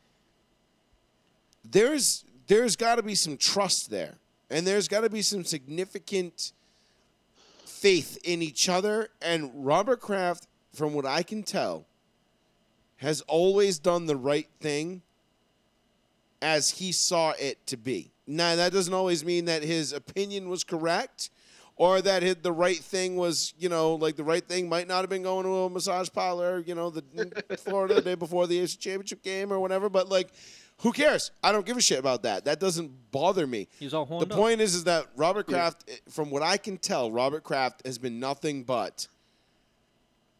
Speaker 1: there's there's got to be some trust there, and there's got to be some significant faith in each other. And Robert Kraft, from what I can tell, has always done the right thing as he saw it to be. Now that doesn't always mean that his opinion was correct. Or that hit the right thing was, you know, like the right thing might not have been going to a massage parlor, you know, the Florida the day before the AFC Championship game or whatever. But like, who cares? I don't give a shit about that. That doesn't bother me.
Speaker 5: He's all
Speaker 1: The
Speaker 5: horned up.
Speaker 1: point is, is that Robert Kraft, eh, from what I can tell, Robert Kraft has been nothing but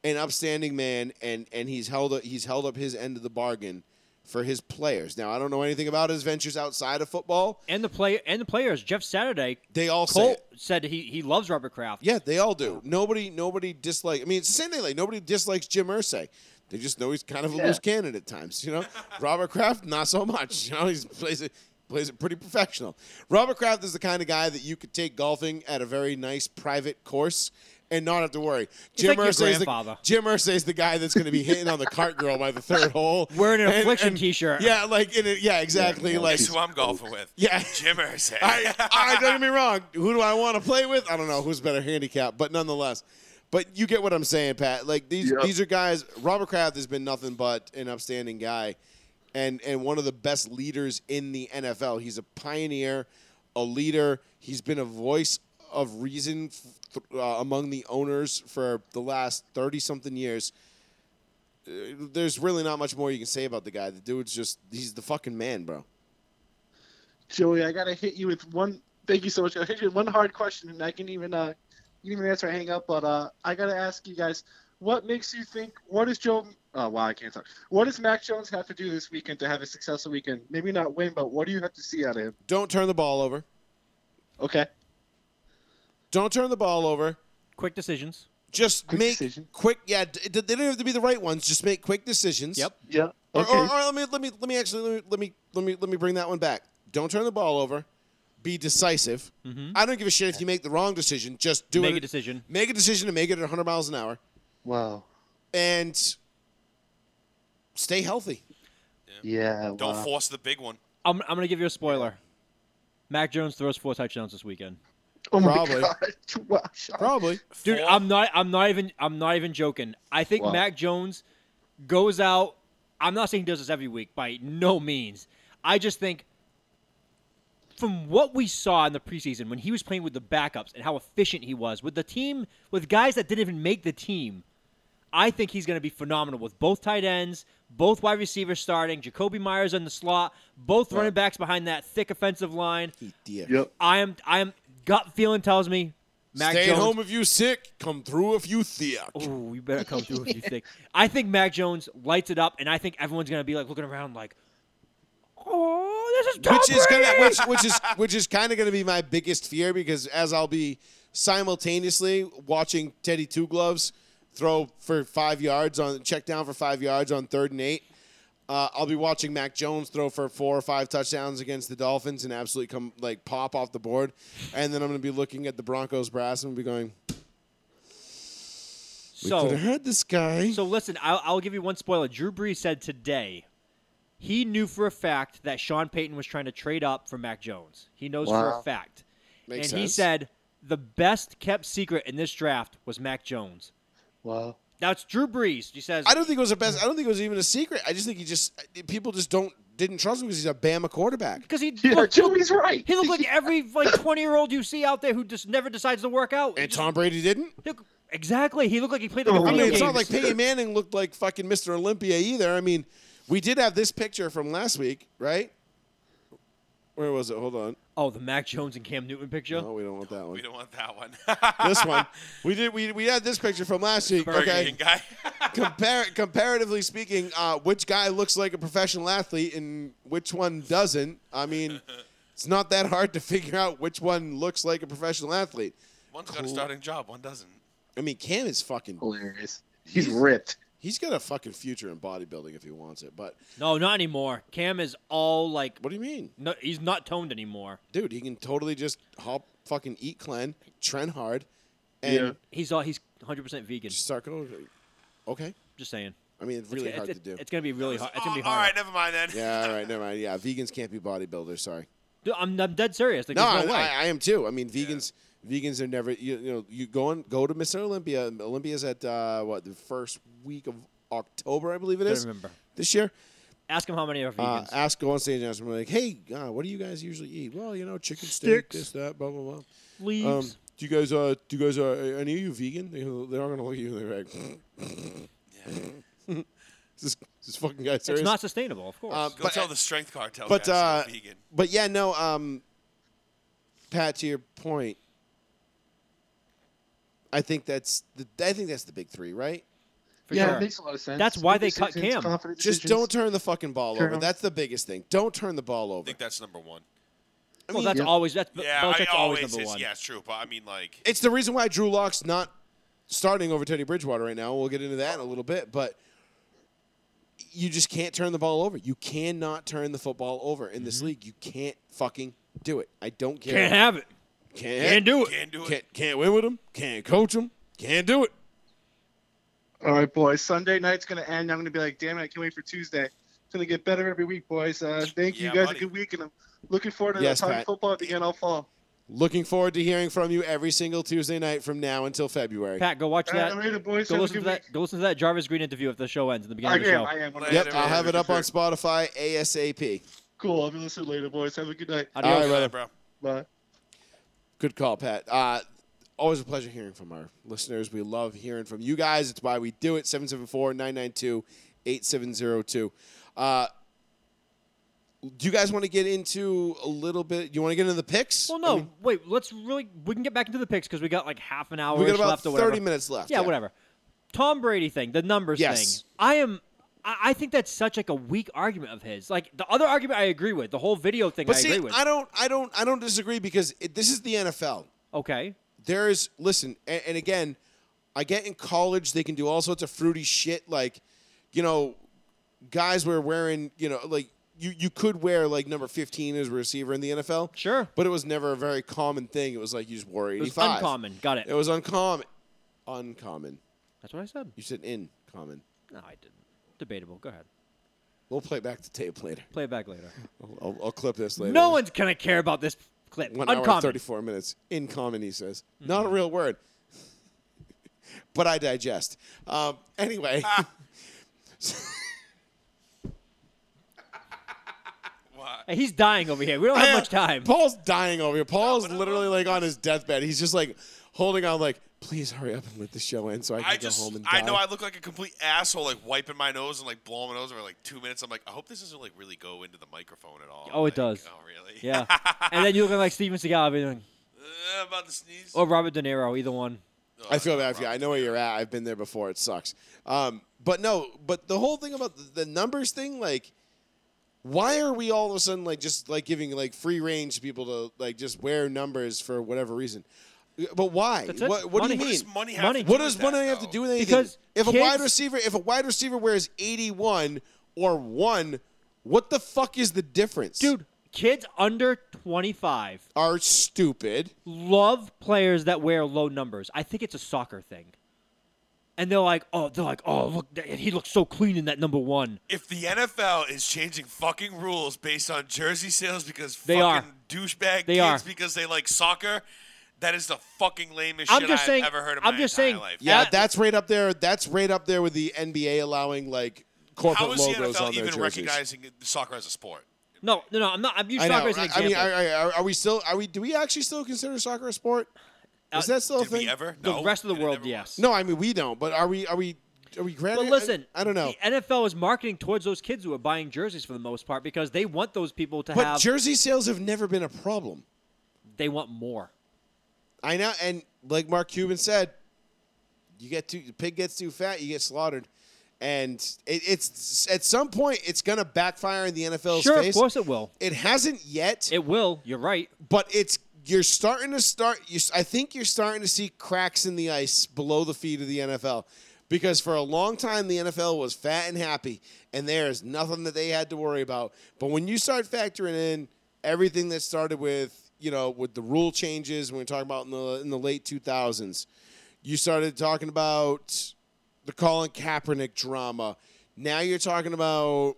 Speaker 1: an upstanding man, and and he's held up, he's held up his end of the bargain for his players. Now I don't know anything about his ventures outside of football.
Speaker 5: And the play and the players, Jeff Saturday
Speaker 1: They all say
Speaker 5: Colt
Speaker 1: it.
Speaker 5: said he, he loves Robert Kraft.
Speaker 1: yeah, they all do. Nobody nobody dislike. I mean, it's the same thing. Like nobody dislikes Jim Irsay. They just know he's kind of a loose cannon at times. You know, Robert Kraft not so much. You know, he plays it plays it pretty professional. Robert Kraft is the kind of guy that you could take golfing at a very nice private course. And not have to worry. Jim
Speaker 5: like your
Speaker 1: Irsay is the
Speaker 5: grandfather.
Speaker 1: Jim Irsay is the guy that's going to be hitting on the cart girl by the third hole,
Speaker 5: Wearing an
Speaker 1: And-
Speaker 5: affliction
Speaker 1: and-
Speaker 5: t-shirt.
Speaker 1: Yeah, like in it. Yeah, exactly. like
Speaker 4: That's who I'm golfing with.
Speaker 1: Yeah.
Speaker 4: Jim Irsay.
Speaker 1: I, I don't get me wrong. Who do I want to play with? I don't know who's better handicap, but nonetheless. But you get what I'm saying, Pat. Like these
Speaker 7: Yep.
Speaker 1: these are guys. Robert Kraft has been nothing but an upstanding guy, and and one of the best leaders in the NFL. He's a pioneer, a leader. He's been a voice of reason f- th- uh, among the owners for the last thirty something years. Uh, There's really not much more you can say about the guy. The dude's just he's the fucking man, bro.
Speaker 9: Joey, I gotta hit you with one. Thank you so much. I hit you with one hard question, and I can even uh, you can even answer or hang up. But uh, I gotta ask you guys, what makes you think? What does Joe? Oh wow, I can't talk. What does Mac Jones have to do this weekend to have a successful weekend? Maybe not win, but what do you have to see out of him?
Speaker 1: Don't turn the ball over.
Speaker 9: Okay.
Speaker 1: Don't turn the ball over.
Speaker 5: Quick decisions.
Speaker 1: Just
Speaker 9: Quick
Speaker 1: make
Speaker 9: decision.
Speaker 1: quick. Yeah, d- d- they don't have to be the right ones. Just make quick decisions.
Speaker 5: Yep.
Speaker 9: Yeah.
Speaker 1: Or,
Speaker 9: Okay.
Speaker 1: or, or let me let me let me actually let me let me let me let me bring that one back. Don't turn the ball over. Be decisive. I don't give a shit if you make the wrong decision. Just do
Speaker 5: Mm-hmm. Make
Speaker 1: it.
Speaker 5: a decision.
Speaker 1: Make a decision to make it at 100 miles an hour.
Speaker 9: wow.
Speaker 1: and stay healthy.
Speaker 9: Yeah.
Speaker 4: Don't
Speaker 9: wow.
Speaker 4: force the big one.
Speaker 5: I'm, I'm going to give you a spoiler. Mac Jones throws four touchdowns this weekend.
Speaker 9: oh my
Speaker 1: Probably.
Speaker 9: God. Wow, Sean.
Speaker 1: Probably.
Speaker 5: Dude,
Speaker 4: Four.
Speaker 5: I'm not I'm not even I'm not even joking. I think
Speaker 9: Wow.
Speaker 5: Mac Jones goes out. I'm not saying he does this every week by no means. I just think from what we saw in the preseason when he was playing with the backups and how efficient he was with the team with guys that didn't even make the team. I think he's going to be phenomenal with both tight ends, both wide receivers starting, Jacoby Myers in the slot, both running backs behind that thick offensive line.
Speaker 9: Yep.
Speaker 5: I am I am gut feeling tells me Mac
Speaker 1: stay
Speaker 5: Jones
Speaker 1: at home if you sick. Come through if you thick.
Speaker 5: Oh, you better come through if you think. I think Mac Jones lights it up, and I think everyone's gonna be like looking around, like, "Oh, this is Tom
Speaker 1: which is
Speaker 5: Brady!"
Speaker 1: gonna which, which is which is kind of gonna be my biggest fear because as I'll be simultaneously watching Teddy Two Gloves throw for five yards on check down for five yards on third and eight. Uh, I'll be watching Mac Jones throw for four or five touchdowns against the Dolphins and absolutely come like pop off the board, and then I'm gonna be looking at the Broncos brass and be going, "We could
Speaker 5: so,
Speaker 1: have had this guy."
Speaker 5: so listen, I'll, I'll give you one spoiler. Drew Brees said today he knew for a fact that Sean Payton was trying to trade up for Mac Jones. He knows for
Speaker 9: Wow.
Speaker 5: a fact,
Speaker 1: Makes
Speaker 5: and he
Speaker 1: sense.
Speaker 5: said the best kept secret in this draft was Mac Jones.
Speaker 9: Wow.
Speaker 5: That's Drew Brees. He says,
Speaker 1: I don't think it was the best. I don't think it was even a secret. I just think he just people just don't didn't trust him because he's a Bama quarterback.
Speaker 5: because he
Speaker 9: Yeah,
Speaker 5: looked-
Speaker 9: Joey's right.
Speaker 5: He looked like every like twenty year old you see out there who just never decides to work out. He
Speaker 1: And
Speaker 5: just
Speaker 1: Tom Brady didn't.
Speaker 5: look- exactly. He looked like he played like a
Speaker 9: I
Speaker 1: Oh, I mean,
Speaker 5: video
Speaker 1: it's
Speaker 5: game.
Speaker 1: not like Peyton Manning looked like fucking Mr. Olympia either. I mean, we did have this picture from last week, right? Where was it? Hold on.
Speaker 5: oh, the Mac Jones and Cam Newton picture.
Speaker 1: No, we don't want that one.
Speaker 4: We don't want that one.
Speaker 1: This one. We did. We, we had this picture from last week.
Speaker 4: Burger
Speaker 1: Okay.
Speaker 4: King guy.
Speaker 1: Compar- comparatively speaking, uh, which guy looks like a professional athlete and which one doesn't? I mean, it's not that hard to figure out which one looks like a professional athlete.
Speaker 4: One's got a starting job, one doesn't.
Speaker 1: I mean, Cam is fucking.
Speaker 9: hilarious. He's ripped.
Speaker 1: He's got a fucking future in bodybuilding if he wants it. But
Speaker 5: No, not anymore. Cam is all like,
Speaker 1: what do you mean?
Speaker 5: no, he's not toned anymore.
Speaker 1: dude, he can totally just hop, fucking eat clean, trend hard, and
Speaker 9: Yeah.
Speaker 5: He's all he's hundred percent vegan.
Speaker 1: just start going. Okay,
Speaker 5: Just saying.
Speaker 1: I mean, it's really
Speaker 5: it's,
Speaker 1: hard
Speaker 5: it's,
Speaker 1: to do.
Speaker 5: It's gonna be really hard. It's gonna be
Speaker 4: Oh, All right,
Speaker 5: hard.
Speaker 4: never mind then.
Speaker 1: yeah, all right, never mind. Yeah, vegans can't be bodybuilders. Sorry.
Speaker 5: Dude, I'm, I'm dead serious. Like,
Speaker 1: No, I,
Speaker 5: there's no way.
Speaker 1: I, I am too. I mean, vegans, vegans are never. You, you know, you go and go to Mr. Olympia. Olympia's at uh, what the first week of October, I believe it
Speaker 5: Don't
Speaker 1: is
Speaker 5: remember.
Speaker 1: this year.
Speaker 5: Ask him how many are
Speaker 1: Uh,
Speaker 5: vegans.
Speaker 1: ask go on stage and ask them like, hey, uh, what do you guys usually eat? Well, you know, chicken steak,
Speaker 5: Sticks.
Speaker 1: this, that, blah, blah, blah.
Speaker 5: Leaves.
Speaker 1: Um, do you guys, uh, do you guys, uh, are any of you vegan? They, they're all gonna look at you and they're like, is, this, is this fucking guy serious?
Speaker 5: it's not sustainable, of course.
Speaker 1: Um,
Speaker 4: Go
Speaker 1: but,
Speaker 4: tell the strength cartel
Speaker 1: but,
Speaker 4: guys
Speaker 1: uh,
Speaker 4: they're vegan.
Speaker 1: but yeah, no, um, Pat, to your point, I think that's the, I think that's the big three, right?
Speaker 5: for
Speaker 9: yeah,
Speaker 5: sure.
Speaker 9: it makes a lot of sense.
Speaker 5: That's why
Speaker 9: Good
Speaker 5: they cut
Speaker 9: decisions,
Speaker 5: Cam.
Speaker 9: confident
Speaker 1: Just
Speaker 9: decisions.
Speaker 1: don't turn the fucking ball
Speaker 9: Turn
Speaker 1: over.
Speaker 9: over.
Speaker 1: That's the biggest thing. Don't turn the ball
Speaker 4: I
Speaker 1: over.
Speaker 4: think that's number one.
Speaker 1: I
Speaker 5: well,
Speaker 1: mean,
Speaker 5: that's
Speaker 9: yeah.
Speaker 5: always that's
Speaker 4: Yeah, I
Speaker 5: Belichick's
Speaker 4: mean,
Speaker 5: always,
Speaker 4: always
Speaker 5: number
Speaker 4: is.
Speaker 5: one.
Speaker 4: Yeah, it's true. But I mean, like,
Speaker 1: it's the reason why Drew Locke's not starting over Teddy Bridgewater right now. We'll get into that in a little bit, but you just can't turn the ball over. You cannot turn the football over in this league. You can't fucking do it. I don't care.
Speaker 5: Mm-hmm. Can't have it.
Speaker 1: Can't,
Speaker 5: Can't do it.
Speaker 4: can't do it.
Speaker 1: Can't, can't win with them. Can't coach them. Can't do it.
Speaker 9: All right, boys. Sunday night's gonna end. I'm gonna be like, damn it, I can't wait for Tuesday. It's gonna get better every week, boys. Uh, thank
Speaker 4: Yeah,
Speaker 9: you guys.
Speaker 4: buddy.
Speaker 9: A good week, and I'm looking forward to
Speaker 1: Yes,
Speaker 9: talking
Speaker 1: Pat.
Speaker 9: football at the end all fall.
Speaker 1: Looking forward to hearing from you every single Tuesday night from now until February.
Speaker 5: Pat, go watch
Speaker 9: All right,
Speaker 5: that.
Speaker 9: later, boys.
Speaker 5: Go
Speaker 9: Have a
Speaker 5: listen to
Speaker 9: good
Speaker 5: that.
Speaker 9: week.
Speaker 5: Go listen to that Jarvis Green interview if the show ends at the
Speaker 9: I
Speaker 5: beginning of the
Speaker 9: am.
Speaker 5: show.
Speaker 9: I am.
Speaker 4: Yep,
Speaker 1: yep, I'll
Speaker 4: Yeah,
Speaker 1: have it up on
Speaker 9: Sure.
Speaker 1: Spotify ASAP.
Speaker 9: Cool. I'll be listening later, boys. Have a good night.
Speaker 5: Adios.
Speaker 1: All right, brother.
Speaker 4: bro.
Speaker 9: Bye.
Speaker 1: Good call, Pat. Uh, always a pleasure hearing from our listeners. We love hearing from you guys. It's why we do it. 774 992 8702. Do Uh, you guys want to get into a little bit? You want to get into the picks?
Speaker 5: Well, no,
Speaker 1: I mean,
Speaker 5: wait. Let's really we can get back into the picks because we got like half an hour
Speaker 1: we got about
Speaker 5: left or whatever.
Speaker 1: 30 minutes left.
Speaker 5: Yeah, whatever. Tom Brady thing, the numbers
Speaker 1: Yes.
Speaker 5: thing. I am. I I think that's such like a weak argument of his. Like the other argument, I agree with the whole video thing.
Speaker 1: But
Speaker 5: I
Speaker 1: see,
Speaker 5: agree with.
Speaker 1: I don't, I don't, I don't disagree because it, this is the NFL.
Speaker 5: okay,
Speaker 1: there is listen and, and again i get in college they can do all sorts of fruity shit like you know guys were wearing you know like you, you could wear like number 15 as a receiver in the nfl
Speaker 5: Sure.
Speaker 1: but it was never a very common thing it was like you just wore
Speaker 5: it was
Speaker 1: 85
Speaker 5: uncommon. Got it.
Speaker 1: it was uncommon uncommon
Speaker 5: That's what I said.
Speaker 1: You said in common.
Speaker 5: No, I didn't. Debatable. Go ahead.
Speaker 1: We'll play back the tape later.
Speaker 5: Play it back later.
Speaker 1: I'll, I'll, I'll clip this later.
Speaker 5: No one's gonna care about this clip.
Speaker 1: One hour and
Speaker 5: Uncommon. Mm-hmm.
Speaker 1: 34 minutes. In common, he says. Not a real word. but I digest. Um, anyway.
Speaker 5: Ah, Hey, he's dying over here. We don't have much time.
Speaker 1: Paul's dying over here. Paul's literally like on his deathbed. He's just like holding on, like, please hurry up and let the show end so I can
Speaker 4: I
Speaker 1: go
Speaker 4: just,
Speaker 1: home and die.
Speaker 4: I know I look like a complete asshole, like wiping my nose and like blowing my nose over like two minutes. I'm like, I hope this doesn't like really go into the microphone at all.
Speaker 5: Oh, it
Speaker 4: Like,
Speaker 5: does.
Speaker 4: Oh, really?
Speaker 5: Yeah. and then you look like Steven Seagal be doing-
Speaker 4: Uh, about to sneeze.
Speaker 5: or Robert De Niro, either one.
Speaker 1: I feel bad for you. I know where you're at. I've been there before. It sucks. Um, but no, but the whole thing about the- the numbers thing, like, why are we all of a sudden like just like giving like free range to people to like just wear numbers for whatever reason? But why?
Speaker 5: That's it.
Speaker 1: What, what do you
Speaker 5: Money.
Speaker 1: mean?
Speaker 4: What does money have
Speaker 5: Money.
Speaker 4: to do
Speaker 1: What
Speaker 4: with
Speaker 1: does
Speaker 4: that,
Speaker 1: one thing have to
Speaker 4: though?
Speaker 1: do with anything?
Speaker 5: Because
Speaker 1: if a wide
Speaker 5: kids-
Speaker 1: receiver, if a wide receiver wears 81 or one, what the fuck is the difference?
Speaker 5: Dude, kids under 25
Speaker 1: are stupid.
Speaker 5: love players that wear low numbers. I think it's a soccer thing. And they're like, oh, they're like, oh, look, th- he looks so clean in that number one.
Speaker 4: If the NFL is changing fucking rules based on jersey sales because
Speaker 5: They
Speaker 4: fucking
Speaker 5: are.
Speaker 4: douchebag
Speaker 5: They
Speaker 4: kids
Speaker 5: are.
Speaker 4: because they like soccer, that is the fucking lamest
Speaker 5: I'm
Speaker 4: shit
Speaker 5: just
Speaker 4: I've
Speaker 5: saying-
Speaker 4: ever heard in
Speaker 5: I'm
Speaker 4: my
Speaker 5: just
Speaker 4: entire
Speaker 5: saying-
Speaker 4: life.
Speaker 1: Yeah,
Speaker 5: That-
Speaker 1: that's right up there. That's right up there with the NBA allowing like corporate
Speaker 4: How is the
Speaker 1: logos
Speaker 4: NFL
Speaker 1: on their
Speaker 4: even
Speaker 1: jerseys.
Speaker 4: recognizing soccer as a sport?
Speaker 5: No, no, no, I'm not. I'm using
Speaker 1: I know.
Speaker 5: soccer as an
Speaker 1: I, I
Speaker 5: example.
Speaker 1: mean, I, I, are- are we still? Are we? Do we actually still consider soccer a sport? Is
Speaker 5: Uh,
Speaker 1: that still a
Speaker 4: Did
Speaker 1: thing?
Speaker 4: we ever?
Speaker 5: the
Speaker 4: No.
Speaker 5: rest of the
Speaker 4: And it
Speaker 5: world,
Speaker 4: never was.
Speaker 5: yes.
Speaker 1: No, I mean we don't. But are we? Are we? Are we
Speaker 5: But
Speaker 1: granted? I-
Speaker 5: listen,
Speaker 1: I, don't know.
Speaker 5: The NFL is marketing towards those kids who are buying jerseys for the most part because they want those people to
Speaker 1: But
Speaker 5: have.
Speaker 1: jersey sales have never been a problem.
Speaker 5: they want more.
Speaker 1: I know, and like Mark Cuban said, you get too the pig gets too fat, you get slaughtered, and it, it's at some point it's gonna backfire in the NFL's
Speaker 5: Sure,
Speaker 1: face.
Speaker 5: of course it will.
Speaker 1: It hasn't yet,
Speaker 5: It will. You're right.
Speaker 1: but it's you're starting to start. You, I think you're starting to see cracks in the ice below the feet of the NFL, because for a long time the NFL was fat and happy, and there is nothing that they had to worry about. But when you start factoring in everything that started with you know with the rule changes when we talk about in the in the late 2000s, you started talking about the Colin Kaepernick drama. Now you're talking about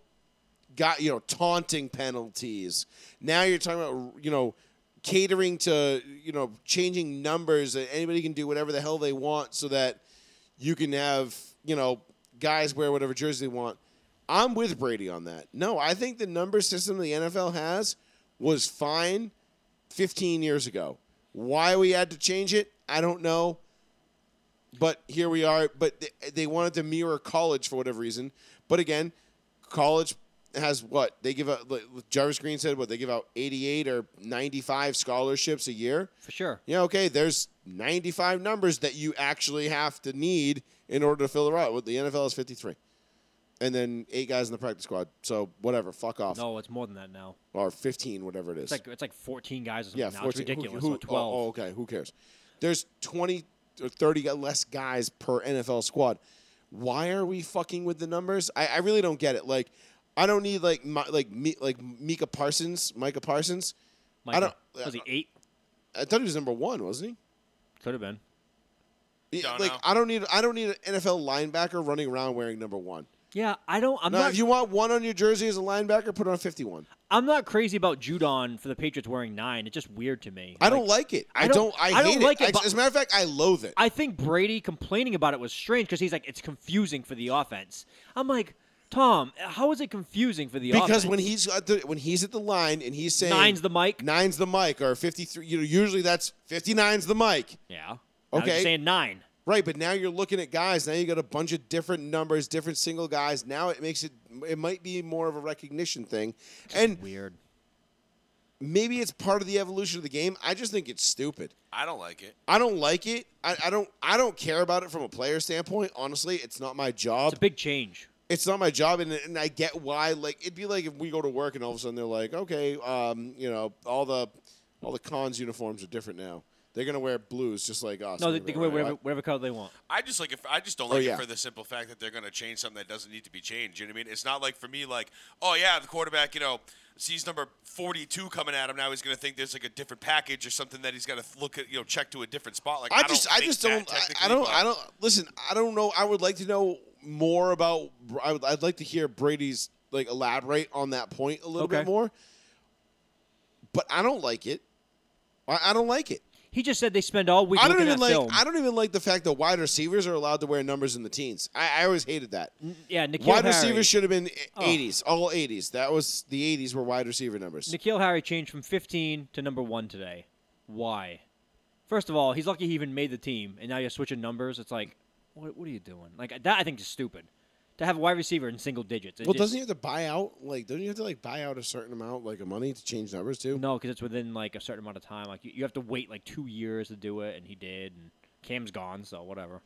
Speaker 1: got you know taunting penalties. Now you're talking about you know catering to you know changing numbers that anybody can do whatever the hell they want so that you can have you know guys wear whatever jersey they want. I'm with Brady on that. No, I think the number system the NFL has was fine 15 years ago. Why we had to change it, I don't know. But here we are. But th- they wanted to mirror college for whatever reason. But again, college has what they give out. like Jarvis Green said what they give out 88 or 95 scholarships a year.
Speaker 5: For sure.
Speaker 1: Yeah, okay. There's 95 numbers that you actually have to need in order to fill the route. Well, the NFL is 53, and then eight guys in the practice squad. So whatever, fuck off,
Speaker 5: No, it's more than that now.
Speaker 1: or 15, whatever it is.
Speaker 5: It's like it's like 14 guys or something.
Speaker 1: yeah,
Speaker 5: now.
Speaker 1: 14.
Speaker 5: It's ridiculous.
Speaker 1: Who, who-
Speaker 5: or 12.
Speaker 1: Oh, oh, okay. Who cares? There's 20 or 30 less guys per NFL squad. Why are we fucking with the numbers? I, I really don't get it. Like, I don't need like my, like me, like Mika Parsons, Micah Parsons.
Speaker 5: Micah,
Speaker 1: I don't- uh,
Speaker 5: Was he eight?
Speaker 1: I thought he was number one, wasn't he?
Speaker 5: Could have been.
Speaker 1: Yeah,
Speaker 4: Don't
Speaker 1: like
Speaker 4: know.
Speaker 1: I don't need I don't need an NFL linebacker running around wearing number one.
Speaker 5: Yeah, I don't. I'm
Speaker 1: Now,
Speaker 5: not.
Speaker 1: if you want one on your jersey as a linebacker, put on fifty one.
Speaker 5: I'm not crazy about Judon for the Patriots wearing nine. It's just weird to me.
Speaker 1: I don't like it. I,
Speaker 5: I
Speaker 1: don't.
Speaker 5: don't-
Speaker 1: I,
Speaker 5: I don't
Speaker 1: hate
Speaker 5: like it,
Speaker 1: I-
Speaker 5: but-
Speaker 1: as a matter of fact, I loathe it.
Speaker 5: I think Brady complaining about it was strange because he's like, it's confusing for the offense. I'm like, Tom, how is it confusing for the offense?
Speaker 1: because when he's at the, when he's at the line and he's saying
Speaker 5: nine's the mic.
Speaker 1: nine's the mic or fifty three, you know, usually that's fifty nine's the mic,
Speaker 5: Yeah. Now
Speaker 1: Okay.
Speaker 5: you're saying nine.
Speaker 1: right? But now you're looking at guys. Now you got a bunch of different numbers, different single guys. Now it makes it it might be more of a recognition thing, and
Speaker 5: Weird.
Speaker 1: maybe it's part of the evolution of the game. I just think it's stupid.
Speaker 4: I don't like it.
Speaker 1: I don't like it. I, I don't. I don't care about it from a player standpoint. Honestly, it's not my job.
Speaker 5: It's a big change.
Speaker 1: It's not my job, and, and I get why. Like it'd be like if we go to work and all of a sudden they're like, okay, um, you know, all the all the cons uniforms are different now. They're gonna wear blues just like us.
Speaker 5: No,
Speaker 1: We're
Speaker 5: they,
Speaker 1: gonna
Speaker 5: they can wear
Speaker 1: wear
Speaker 5: whatever, whatever color they want.
Speaker 4: I just like if I just don't
Speaker 1: Oh,
Speaker 4: like
Speaker 1: yeah.
Speaker 4: it for the simple fact that they're going to change something that doesn't need to be changed. You know what I mean? It's not like for me like, oh yeah, the quarterback, you know, sees number 42 coming at him now he's going to think there's like a different package or something that he's got to look at, you know, check to a different spot like
Speaker 1: I
Speaker 4: don't
Speaker 1: just, I
Speaker 4: think
Speaker 1: just
Speaker 4: that
Speaker 1: don't, I, I
Speaker 4: technically,
Speaker 1: don't,
Speaker 4: but-
Speaker 1: I don't. Listen, I don't know. I would like to know more about. I would, I'd like to hear Brady's like elaborate on that point a little
Speaker 5: Okay.
Speaker 1: bit more. But I don't like it. I, I don't like it.
Speaker 5: He just said they spend all week
Speaker 1: I don't
Speaker 5: looking
Speaker 1: even
Speaker 5: at
Speaker 1: like.
Speaker 5: film.
Speaker 1: I don't even like the fact that wide receivers are allowed to wear numbers in the teens. I, I always hated that.
Speaker 5: yeah, Nikhil
Speaker 1: wide
Speaker 5: Harry.
Speaker 1: receivers should have been
Speaker 5: Oh.
Speaker 1: 80s, all 80s. That was the 80s were wide receiver numbers.
Speaker 5: Nikhil Harry changed from 15 to number one today. Why? First of all, he's lucky he even made the team, and now you're switching numbers. It's like, what, what are you doing? Like that, I think is stupid. To have a wide receiver in single digits. it
Speaker 1: Well,
Speaker 5: just-
Speaker 1: doesn't he have to buy out? Like, don't you have to like buy out a certain amount, like, of money to change numbers too?
Speaker 5: No, because it's within like a certain amount of time. Like you, you have to wait like two years to do it, and he did. And Cam's gone, so whatever.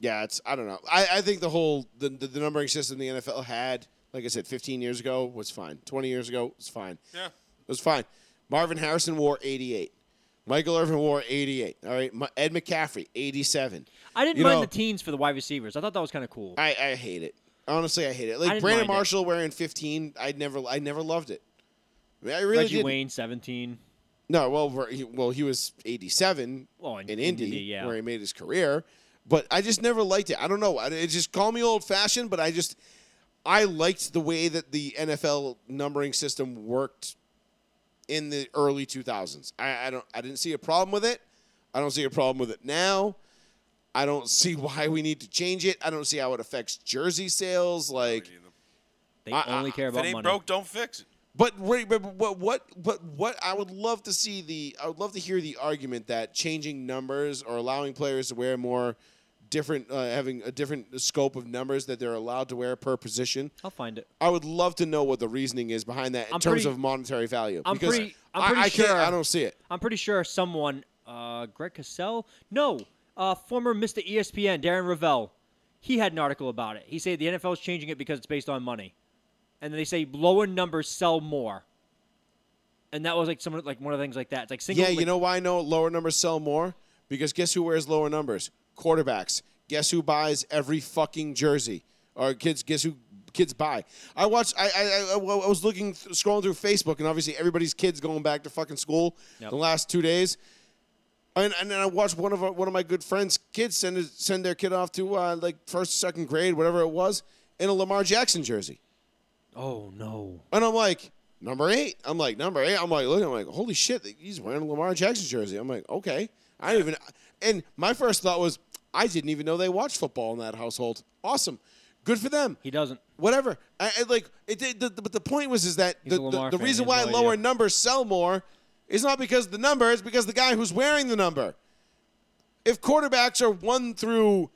Speaker 1: Yeah, it's I don't know. I, I think the whole the, the the numbering system the NFL had, like I said, 15 years ago was fine. 20 years ago was fine.
Speaker 4: Yeah.
Speaker 1: It was fine. Marvin Harrison wore 88. Michael Irvin wore 88. All right, Ma- Ed McCaffrey 87.
Speaker 5: I didn't
Speaker 1: You
Speaker 5: mind
Speaker 1: know-
Speaker 5: the teens for the wide receivers. I thought that was kind of cool.
Speaker 1: I, I hate it. Honestly, I hate it.
Speaker 5: I
Speaker 1: Like
Speaker 5: didn't
Speaker 1: Brandon
Speaker 5: mind it.
Speaker 1: Marshall wearing 15, I never I never loved it. I, mean, I really
Speaker 5: Reggie
Speaker 1: didn't.
Speaker 5: Wayne, 17.
Speaker 1: No, well, we're- he, well, he was 87
Speaker 5: Well, in-
Speaker 1: in,
Speaker 5: in
Speaker 1: Indy,
Speaker 5: Indy, yeah.
Speaker 1: where he made his career. But I just never liked it. I don't know. I- It just call me old fashioned, but I just I liked the way that the NFL numbering system worked in the early 2000s. I, I don't. I didn't see a problem with it. I don't see a problem with it now. I don't see why we need to change it. I don't see how it affects jersey sales. Like,
Speaker 5: They
Speaker 1: I- I-
Speaker 5: only care
Speaker 4: If
Speaker 5: about
Speaker 4: it ain't
Speaker 5: money.
Speaker 4: broke, don't fix it.
Speaker 1: but wait, but what, what, but what? I would love to see the. I would love to hear the argument that changing numbers or allowing players to wear more different, uh, having a different scope of numbers that they're allowed to wear per position.
Speaker 5: I'll find it.
Speaker 1: I would love to know what the reasoning is behind that in
Speaker 5: I'm
Speaker 1: terms
Speaker 5: pretty-
Speaker 1: of monetary value.
Speaker 5: I'm
Speaker 1: because
Speaker 5: pretty- I'm
Speaker 1: I-
Speaker 5: pretty
Speaker 1: I can't.
Speaker 5: sure-
Speaker 1: I don't see it.
Speaker 5: I'm pretty sure someone, uh, Greg Cassell, no, uh, former Mr. ESPN Darren Ravel, he had an article about it. He said the NFL is changing it because it's based on money, and they say lower numbers sell more. And that was like someone like one of the things like that. It's like single.
Speaker 1: yeah, you
Speaker 5: like-
Speaker 1: know why I know lower numbers sell more? Because guess who wears lower numbers? Quarterbacks. Guess who buys every fucking jersey? Or kids, guess who kids buy? I watched. I I, I, I was looking th- scrolling through Facebook, and obviously everybody's kids going back to fucking school
Speaker 5: Yep.
Speaker 1: the last two days. And, and then I watched one of our, one of my good friends' kids send his, send their kid off to uh, like first second grade, whatever it was, in a Lamar Jackson jersey.
Speaker 5: Oh no.
Speaker 1: And I'm like, number eight. I'm like, number eight. I'm like, look, I'm like, holy shit, he's wearing a Lamar Jackson jersey. I'm like, okay. I didn't even. And my first thought was, I didn't even know they watched football in that household. Awesome. Good for them.
Speaker 5: He doesn't.
Speaker 1: Whatever. I, I like it. did- The, the, but the point was, is that
Speaker 5: He's
Speaker 1: the,
Speaker 5: a
Speaker 1: the-
Speaker 5: Lamar
Speaker 1: the
Speaker 5: fan.
Speaker 1: reason
Speaker 5: He
Speaker 1: why
Speaker 5: has no
Speaker 1: lower
Speaker 5: idea.
Speaker 1: numbers sell more is not because of the number. It's because the guy who's wearing the number. If quarterbacks are one through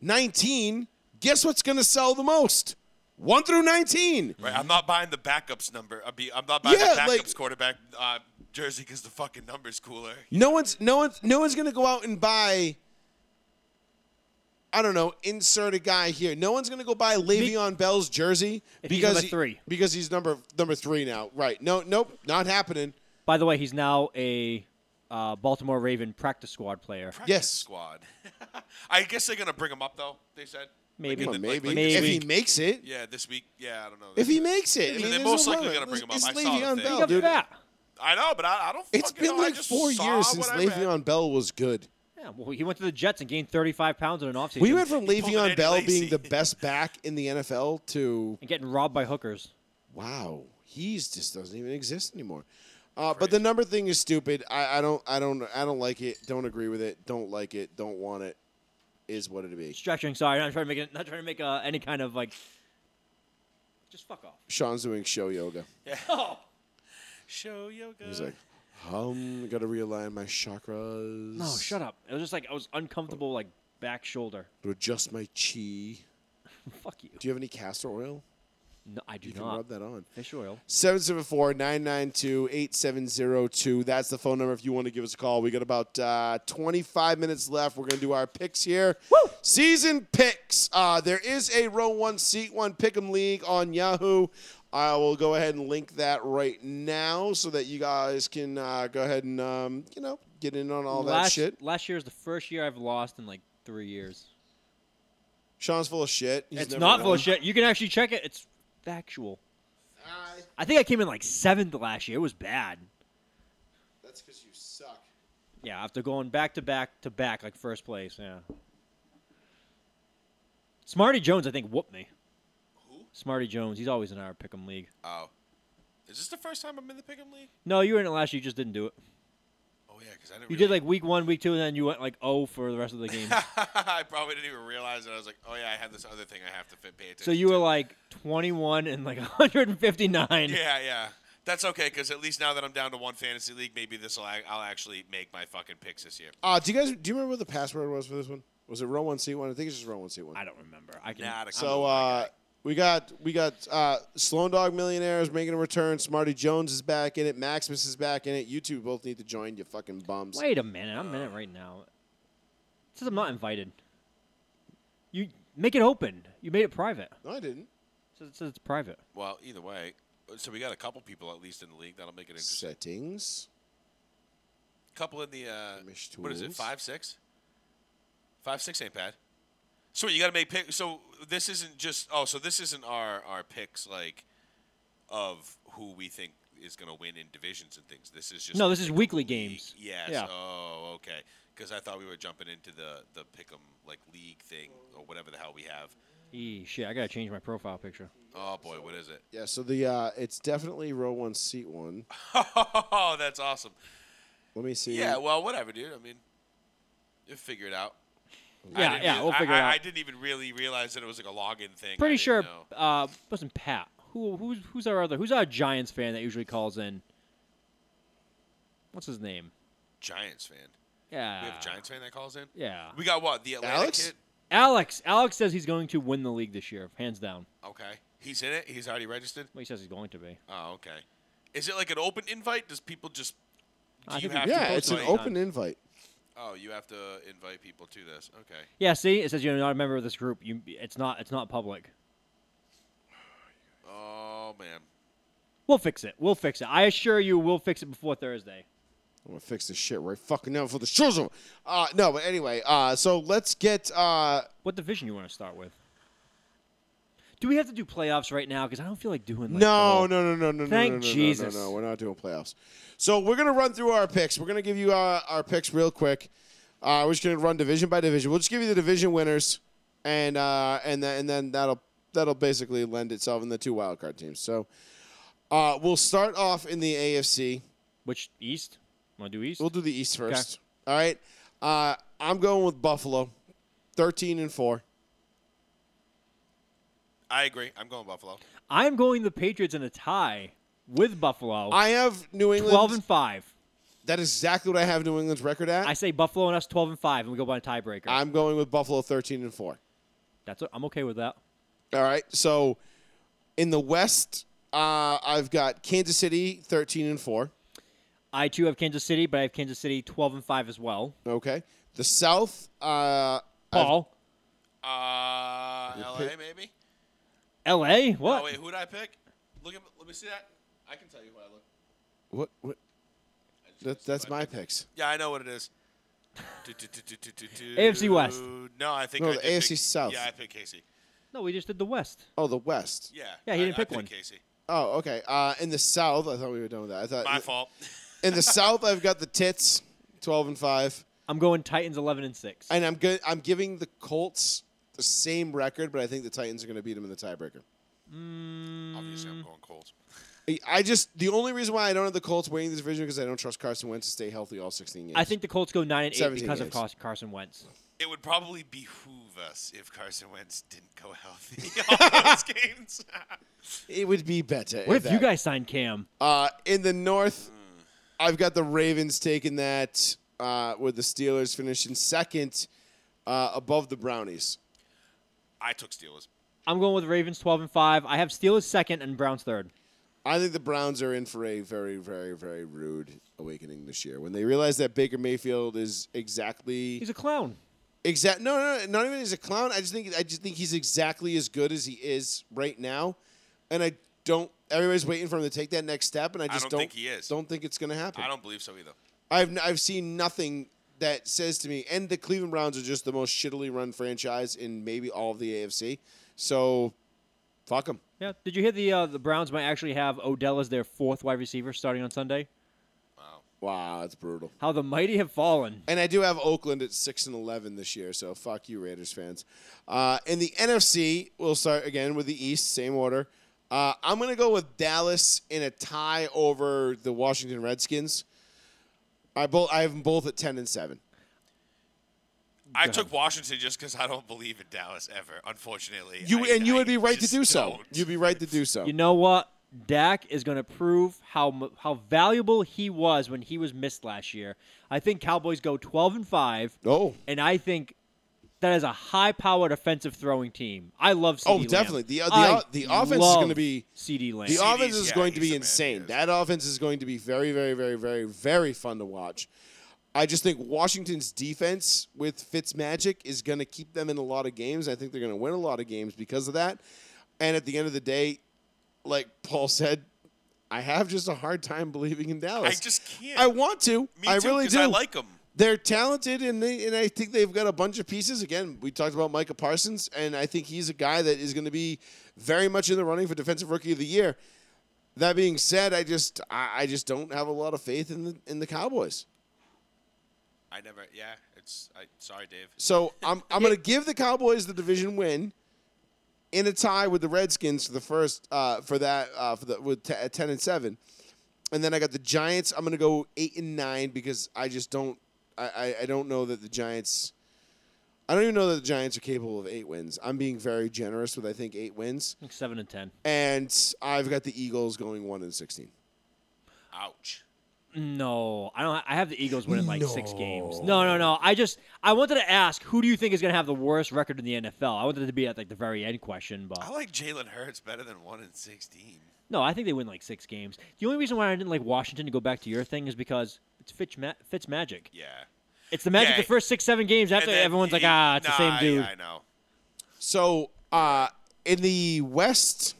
Speaker 1: nineteen, guess what's going to sell the most? One through nineteen.
Speaker 4: Right?
Speaker 5: Mm-hmm.
Speaker 4: I'm not buying the backups number. I'd be, I'm not buying
Speaker 1: Yeah,
Speaker 4: the backups
Speaker 1: like-
Speaker 4: quarterback uh, jersey because the fucking number's cooler.
Speaker 1: No one's no one's no one's gonna go out and buy. I don't know. Insert a guy here. No one's gonna go buy Le'Veon Bell's jersey
Speaker 5: If he's
Speaker 1: because
Speaker 5: number
Speaker 1: he-
Speaker 5: three.
Speaker 1: because he's number number three now. Right? No, nope, not happening.
Speaker 5: By the way, he's now a uh, Baltimore Raven practice squad player.
Speaker 1: Yes.
Speaker 4: Squad. I guess they're going to bring him up, though, they said.
Speaker 5: Maybe.
Speaker 1: Come on,
Speaker 4: Like,
Speaker 1: maybe.
Speaker 4: like
Speaker 5: Maybe.
Speaker 1: if he makes it.
Speaker 4: Yeah, this week. Yeah, I don't know.
Speaker 1: If he makes it, I
Speaker 4: Yeah,
Speaker 1: mean,
Speaker 4: they're
Speaker 1: there's
Speaker 4: most
Speaker 1: no
Speaker 4: likely
Speaker 1: way.
Speaker 4: gonna bring him
Speaker 1: It's-
Speaker 4: up.
Speaker 1: It's
Speaker 4: I saw the
Speaker 1: Le'Veon
Speaker 4: thing.
Speaker 1: Bell,
Speaker 5: Think of
Speaker 1: dude.
Speaker 5: that.
Speaker 4: I know, but I, I don't.
Speaker 1: It's
Speaker 4: fucking
Speaker 1: been
Speaker 4: know. I
Speaker 1: like
Speaker 4: just
Speaker 1: four
Speaker 4: saw
Speaker 1: years
Speaker 4: what
Speaker 1: since
Speaker 4: I read.
Speaker 1: Le'Veon Bell was good.
Speaker 5: Yeah, well, he went to the Jets and gained 35 pounds in an offseason.
Speaker 1: We went from
Speaker 4: pulled an
Speaker 1: Le'Veon
Speaker 4: Eddie
Speaker 1: Bell
Speaker 4: Lacy.
Speaker 1: being the best back in the NFL to
Speaker 5: and getting robbed by hookers.
Speaker 1: wow, he's just doesn't even exist anymore. Uh, but the number thing is stupid. I, I don't, I don't, I don't like it. Don't agree with it. Don't like it. Don't want it. Is what it be.
Speaker 5: Stretching. Sorry, not trying to make it, not trying to make uh, any kind of like. Just fuck off.
Speaker 1: Sean's doing show yoga.
Speaker 5: Oh.
Speaker 4: Show yoga.
Speaker 1: He's like, um, gotta realign my chakras.
Speaker 5: No, shut up. It was just like I was uncomfortable, like back shoulder.
Speaker 1: To adjust my chi.
Speaker 5: Fuck you.
Speaker 1: Do you have any castor oil?
Speaker 5: No, I do
Speaker 1: You can
Speaker 5: not.
Speaker 1: rub that on.
Speaker 5: Fish oil.
Speaker 1: 774 992 8702. That's the phone number if you want to give us a call. We got about uh, 25 minutes left. We're going to do our picks here.
Speaker 5: Woo!
Speaker 1: Season picks. Uh, there is a row one, seat one pick 'em league on Yahoo. I will go ahead and link that right now so that you guys can uh, go ahead and um, you know get in on all that
Speaker 5: last,
Speaker 1: shit.
Speaker 5: Last year is the first year I've lost in like three years.
Speaker 1: Sean's full of shit. He's
Speaker 5: it's
Speaker 1: never
Speaker 5: not full
Speaker 1: won.
Speaker 5: of shit. You can actually check it. It's factual. I think I came in like seventh last year. It was bad.
Speaker 1: That's because you suck.
Speaker 5: Yeah, after going back to back to back, like first place. Yeah. Smarty Jones, I think, whooped me.
Speaker 4: Who?
Speaker 5: Smarty Jones. He's always in our pick'em league.
Speaker 4: Oh. Is this the first time I'm in the Pick'em League?
Speaker 5: No, you were in it last year. You just didn't do it.
Speaker 4: Oh, yeah, because I didn't
Speaker 5: You did
Speaker 4: really-
Speaker 5: like week one, week two, and then you went like oh for the rest of the game.
Speaker 4: I probably didn't even realize it. I was like, oh, yeah, I have this other thing I have to fit, pay attention
Speaker 5: so you were
Speaker 4: to."
Speaker 5: like 21 and like 159.
Speaker 4: Yeah, yeah. That's okay, because at least now that I'm down to one fantasy league, maybe this will I'll actually make my fucking picks this year.
Speaker 1: Uh, do you guys do you remember what the password was for this one? Was it row one C one? I think it's just row one C one.
Speaker 5: I don't remember. I can.
Speaker 4: Not a
Speaker 1: So
Speaker 4: clue.
Speaker 1: uh, we got we got uh, Sloan Dog Millionaire is making a return. Smarty Jones is back in it. Maximus is back in it. You two both need to join. You fucking bums.
Speaker 5: Wait a minute. I'm in
Speaker 4: Uh.
Speaker 5: it right now. It says I'm not invited. You make it open. You made it private.
Speaker 1: No, I didn't.
Speaker 5: It says, it says it's private.
Speaker 4: well, either way, so we got a couple people at least in the league that'll make it interesting.
Speaker 1: Settings.
Speaker 4: couple in the uh,
Speaker 1: Image
Speaker 4: what is it?
Speaker 1: tools.
Speaker 4: Five six. Five six ain't bad. So you got to make pick. So this isn't just oh, so this isn't our our picks like of who we think is going to win in divisions and things. This is just
Speaker 5: No,
Speaker 4: the
Speaker 5: this is
Speaker 4: pick 'em
Speaker 5: weekly
Speaker 4: league.
Speaker 5: games.
Speaker 4: Yes.
Speaker 5: Yeah.
Speaker 4: Oh, okay. Because I thought we were jumping into the the pick'em like league thing or whatever the hell we have.
Speaker 5: Eee, shit. I gotta change my profile picture.
Speaker 4: Oh boy, what is it?
Speaker 1: Yeah. So the uh, it's definitely row one seat one.
Speaker 4: Oh, that's awesome.
Speaker 1: Let me see.
Speaker 4: Yeah. Well, whatever, dude. I mean, you figure it out. I
Speaker 5: Yeah,
Speaker 4: didn't
Speaker 5: yeah,
Speaker 4: rea-
Speaker 5: we'll
Speaker 4: I-
Speaker 5: figure
Speaker 4: I,
Speaker 5: it out.
Speaker 4: I didn't even really realize that it was like a login thing. I
Speaker 5: Pretty
Speaker 4: didn't
Speaker 5: sure.
Speaker 4: know.
Speaker 5: Uh, wasn't Pat? Who who's who's our other? Who's our Giants fan that usually calls in? What's his name?
Speaker 4: Giants fan.
Speaker 5: Yeah.
Speaker 4: We have a Giants fan that calls in.
Speaker 5: Yeah.
Speaker 4: We got what? The Atlantic
Speaker 1: Alex?
Speaker 4: kid.
Speaker 5: Alex. Alex says he's going to win the league this year, hands down.
Speaker 4: Okay. He's in it. He's already registered.
Speaker 5: Well, he says he's going to be.
Speaker 4: Oh, okay. Is it like an open invite? Does people just?
Speaker 5: I
Speaker 4: Do you
Speaker 5: think we
Speaker 4: have
Speaker 5: did.
Speaker 1: Yeah.
Speaker 4: to
Speaker 5: After
Speaker 1: It's an
Speaker 5: voting
Speaker 4: invite?
Speaker 5: on-
Speaker 1: open invite.
Speaker 4: Oh, you have to invite people to this. Okay.
Speaker 5: Yeah. See, it says you're not a member of this group. You. It's not. It's not public.
Speaker 4: Oh man.
Speaker 5: We'll fix it. We'll fix it. I assure you, we'll fix it before Thursday.
Speaker 1: I'm gonna fix this shit right fucking now for the show's over. Uh, no, but anyway. Uh, so let's get. Uh,
Speaker 5: What division you want to start with? Do we have to do playoffs right now? Because I don't feel like doing. Like, the
Speaker 1: No,
Speaker 5: whole-
Speaker 1: no, no, no, no, no,
Speaker 5: Thank
Speaker 1: no, no,
Speaker 5: Jesus.
Speaker 1: no, no, no. We're not doing playoffs. So we're gonna run through our picks. We're gonna give you uh, our picks real quick. Uh, we're just gonna run division by division. We'll just give you the division winners, and uh, and then and then that'll that'll basically lend itself in the two wildcard teams. So uh, we'll start off in the AFC.
Speaker 5: Which East? Want to do East?
Speaker 1: We'll do the East first. All right. Uh, I'm going with Buffalo, thirteen and four.
Speaker 4: I agree. I'm going Buffalo.
Speaker 5: I'm going the Patriots in a tie with Buffalo.
Speaker 1: I have New England.
Speaker 5: Twelve and five.
Speaker 1: that is exactly what I have New England's record at.
Speaker 5: I say Buffalo and us twelve and five, and we go by a tiebreaker.
Speaker 1: I'm going with Buffalo, thirteen and four.
Speaker 5: That's o- I'm okay with that.
Speaker 1: All right. So in the West, uh, I've got Kansas City 13 and 4.
Speaker 5: I too have Kansas City, but I have Kansas City twelve and five as well.
Speaker 1: Okay. The South, uh, I've-
Speaker 5: Paul,
Speaker 4: Uh, LA
Speaker 1: pick-
Speaker 4: maybe.
Speaker 5: L.A. What?
Speaker 4: Oh wait, who did I pick? Look at. Let me see that. I can tell you who I look.
Speaker 1: what, what? That, that's my picks.
Speaker 4: Yeah, I know what it is.
Speaker 5: AFC West.
Speaker 4: No, I think
Speaker 1: No,
Speaker 4: I
Speaker 1: the
Speaker 4: did
Speaker 1: AFC
Speaker 4: pick-
Speaker 1: South.
Speaker 4: Yeah, I picked Casey.
Speaker 5: no, we just did the West.
Speaker 1: Oh, the West.
Speaker 4: Yeah.
Speaker 5: Yeah, he
Speaker 4: I-
Speaker 5: didn't
Speaker 4: I
Speaker 5: pick
Speaker 4: picked
Speaker 5: one.
Speaker 4: Casey.
Speaker 1: Oh, okay. Uh, in the South, I thought we were done with that. I thought
Speaker 4: My fault.
Speaker 1: in the South, I've got the Tits 12 and 5,
Speaker 5: I'm going Titans eleven and six.
Speaker 1: and I'm good. I'm giving the Colts the same record, but I think the Titans are going to beat them in the tiebreaker.
Speaker 5: Mm.
Speaker 4: Obviously, I'm going Colts.
Speaker 1: I- I just the only reason why I don't have the Colts winning this division because I don't trust Carson Wentz to stay healthy all 16 games.
Speaker 5: I think the Colts go nine and eight
Speaker 1: 17
Speaker 5: because of
Speaker 1: games.
Speaker 5: Cars- Carson Wentz.
Speaker 4: It would probably behoove us if Carson Wentz didn't go healthy all those games.
Speaker 1: it would be better.
Speaker 5: What if you
Speaker 1: that-
Speaker 5: guys signed Cam?
Speaker 1: Uh, in the North,
Speaker 4: Mm.
Speaker 1: I've got the Ravens taking that uh, with the Steelers finishing second uh, above the Brownies.
Speaker 4: I took Steelers.
Speaker 5: I'm going with Ravens 12 and 5. I have Steelers second and Browns third.
Speaker 1: I think the Browns are in for a very, very, very rude awakening this year when they realize that Baker Mayfield is exactly
Speaker 5: He's a clown.
Speaker 1: exact. No, no, no, not even as a clown. I just think I just think he's exactly as good as he is right now, and I don't. everybody's waiting for him to take that next step, and I
Speaker 4: I
Speaker 1: just
Speaker 4: don't
Speaker 1: don't
Speaker 4: think he is.
Speaker 1: don't think it's going to happen.
Speaker 4: I don't believe so either.
Speaker 1: I've n- I've seen nothing that says to me, and the Cleveland Browns are just the most shittily run franchise in maybe all of the AFC. So, fuck them.
Speaker 5: Yeah. Did you hear the uh, the Browns might actually have Odell as their fourth wide receiver starting on Sunday?
Speaker 1: Wow, that's brutal.
Speaker 5: How the mighty have fallen.
Speaker 1: And I do have Oakland at six and eleven this year, so fuck you, Raiders fans. Uh, in the NFC, we'll start again with the East, same order. Uh, I'm gonna go with Dallas in a tie over the Washington Redskins. I both I have them both at ten and seven.
Speaker 4: I took Washington just because I don't believe in Dallas ever. Unfortunately,
Speaker 1: You
Speaker 4: I-
Speaker 1: and you
Speaker 4: I
Speaker 1: would be right to
Speaker 4: just
Speaker 1: do so.
Speaker 4: don't.
Speaker 1: You'd be right to do so.
Speaker 5: You know what? Dak is going to prove how mu- how valuable he was when he was missed last year. I think Cowboys go 12 and 5
Speaker 1: oh,
Speaker 5: and I think that is a high-powered offensive throwing team. I love CD
Speaker 1: Oh,
Speaker 5: Lamb.
Speaker 1: definitely. The- the-
Speaker 5: I
Speaker 1: the offense is gonna
Speaker 5: love
Speaker 1: be-
Speaker 5: CD Lamb.
Speaker 1: The offense is
Speaker 4: yeah,
Speaker 1: going to
Speaker 4: he's
Speaker 1: be
Speaker 4: the man,
Speaker 1: insane.
Speaker 4: he is.
Speaker 1: that offense is going to be very, very, very, very, very fun to watch. I just think Washington's defense with Fitzmagic is going to keep them in a lot of games. I think they're going to win a lot of games because of that. And at the end of the day, like Paul said, I have just a hard time believing in
Speaker 4: I
Speaker 1: Dallas.
Speaker 4: just can't.
Speaker 1: I want to.
Speaker 4: Me
Speaker 1: I
Speaker 4: too,
Speaker 1: really
Speaker 4: 'cause
Speaker 1: do.
Speaker 4: I like them.
Speaker 1: They're talented, and they, and I think they've got a bunch of pieces. Again, we talked about Micah Parsons, and I think he's a guy that is going to be very much in the running for Defensive Rookie of the Year. That being said, I just I, I just don't have a lot of faith in the in the Cowboys.
Speaker 4: I never. Yeah, it's. I, sorry, Dave.
Speaker 1: So I'm I'm going to give the Cowboys the division win in a tie with the Redskins for the first uh, for that uh, for the with t- at ten and seven, and then I got the Giants. I'm going to go eight and nine because I just don't I, I, I don't know that the Giants. I don't even know that the Giants are capable of eight wins. I'm being very generous with I think eight wins,
Speaker 5: Like 7 and 10.
Speaker 1: and I've got the Eagles going one and sixteen.
Speaker 4: Ouch.
Speaker 5: No, I don't. I have the Eagles winning like six games. No, no, no. I just I wanted to ask who do you think is going to have the worst record in the NFL? I wanted it to be at like the very end question, but
Speaker 4: I like Jalen Hurts better than one in sixteen.
Speaker 5: no, I think they win like six games. The only reason why I didn't like Washington to go back to your thing is because it's Fitz, Ma- Fitz magic.
Speaker 4: Yeah.
Speaker 5: It's the magic
Speaker 4: Yeah.
Speaker 5: the first six seven games after
Speaker 4: And then
Speaker 5: everyone's like
Speaker 4: he-
Speaker 5: ah it's the
Speaker 4: nah,
Speaker 5: same
Speaker 4: I-
Speaker 5: dude.
Speaker 4: I know.
Speaker 1: So uh, in the West,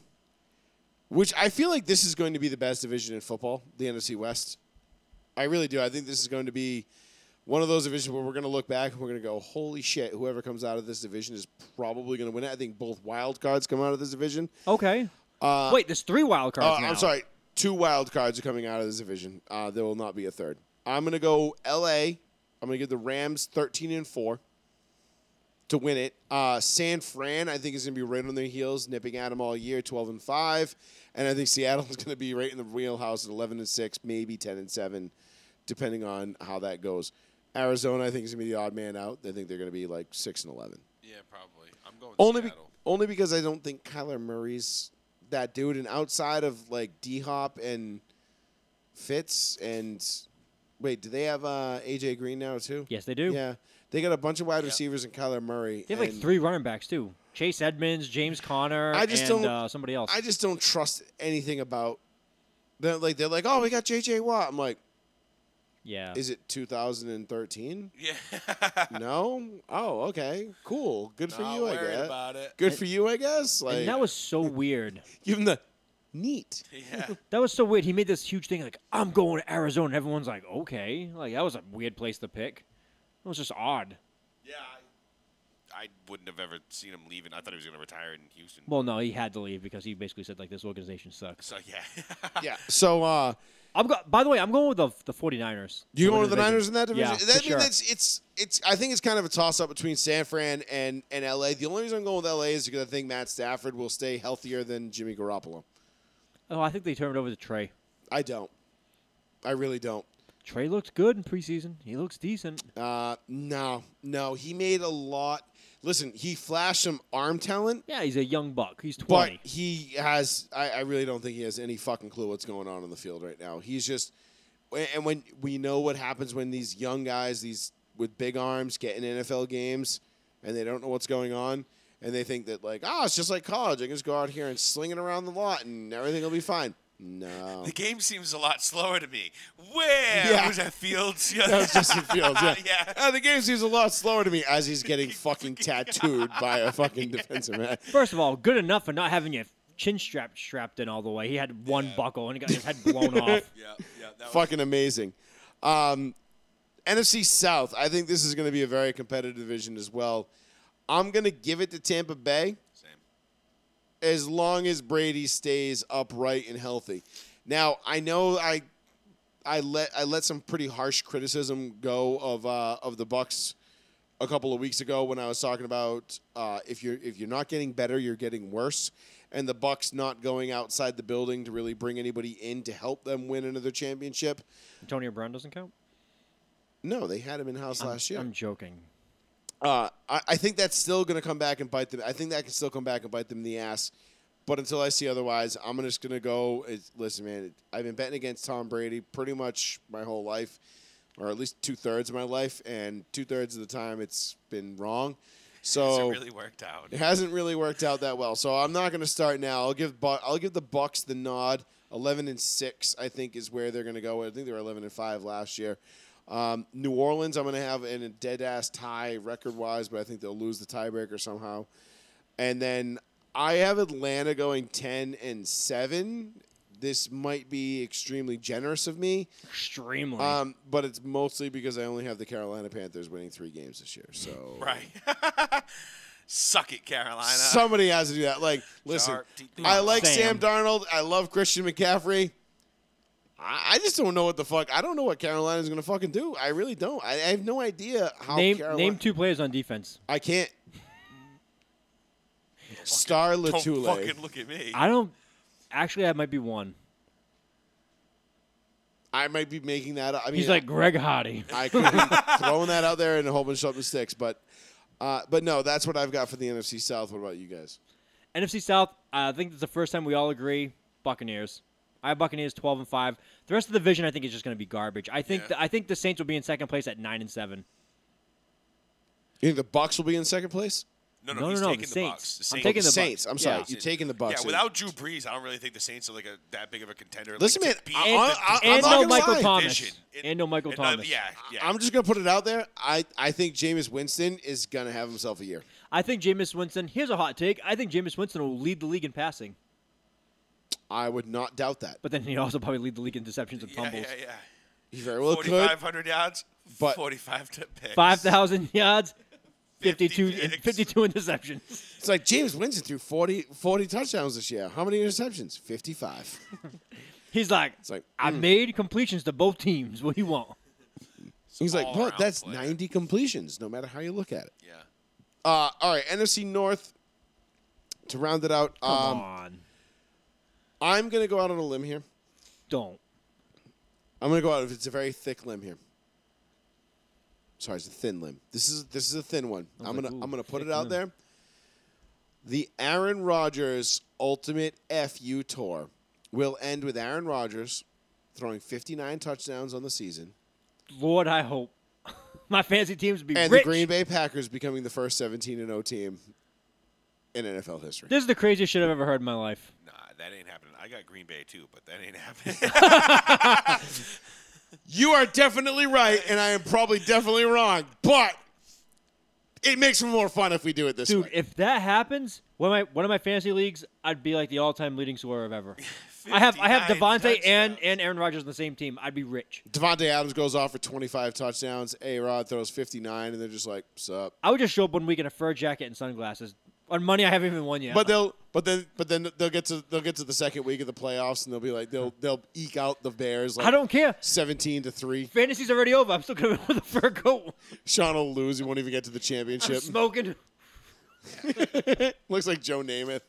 Speaker 1: which I feel like this is going to be the best division in football, the NFC West. I really do. I think this is going to be one of those divisions where we're going to look back and we're going to go, holy shit, whoever comes out of this division is probably going to win it. I think both wild cards come out of this division.
Speaker 5: Okay. Wait, there's three wild
Speaker 1: Uh,
Speaker 5: cards now.
Speaker 1: I'm sorry, two wild cards are coming out of this division. Uh, there will not be a third. I'm going to go LA. I'm going to give the Rams 13 and 4 to win it. Uh, San Fran, I think, is going to be right on their heels, nipping at them all year, 12 and 5. And I think Seattle is going to be right in the wheelhouse at 11 and 6, maybe 10 and 7, depending on how that goes. Arizona, I think, is going to be the odd man out. I think they're going to be like 6 and 11.
Speaker 4: Yeah, probably. I'm going
Speaker 1: Only, be-
Speaker 4: Seattle.
Speaker 1: only because I don't think Kyler Murray's that dude. And outside of like D Hop and Fitz and wait, do they have uh, AJ Green now too?
Speaker 5: Yes, they do.
Speaker 1: Yeah, they got a bunch of wide receivers and Kyler Murray.
Speaker 5: They have like
Speaker 1: and
Speaker 5: three running backs too. Chase Edmonds, James Conner,
Speaker 1: I just
Speaker 5: and
Speaker 1: don't-
Speaker 5: uh, somebody else.
Speaker 1: I just don't trust anything about. They're like they're like, oh, we got JJ Watt. I'm like,
Speaker 5: yeah. Uh,
Speaker 1: is it 2013?
Speaker 4: Yeah.
Speaker 1: no. Oh, okay, cool. Good for
Speaker 4: Not
Speaker 1: you, I
Speaker 4: worried
Speaker 1: guess.
Speaker 4: about it.
Speaker 1: Good for you, I guess. Like
Speaker 5: and that was so weird.
Speaker 1: give him the neat.
Speaker 4: Yeah.
Speaker 5: That was so weird. He made this huge thing like, I'm going to Arizona. And everyone's like, okay. Like, that was a weird place to pick. It was just odd.
Speaker 4: Yeah. I, I wouldn't have ever seen him leaving. I thought he was going to retire in Houston.
Speaker 5: Well, no, he had to leave because he basically said, like, this organization sucks.
Speaker 4: so yeah.
Speaker 1: Yeah. So uh,
Speaker 5: I'm go- By the way, I'm going with the, the 49ers.
Speaker 1: You
Speaker 5: to win
Speaker 1: going to the
Speaker 5: division.
Speaker 1: Niners in that division?
Speaker 5: Yeah, for
Speaker 1: that, I mean,
Speaker 5: sure.
Speaker 1: that's it's it's. I think it's kind of a toss up between San Fran and and LA. The only reason I'm going with LA is because I think Matt Stafford will stay healthier than Jimmy Garoppolo.
Speaker 5: Oh, I think they turned it over to Trey.
Speaker 1: I don't. I really don't.
Speaker 5: Trey looked good in preseason. He looks decent.
Speaker 1: Uh, no, no. He made a lot. Listen, he flashed some arm talent,
Speaker 5: Yeah, he's a young buck. He's 20.
Speaker 1: but he has. I, I really don't think he has any fucking clue what's going on in the field right now. He's just. And when we know what happens when these young guys, these with big arms, get in NFL games, and they don't know what's going on, and they think that like, ah, it's just like college. I can just go out here and sling it around the lot, and everything will be fine. No,
Speaker 4: The game seems a lot slower to me. Where
Speaker 1: Yeah.
Speaker 4: was that Fields? Yeah.
Speaker 1: that was Justin Fields. Yeah,
Speaker 4: Yeah.
Speaker 1: Uh, the game seems a lot slower to me as he's getting fucking tattooed by a fucking defensive man.
Speaker 5: First of all, good enough for not having your chin strap strapped in all the way. He had one buckle and he got his head blown off.
Speaker 4: Yeah, yeah. That was,
Speaker 1: Fucking amazing. Um, NFC South. I think this is going to be a very competitive division as well. I'm going to give it to Tampa Bay.
Speaker 4: same.
Speaker 1: as long as Brady stays upright and healthy. Now I know I, I let I let some pretty harsh criticism go of uh, of the Bucks a couple of weeks ago when I was talking about uh, if you're if you're not getting better, you're getting worse, and the Bucks not going outside the building to really bring anybody in to help them win another championship.
Speaker 5: Antonio Brown doesn't count.
Speaker 1: No, they had him in house last year.
Speaker 5: I'm joking.
Speaker 1: Uh, I, I think that's still going to come back and bite them. I think that can still come back and bite them in the ass. But until I see otherwise, I'm just going to go. It's, listen, man, I've been betting against Tom Brady pretty much my whole life, or at least two thirds of my life, and two thirds of the time it's been wrong. So
Speaker 4: So it really worked out.
Speaker 1: it hasn't really worked out that well. So I'm not going to start now. I'll give Bu- I'll give the Bucks the nod. 11 and 6 I think is where they're going to go. I think they were 11 and 5 last year. Um, New Orleans I'm going to have in a dead ass tie record wise, but I think they'll lose the tiebreaker somehow. And then I have Atlanta going 10 and 7. This might be extremely generous of me,
Speaker 5: Extremely.
Speaker 1: um, but it's mostly because I only have the Carolina Panthers winning three games this year. So
Speaker 4: Right. Suck it, Carolina.
Speaker 1: Somebody has to do that. Like, listen,
Speaker 4: Sharp, deep throw.
Speaker 1: I like Sam.
Speaker 5: Sam.
Speaker 1: Darnold. I love Christian McCaffrey. I, I just don't know what the fuck. I don't know what Carolina's gonna fucking do. I really don't. I, I have no idea how.
Speaker 5: name
Speaker 1: Carolina,
Speaker 5: name two players on defense.
Speaker 1: I can't. Star
Speaker 4: Don't
Speaker 1: Latule.
Speaker 4: fucking look at me.
Speaker 5: I don't. Actually, I might be one.
Speaker 1: I might be making that up. I mean,
Speaker 5: He's like Greg Hardy.
Speaker 1: I could be throwing that out there and hoping something sticks. But, uh, but no, that's what I've got for the NFC South. What about you guys?
Speaker 5: NFC South. I think it's the first time we all agree. Buccaneers. I have Buccaneers twelve and five. The rest of the division, I think, is just going to be garbage. I think. The, I think the Saints will be in second place at nine and seven.
Speaker 1: You think the Bucks will be in second place?
Speaker 4: no, no,
Speaker 5: No,
Speaker 4: he's
Speaker 5: no, no,
Speaker 4: taking
Speaker 5: the
Speaker 4: the
Speaker 5: Saints.
Speaker 4: Bucks. The
Speaker 5: I'm
Speaker 4: Saints.
Speaker 5: taking the
Speaker 1: Saints. I'm sorry,
Speaker 5: Yeah.
Speaker 1: you're taking the Bucks.
Speaker 4: Yeah, without Drew Brees, I don't really think the Saints are like a, that big of a contender. like,
Speaker 1: Listen,
Speaker 4: to
Speaker 1: man,
Speaker 4: beat
Speaker 1: I-
Speaker 4: the-
Speaker 1: I- I'm
Speaker 5: and
Speaker 1: not
Speaker 5: no
Speaker 1: gonna
Speaker 5: Michael
Speaker 1: lie.
Speaker 5: Thomas.
Speaker 4: Division. It-
Speaker 5: and no Michael
Speaker 4: and, uh,
Speaker 5: Thomas.
Speaker 4: yeah, yeah.
Speaker 1: I'm just gonna put it out there. I, I think Jameis Winston is gonna have himself a year.
Speaker 5: I think Jameis Winston. Here's a hot take. I think Jameis Winston will lead the league in passing,
Speaker 1: I would not doubt that.
Speaker 5: but then he also probably lead the league in interceptions and
Speaker 4: yeah,
Speaker 5: fumbles.
Speaker 4: yeah, yeah.
Speaker 1: He very well could.
Speaker 4: 4,500 yards,
Speaker 1: But-
Speaker 4: 45 to picks.
Speaker 5: Five thousand yards, 52,
Speaker 4: 52
Speaker 5: and
Speaker 4: picks.
Speaker 5: 52 interceptions.
Speaker 1: It's like James Winston threw 40, 40 touchdowns this year. How many interceptions? Fifty five.
Speaker 5: He's like,
Speaker 1: It's like mm.
Speaker 5: I made completions to both teams. What do you want?
Speaker 1: he's like,
Speaker 4: all-around
Speaker 1: what? That's
Speaker 4: player.
Speaker 1: ninety completions, no matter how you look at it.
Speaker 4: Yeah.
Speaker 1: Uh, all right, NFC North. To round it out,
Speaker 5: Come
Speaker 1: um,
Speaker 5: on,
Speaker 1: I'm gonna go out on a limb here.
Speaker 5: don't.
Speaker 1: I'm gonna go out. It's a very thick limb here. Sorry, it's a thin limb. This is this is a thin one.
Speaker 5: I
Speaker 1: I'm
Speaker 5: was like,
Speaker 1: gonna
Speaker 5: ooh,
Speaker 1: I'm gonna put
Speaker 5: thick
Speaker 1: it out
Speaker 5: limb.
Speaker 1: there. The Aaron Rodgers Ultimate FU Tour will end with Aaron Rodgers throwing 59 touchdowns on the season
Speaker 5: Lord, I hope my fancy teams be
Speaker 1: and
Speaker 5: rich.
Speaker 1: the Green Bay Packers becoming the first 17 and 0 team in NFL history.
Speaker 5: This is the craziest shit I've ever heard in my life.
Speaker 4: Nah, that ain't happening. I got Green Bay too, but that ain't happening.
Speaker 1: You are definitely right, and I am probably definitely wrong, but it makes for more fun if we do it this
Speaker 5: Dude,
Speaker 1: way.
Speaker 5: if that happens, one of my one of my fantasy leagues, I'd be like the all-time leading scorer of ever. I have I have
Speaker 4: 59
Speaker 5: Devontae and
Speaker 4: touchdowns.
Speaker 5: and Aaron Rodgers on the same team. I'd be rich.
Speaker 1: Devontae Adams goes off for 25 touchdowns. A Rod throws 59, and they're just like, "Sup?"
Speaker 5: I would just show up one week in a fur jacket and sunglasses. On money, I haven't even won yet.
Speaker 1: But they'll, but then, but then they'll get to they'll get to the second week of the playoffs, and they'll be like, they'll they'll eke out the Bears. Like
Speaker 5: I don't care.
Speaker 1: 17 to three.
Speaker 5: Fantasy's already over. I'm still coming with a fur coat.
Speaker 1: Sean will lose. He won't even get to the
Speaker 5: I'm
Speaker 1: championship.
Speaker 5: smoking.
Speaker 1: Looks like Joe Namath.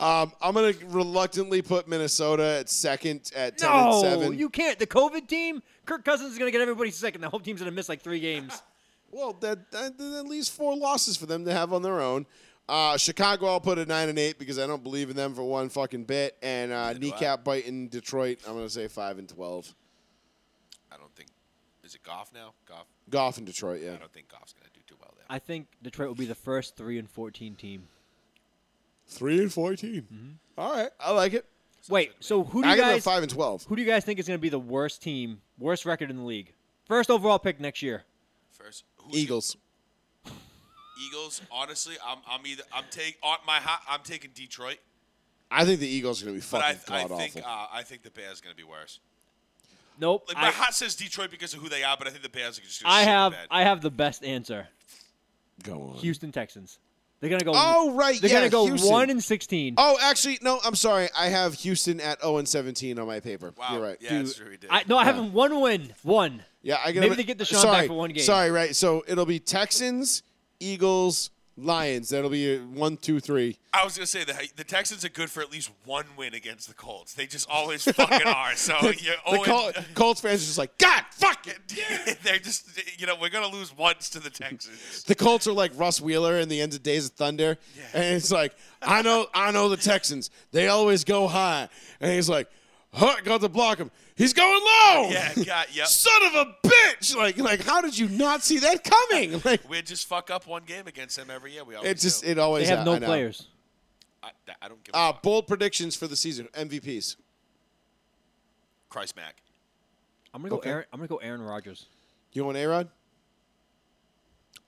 Speaker 1: um, I'm gonna reluctantly put Minnesota at second at 10 and
Speaker 5: No,
Speaker 1: seven.
Speaker 5: you can't. The COVID team, Kirk Cousins is gonna get everybody sick, and the whole team's gonna miss like three games.
Speaker 1: Well, that, that, that at least four losses for them to have on their own. Uh, Chicago, I'll put a nine and eight because I don't believe in them for one fucking bit. And uh, kneecap biting Detroit, I'm gonna say five and twelve.
Speaker 4: I don't think. Is it Goff now? Goff?
Speaker 1: Goff in Detroit, yeah.
Speaker 4: I don't think Goff's going to do too well there.
Speaker 5: I think Detroit will be the first three and fourteen team.
Speaker 1: Three and 14 All right, I like it.
Speaker 5: Wait, so Mm-hmm. who do
Speaker 1: I
Speaker 5: you
Speaker 1: got them
Speaker 5: guys
Speaker 1: five and twelve.
Speaker 5: who do you guys think is gonna be the worst team, worst record in the league, first overall pick next year?
Speaker 4: First, who's
Speaker 1: Eagles.
Speaker 4: Eagles, honestly, I'm I'm either I'm take on my hot, I'm taking Detroit,
Speaker 1: I think the Eagles are going to be
Speaker 4: but I,
Speaker 1: fucking
Speaker 4: I
Speaker 1: god
Speaker 4: think
Speaker 1: awful.
Speaker 4: uh, I think the Bears are gonna be worse.
Speaker 5: Nope.
Speaker 4: Like my
Speaker 5: I,
Speaker 4: hot says Detroit because of who they are, but I think the Bears are just gonna
Speaker 5: I
Speaker 4: shit the
Speaker 5: have
Speaker 4: bed.
Speaker 5: I have the best answer.
Speaker 1: Go on.
Speaker 5: Houston Texans. They're gonna go.
Speaker 1: Oh right,
Speaker 5: They're
Speaker 1: yeah,
Speaker 5: gonna go
Speaker 1: Houston.
Speaker 5: one and sixteen.
Speaker 1: Oh, actually, no. I'm sorry. I have Houston at 0 and 17 on my paper.
Speaker 4: Wow,
Speaker 1: You're right.
Speaker 4: yeah,
Speaker 5: Dude,
Speaker 4: that's true. He did.
Speaker 5: I, no, I have them one win. One.
Speaker 1: Yeah, I get
Speaker 5: Maybe they get Deshaun
Speaker 1: sorry,
Speaker 5: back for one game.
Speaker 1: Sorry, right. So it'll be Texans, Eagles, Lions. That'll be uh, one, two, three.
Speaker 4: I was gonna say that the Texans are good for at least one win against the Colts. They just always fucking are. So oh, you're
Speaker 1: The Col- Colts fans are just like, God, fuck it.
Speaker 4: they're just you know we're gonna lose once to the Texans.
Speaker 1: The Colts are like Russ Wheeler in the end of Days of Thunder, and it's like, I know, I know the Texans. They always go high, and he's like, huh, got to block him. He's going low.
Speaker 4: yeah, God, yep.
Speaker 1: Son of a bitch! Like, like, how did you not see that coming? Like,
Speaker 4: We just fuck up one game against them every year. We always
Speaker 1: it just,
Speaker 4: do.
Speaker 1: it always.
Speaker 5: They have
Speaker 1: I
Speaker 5: no
Speaker 1: know.
Speaker 5: players.
Speaker 4: I, I don't give a
Speaker 1: Uh,
Speaker 4: fuck.
Speaker 1: bold predictions for the season. MVPs.
Speaker 4: Christ, Mac.
Speaker 5: I'm gonna go.
Speaker 1: Okay.
Speaker 5: Aaron, I'm gonna go Aaron Rodgers.
Speaker 1: You want A Rod?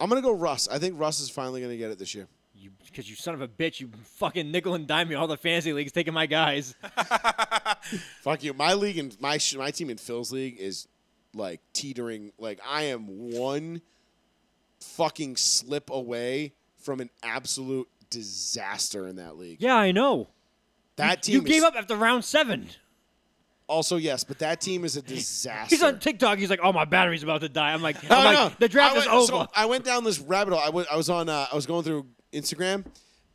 Speaker 1: I'm gonna go Russ. I think Russ is finally gonna get it this year.
Speaker 5: You because you son of a bitch. You fucking nickel and dime me all the fantasy leagues taking my guys.
Speaker 1: Fuck you. My league and my sh- my team in Phil's league is like teetering. Like I am one fucking slip away from an absolute disaster in that league.
Speaker 5: Yeah, I know.
Speaker 1: That team
Speaker 5: You
Speaker 1: is-
Speaker 5: gave up after round seven.
Speaker 1: Also, yes, but that team is a disaster.
Speaker 5: He's on TikTok. He's like, "Oh, my battery's about to die." I'm like,
Speaker 1: No,
Speaker 5: I'm
Speaker 1: no.
Speaker 5: like the draft
Speaker 1: I
Speaker 5: is
Speaker 1: went-
Speaker 5: over.
Speaker 1: so I went down this rabbit hole. I wa- I was on. Uh, I was going through Instagram,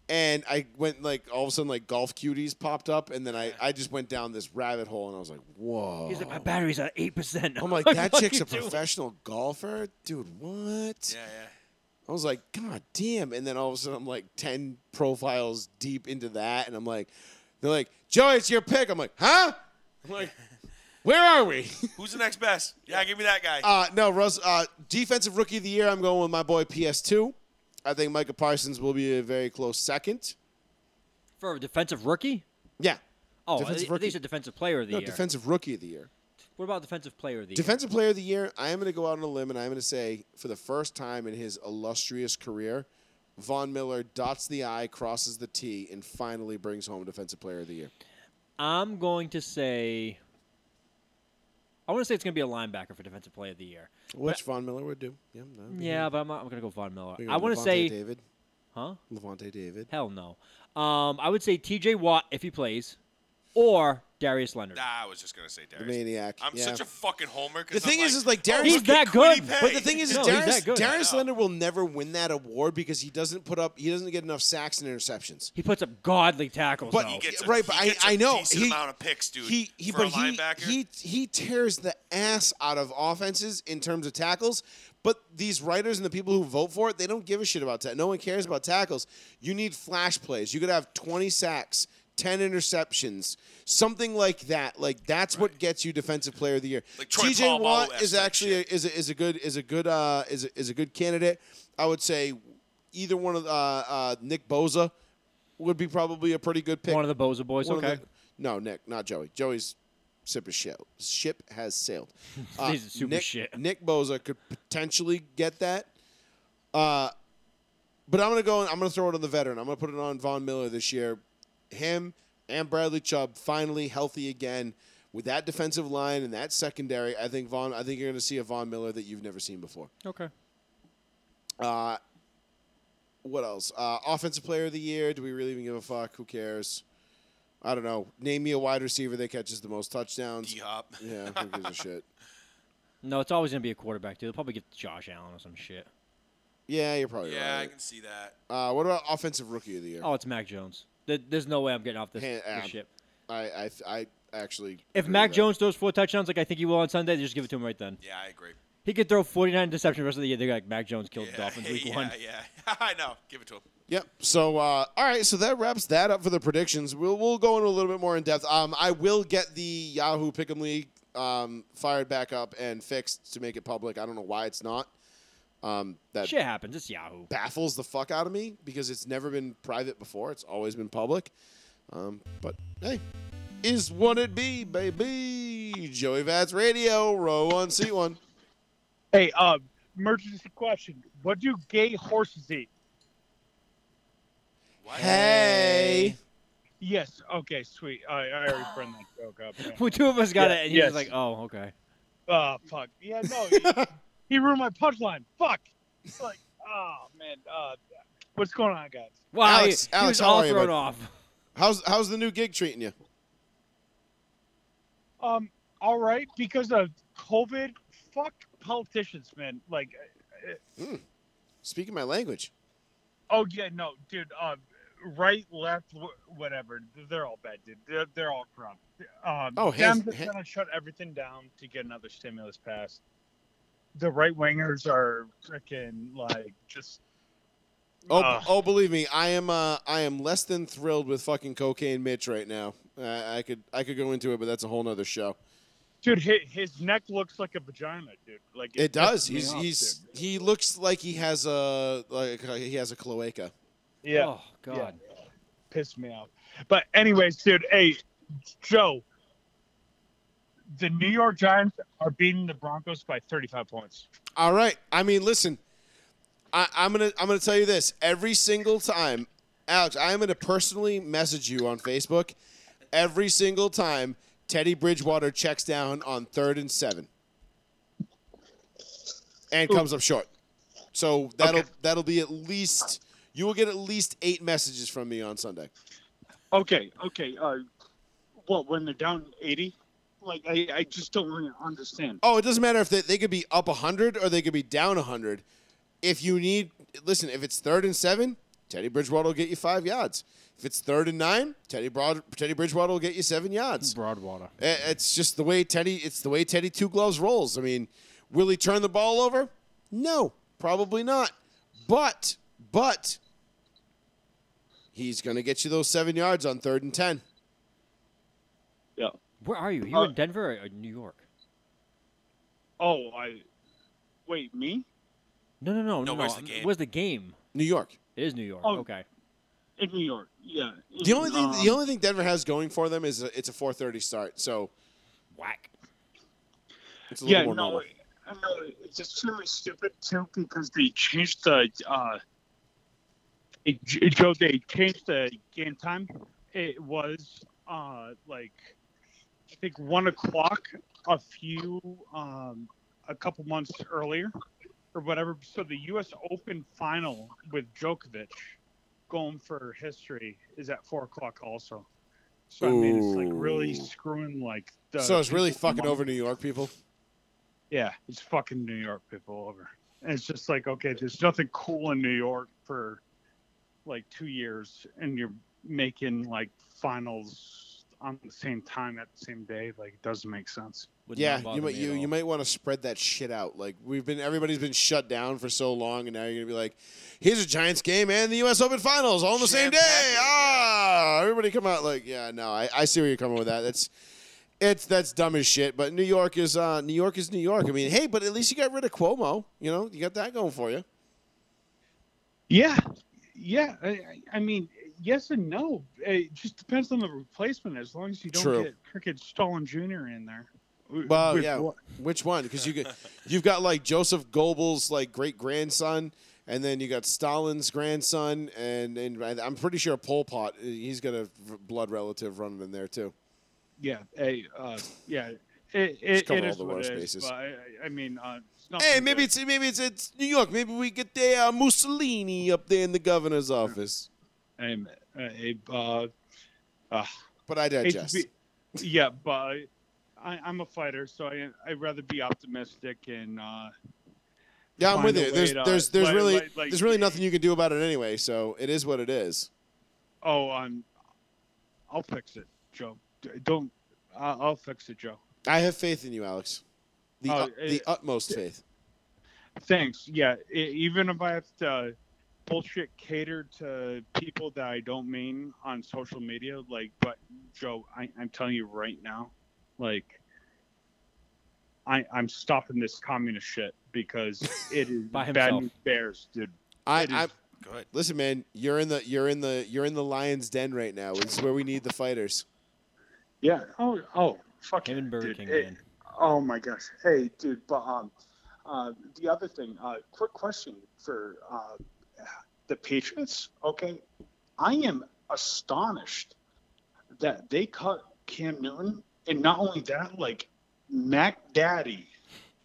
Speaker 1: and I went like all of a sudden like golf cuties popped up, and then I I just went down this rabbit hole, and I was like, whoa.
Speaker 5: He's like, "My battery's at eight percent."
Speaker 1: Oh. I'm like, that chick's a
Speaker 5: professional.
Speaker 1: professional golfer, dude. What?
Speaker 4: Yeah, yeah.
Speaker 1: I was like, God damn! And then all of a sudden, I'm like ten profiles deep into that, and I'm like, they're like, Joey, it's your pick. I'm like, huh? I'm like, where are we?
Speaker 4: Who's the next best? Yeah, give me that guy.
Speaker 1: Uh, no, Russ. Uh, defensive rookie of the year. I'm going with my boy PS2. I think Micah Parsons will be a very close second.
Speaker 5: for a defensive rookie.
Speaker 1: Yeah,
Speaker 5: Oh, I
Speaker 1: Defensive
Speaker 5: think I think he's
Speaker 1: rookie.
Speaker 5: a defensive player of the
Speaker 1: no,
Speaker 5: year.
Speaker 1: defensive rookie of the year.
Speaker 5: what about defensive player of the year?
Speaker 1: Defensive player of the year. I am going to go out on a limb, and I'm going to say for the first time in his illustrious career, Von Miller dots the I, crosses the T, and finally brings home defensive player of the year.
Speaker 5: I'm going to say. I want to say it's going to be a linebacker for defensive player of the year.
Speaker 1: Which Von Miller would do. Yeah, that would be
Speaker 5: Yeah,
Speaker 1: him.
Speaker 5: but I'm, not, I'm going to go Von Miller.
Speaker 1: We got
Speaker 5: I want to
Speaker 1: Levante
Speaker 5: say,
Speaker 1: David.
Speaker 5: huh?
Speaker 1: Levante David.
Speaker 5: Hell no. Um, I would say T.J. Watt if he plays, or Darius Leonard.
Speaker 4: Nah, I was just gonna say
Speaker 1: The
Speaker 4: Darius.
Speaker 1: maniac.
Speaker 4: I'm
Speaker 1: yeah.
Speaker 4: such a fucking homer. 'cause
Speaker 1: The thing
Speaker 4: I'm
Speaker 1: is,
Speaker 4: like, oh,
Speaker 1: is like Darius.
Speaker 5: he's that
Speaker 4: Quiddy
Speaker 5: good.
Speaker 4: Pay.
Speaker 1: But the thing is, is
Speaker 5: No, he's
Speaker 1: Darius,
Speaker 5: that good.
Speaker 1: Darius
Speaker 4: I know.
Speaker 1: Leonard will never win that award because he doesn't put up, he doesn't get enough sacks and interceptions.
Speaker 5: He puts up godly tackles.
Speaker 1: But
Speaker 5: though.
Speaker 4: he gets a,
Speaker 1: right,
Speaker 4: he
Speaker 1: but I-
Speaker 4: gets a
Speaker 1: I know.
Speaker 4: decent
Speaker 1: He-
Speaker 4: amount of picks, dude.
Speaker 1: He, he,
Speaker 4: for
Speaker 1: but
Speaker 4: a
Speaker 1: he,
Speaker 4: linebacker.
Speaker 1: he, he tears the ass out of offenses in terms of tackles. But these writers and the people who vote for it, they don't give a shit about that. No one cares about tackles. You need flash plays. You could have 20 sacks, 10 interceptions, something like that. Like that's what gets you defensive player of the year.
Speaker 4: Like Troy
Speaker 1: TJ
Speaker 4: Polamalu
Speaker 1: Watt
Speaker 4: esque
Speaker 1: is
Speaker 4: type
Speaker 1: actually a, is a, is a good is a good uh, is a, is a good candidate. I would say either one of uh, uh, Nick Boza would be probably a pretty good pick.
Speaker 5: One of the Boza boys.
Speaker 1: One of
Speaker 5: okay.
Speaker 1: the- no, Nick, not Joey. Joey's ship is shell. Ship has sailed.
Speaker 5: This is super
Speaker 1: Nick,
Speaker 5: shit.
Speaker 1: Nick Boza could potentially get that. Uh, but I'm gonna go. And I'm gonna throw it on the veteran. I'm gonna put it on Von Miller this year. Him and Bradley Chubb finally healthy again with that defensive line and that secondary. I think Von. I think you're gonna see a Von Miller that you've never seen before.
Speaker 5: okay.
Speaker 1: Uh, what else? Uh, offensive player of the year. Do we really even give a fuck? Who cares? I don't know. Name me a wide receiver that catches the most touchdowns.
Speaker 4: D Hop.
Speaker 1: Yeah, who gives a shit?
Speaker 5: No, it's always going to be a quarterback, dude. They'll probably get Josh Allen or some shit.
Speaker 1: Yeah, you're probably
Speaker 4: Yeah, I
Speaker 1: right.
Speaker 4: can see that.
Speaker 1: Uh, what about offensive rookie of the year?
Speaker 5: Oh, it's Mac Jones. There- There's no way I'm getting off this,
Speaker 1: Hand-
Speaker 5: this
Speaker 1: uh,
Speaker 5: shit.
Speaker 1: I, I, I actually.
Speaker 5: If
Speaker 1: agree
Speaker 5: Mac
Speaker 1: with that.
Speaker 5: Jones throws four touchdowns like I think he will on Sunday, they just give it to him right then.
Speaker 4: Yeah, I agree.
Speaker 5: He could throw 49 interceptions the rest of the year. They're like, Mac Jones killed
Speaker 4: yeah,
Speaker 5: the Dolphins week
Speaker 4: yeah,
Speaker 5: one.
Speaker 4: Yeah, I know. Give it to him.
Speaker 1: Yep. So, uh, all right. So that wraps that up for the predictions. We'll we'll go into a little bit more in depth. Um, I will get the Yahoo Pick'em League um, fired back up and fixed to make it public. I don't know why it's not. Um, that
Speaker 5: Shit happens. It's Yahoo.
Speaker 1: baffles the fuck out of me because it's never been private before. It's always been public. Um, but hey, is what it be, baby. Joey Vats Radio, row one, seat one.
Speaker 10: Hey, um, emergency question. What do gay horses eat?
Speaker 1: Hey.
Speaker 6: Yes. Okay. Sweet. I, I already burned that joke up. yeah.
Speaker 5: Well, two of us got
Speaker 6: Yeah,
Speaker 5: it, and he
Speaker 6: yes.
Speaker 5: was like, "Oh, okay."
Speaker 6: Oh fuck. Yeah. No. He, he ruined my punchline. Fuck. It's Like. Oh man. Uh, what's going on, guys?
Speaker 5: Wow,
Speaker 1: Alex-
Speaker 5: he, he
Speaker 1: Alex,
Speaker 5: was
Speaker 1: how
Speaker 5: all
Speaker 1: are you,
Speaker 5: thrown
Speaker 1: bud?
Speaker 5: off.
Speaker 1: How's how's the new gig treating you?
Speaker 6: Um. All right. Because of COVID. Fuck politicians, man. Like.
Speaker 1: Speaking my language.
Speaker 6: Oh yeah. No, dude. Um. Right, left, wh- whatever. They're all bad, dude. They're, they're all corrupt. Um,
Speaker 1: Oh, hands-
Speaker 6: Dems is
Speaker 1: ha-
Speaker 6: gonna shut everything down to get another stimulus passed. The right wingers are freaking like just.
Speaker 1: Oh,
Speaker 6: Ugh.
Speaker 1: oh, believe me, I am. Uh, I am less than thrilled with fucking cocaine Mitch right now. I, I could, I could go into it, but that's a whole nother show.
Speaker 6: Dude, his, his neck looks like a vagina, dude. Like
Speaker 1: It does.
Speaker 6: pisses me
Speaker 1: He's,
Speaker 6: off,
Speaker 1: he's,
Speaker 6: dude.
Speaker 1: he looks like he has a, like uh, he has a cloaca.
Speaker 6: yeah,
Speaker 5: Oh God.
Speaker 6: pissed me off. But anyways, dude, hey, Joe, the New York Giants are beating the Broncos by 35 points.
Speaker 1: All right. I mean, listen, I, I'm gonna I'm gonna tell you this every single time, Alex. I am gonna personally message you on Facebook every single time Teddy Bridgewater checks down on third and seven and comes up short. So that'll that'll be at least you will get at least eight messages from me on Sunday.
Speaker 11: Okay, okay. Uh, what when they're down eighty? Like I, I just don't really understand.
Speaker 1: Oh, it doesn't matter if they, they could be up 100 or they could be down 100. If you need, listen, if it's third and seven, Teddy Bridgewater will get you five yards. If it's third and nine, Teddy Broad, Teddy Bridgewater will get you seven yards.
Speaker 5: Broadwater.
Speaker 1: I- It's just the way Teddy. It's the way Teddy Two Gloves rolls. I mean, will he turn the ball over? No, probably not. But but he's going to get you those seven yards on third and ten.
Speaker 5: Where are you? You
Speaker 11: Uh,
Speaker 5: in Denver or- or New York?
Speaker 11: Oh, I wait me
Speaker 5: No, no, no,
Speaker 4: No,
Speaker 5: no.
Speaker 4: where's the
Speaker 5: I'm-
Speaker 4: game?
Speaker 5: Where's the game?
Speaker 1: New York.
Speaker 5: It is New York.
Speaker 11: Oh.
Speaker 5: Okay.
Speaker 11: in New York. Yeah.
Speaker 1: The only thing
Speaker 11: Um,
Speaker 1: the only thing Denver has going for them is a, it's a 4:30 start. So
Speaker 5: Whack.
Speaker 1: It's a little
Speaker 11: yeah,
Speaker 1: more
Speaker 11: no,
Speaker 1: normal.
Speaker 11: I know, it's extremely stupid too because they changed the uh,
Speaker 6: It, it, Joe, they changed the game time. It was uh, like I think one o'clock a few um, a couple months earlier or whatever. So the U.S. Open final with Djokovic going for history is at four o'clock also. So I mean, it's like really
Speaker 1: Ooh.
Speaker 6: screwing like. The
Speaker 1: So it's really
Speaker 6: people
Speaker 1: fucking
Speaker 6: money.
Speaker 1: over New York people.
Speaker 6: Yeah, it's fucking New York people over. And it's just like, okay, there's nothing cool in New York for like two years, and you're making like finals on the same time at the same day. Like, it doesn't make sense.
Speaker 5: Would not
Speaker 1: yeah,
Speaker 5: bother
Speaker 1: you might
Speaker 5: me at
Speaker 1: you, you
Speaker 5: all.
Speaker 1: might want to spread that shit out. Like we've been everybody's been shut down for so long, and now you're gonna be like, here's a Giants game and the U.S. Open Finals all on the same
Speaker 4: Jam-packed
Speaker 1: day.
Speaker 4: it, yeah.
Speaker 1: Ah, everybody come out like, yeah, no, I, I see where you're coming with that. That's it's that's dumb as shit. But New York is uh, New York is New York. I mean, hey, but at least you got rid of Cuomo. You know, you got that going for you.
Speaker 6: Yeah, yeah. I- I, I mean, yes and no. It just depends on the replacement. As long as you don't
Speaker 1: True.
Speaker 6: get Cricket Stalin Jr. in there. W-
Speaker 1: Well,
Speaker 6: with
Speaker 1: yeah.
Speaker 6: what-
Speaker 1: Which one? Because you got, you've got like Joseph Goebbels' like great grandson, and then you got Stalin's grandson, and and I- I'm pretty sure Pol Pot. uh, He's got a v- blood relative running in there too.
Speaker 6: Yeah, hey, uh, yeah. It, it,
Speaker 1: cover
Speaker 6: it
Speaker 1: all
Speaker 6: is
Speaker 1: the
Speaker 6: what
Speaker 1: worst
Speaker 6: it is,
Speaker 1: bases.
Speaker 6: but I, I- I mean, uh, it's not
Speaker 1: Hey, maybe it's maybe it's, it's New York. Maybe we get the uh, Mussolini up there in the governor's office.
Speaker 6: I'm, uh, uh, uh,
Speaker 1: But I
Speaker 6: hate to
Speaker 1: digest.
Speaker 6: be- yeah, but I, I'm a fighter, so I, I'd rather be optimistic and. Uh,
Speaker 1: Yeah, I'm
Speaker 6: find
Speaker 1: with
Speaker 6: a
Speaker 1: you.
Speaker 6: way
Speaker 1: There's
Speaker 6: to-
Speaker 1: there's there's
Speaker 6: like-
Speaker 1: really
Speaker 6: like- like-
Speaker 1: there's really nothing you can do about it anyway. So it is what it is.
Speaker 6: oh, I'm. I'll fix it, Joe. D- Don't. I- I'll fix it, Joe.
Speaker 1: I have faith in you, Alex. The
Speaker 6: Oh,
Speaker 1: ut-
Speaker 6: it-
Speaker 1: the utmost faith.
Speaker 6: Thanks. Yeah, e- even if I have to bullshit cater to people that I don't mean on social media, like, but Joe, I, I'm telling you right now, like, I, I'm stopping this communist shit because it is
Speaker 5: By
Speaker 6: bad
Speaker 5: himself.
Speaker 6: news bears, dude.
Speaker 1: I,
Speaker 6: It is-
Speaker 1: I
Speaker 4: Go ahead.
Speaker 1: Listen, man, you're in the you're in the you're in the lion's den right now. This is where we need the fighters.
Speaker 11: yeah. Oh, oh, fucking
Speaker 5: Him and Burger
Speaker 11: dude,
Speaker 5: King,
Speaker 11: it-
Speaker 5: man.
Speaker 11: Oh my gosh. Hey, dude. But um, uh, the other thing. Uh, quick question for uh, the Patriots. Okay.
Speaker 6: I am astonished that they cut Cam Newton, and not only that, like Mac Daddy,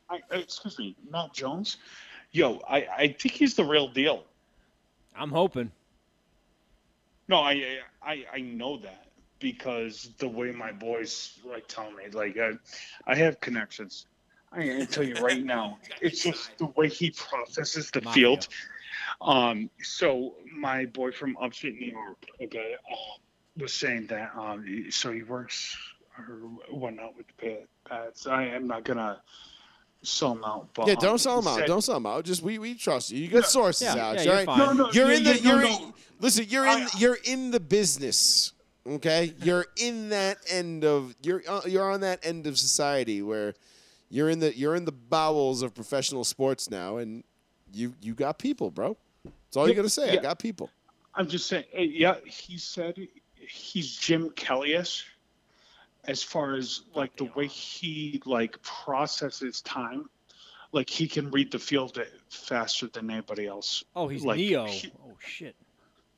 Speaker 6: I, excuse me, Mac Jones. Yo, I, I think he's the real deal.
Speaker 5: I'm hoping.
Speaker 6: No, I, I I know that because the way my boys like tell me, like I, I have connections. I can tell you right now, it's just the way he processes the
Speaker 5: Mafia.
Speaker 6: field. Um, so my boy from upstate New York, okay, um, was saying that. Um, so he works or whatnot with the Pat- Pats. I am not gonna sell him out, but
Speaker 1: yeah,
Speaker 6: um,
Speaker 1: don't sell them
Speaker 6: he
Speaker 1: out.
Speaker 6: said-
Speaker 1: Don't sell them out. Just we, we trust you. You got sources,
Speaker 5: Yeah, yeah,
Speaker 1: Alex.
Speaker 5: you're
Speaker 1: all right,
Speaker 5: fine. No,
Speaker 6: no,
Speaker 1: you're
Speaker 6: yeah,
Speaker 1: in the
Speaker 6: yeah, no,
Speaker 1: you're in,
Speaker 6: no.
Speaker 1: listen. You're in
Speaker 6: I-
Speaker 1: you're in the business. Okay, you're in that end of you're uh, you're on that end of society where you're in the you're in the bowels of professional sports now, and you you got people, bro. That's all you
Speaker 6: Yeah,
Speaker 1: gotta say. I
Speaker 6: yeah.
Speaker 1: got people.
Speaker 6: I'm just saying. eh, Yeah, he said he's Jim Kelly-ish as far as like the way he like processes time. Like he can read the field faster than anybody else.
Speaker 5: Oh, he's
Speaker 6: Like,
Speaker 5: Neo.
Speaker 6: he-
Speaker 5: oh shit.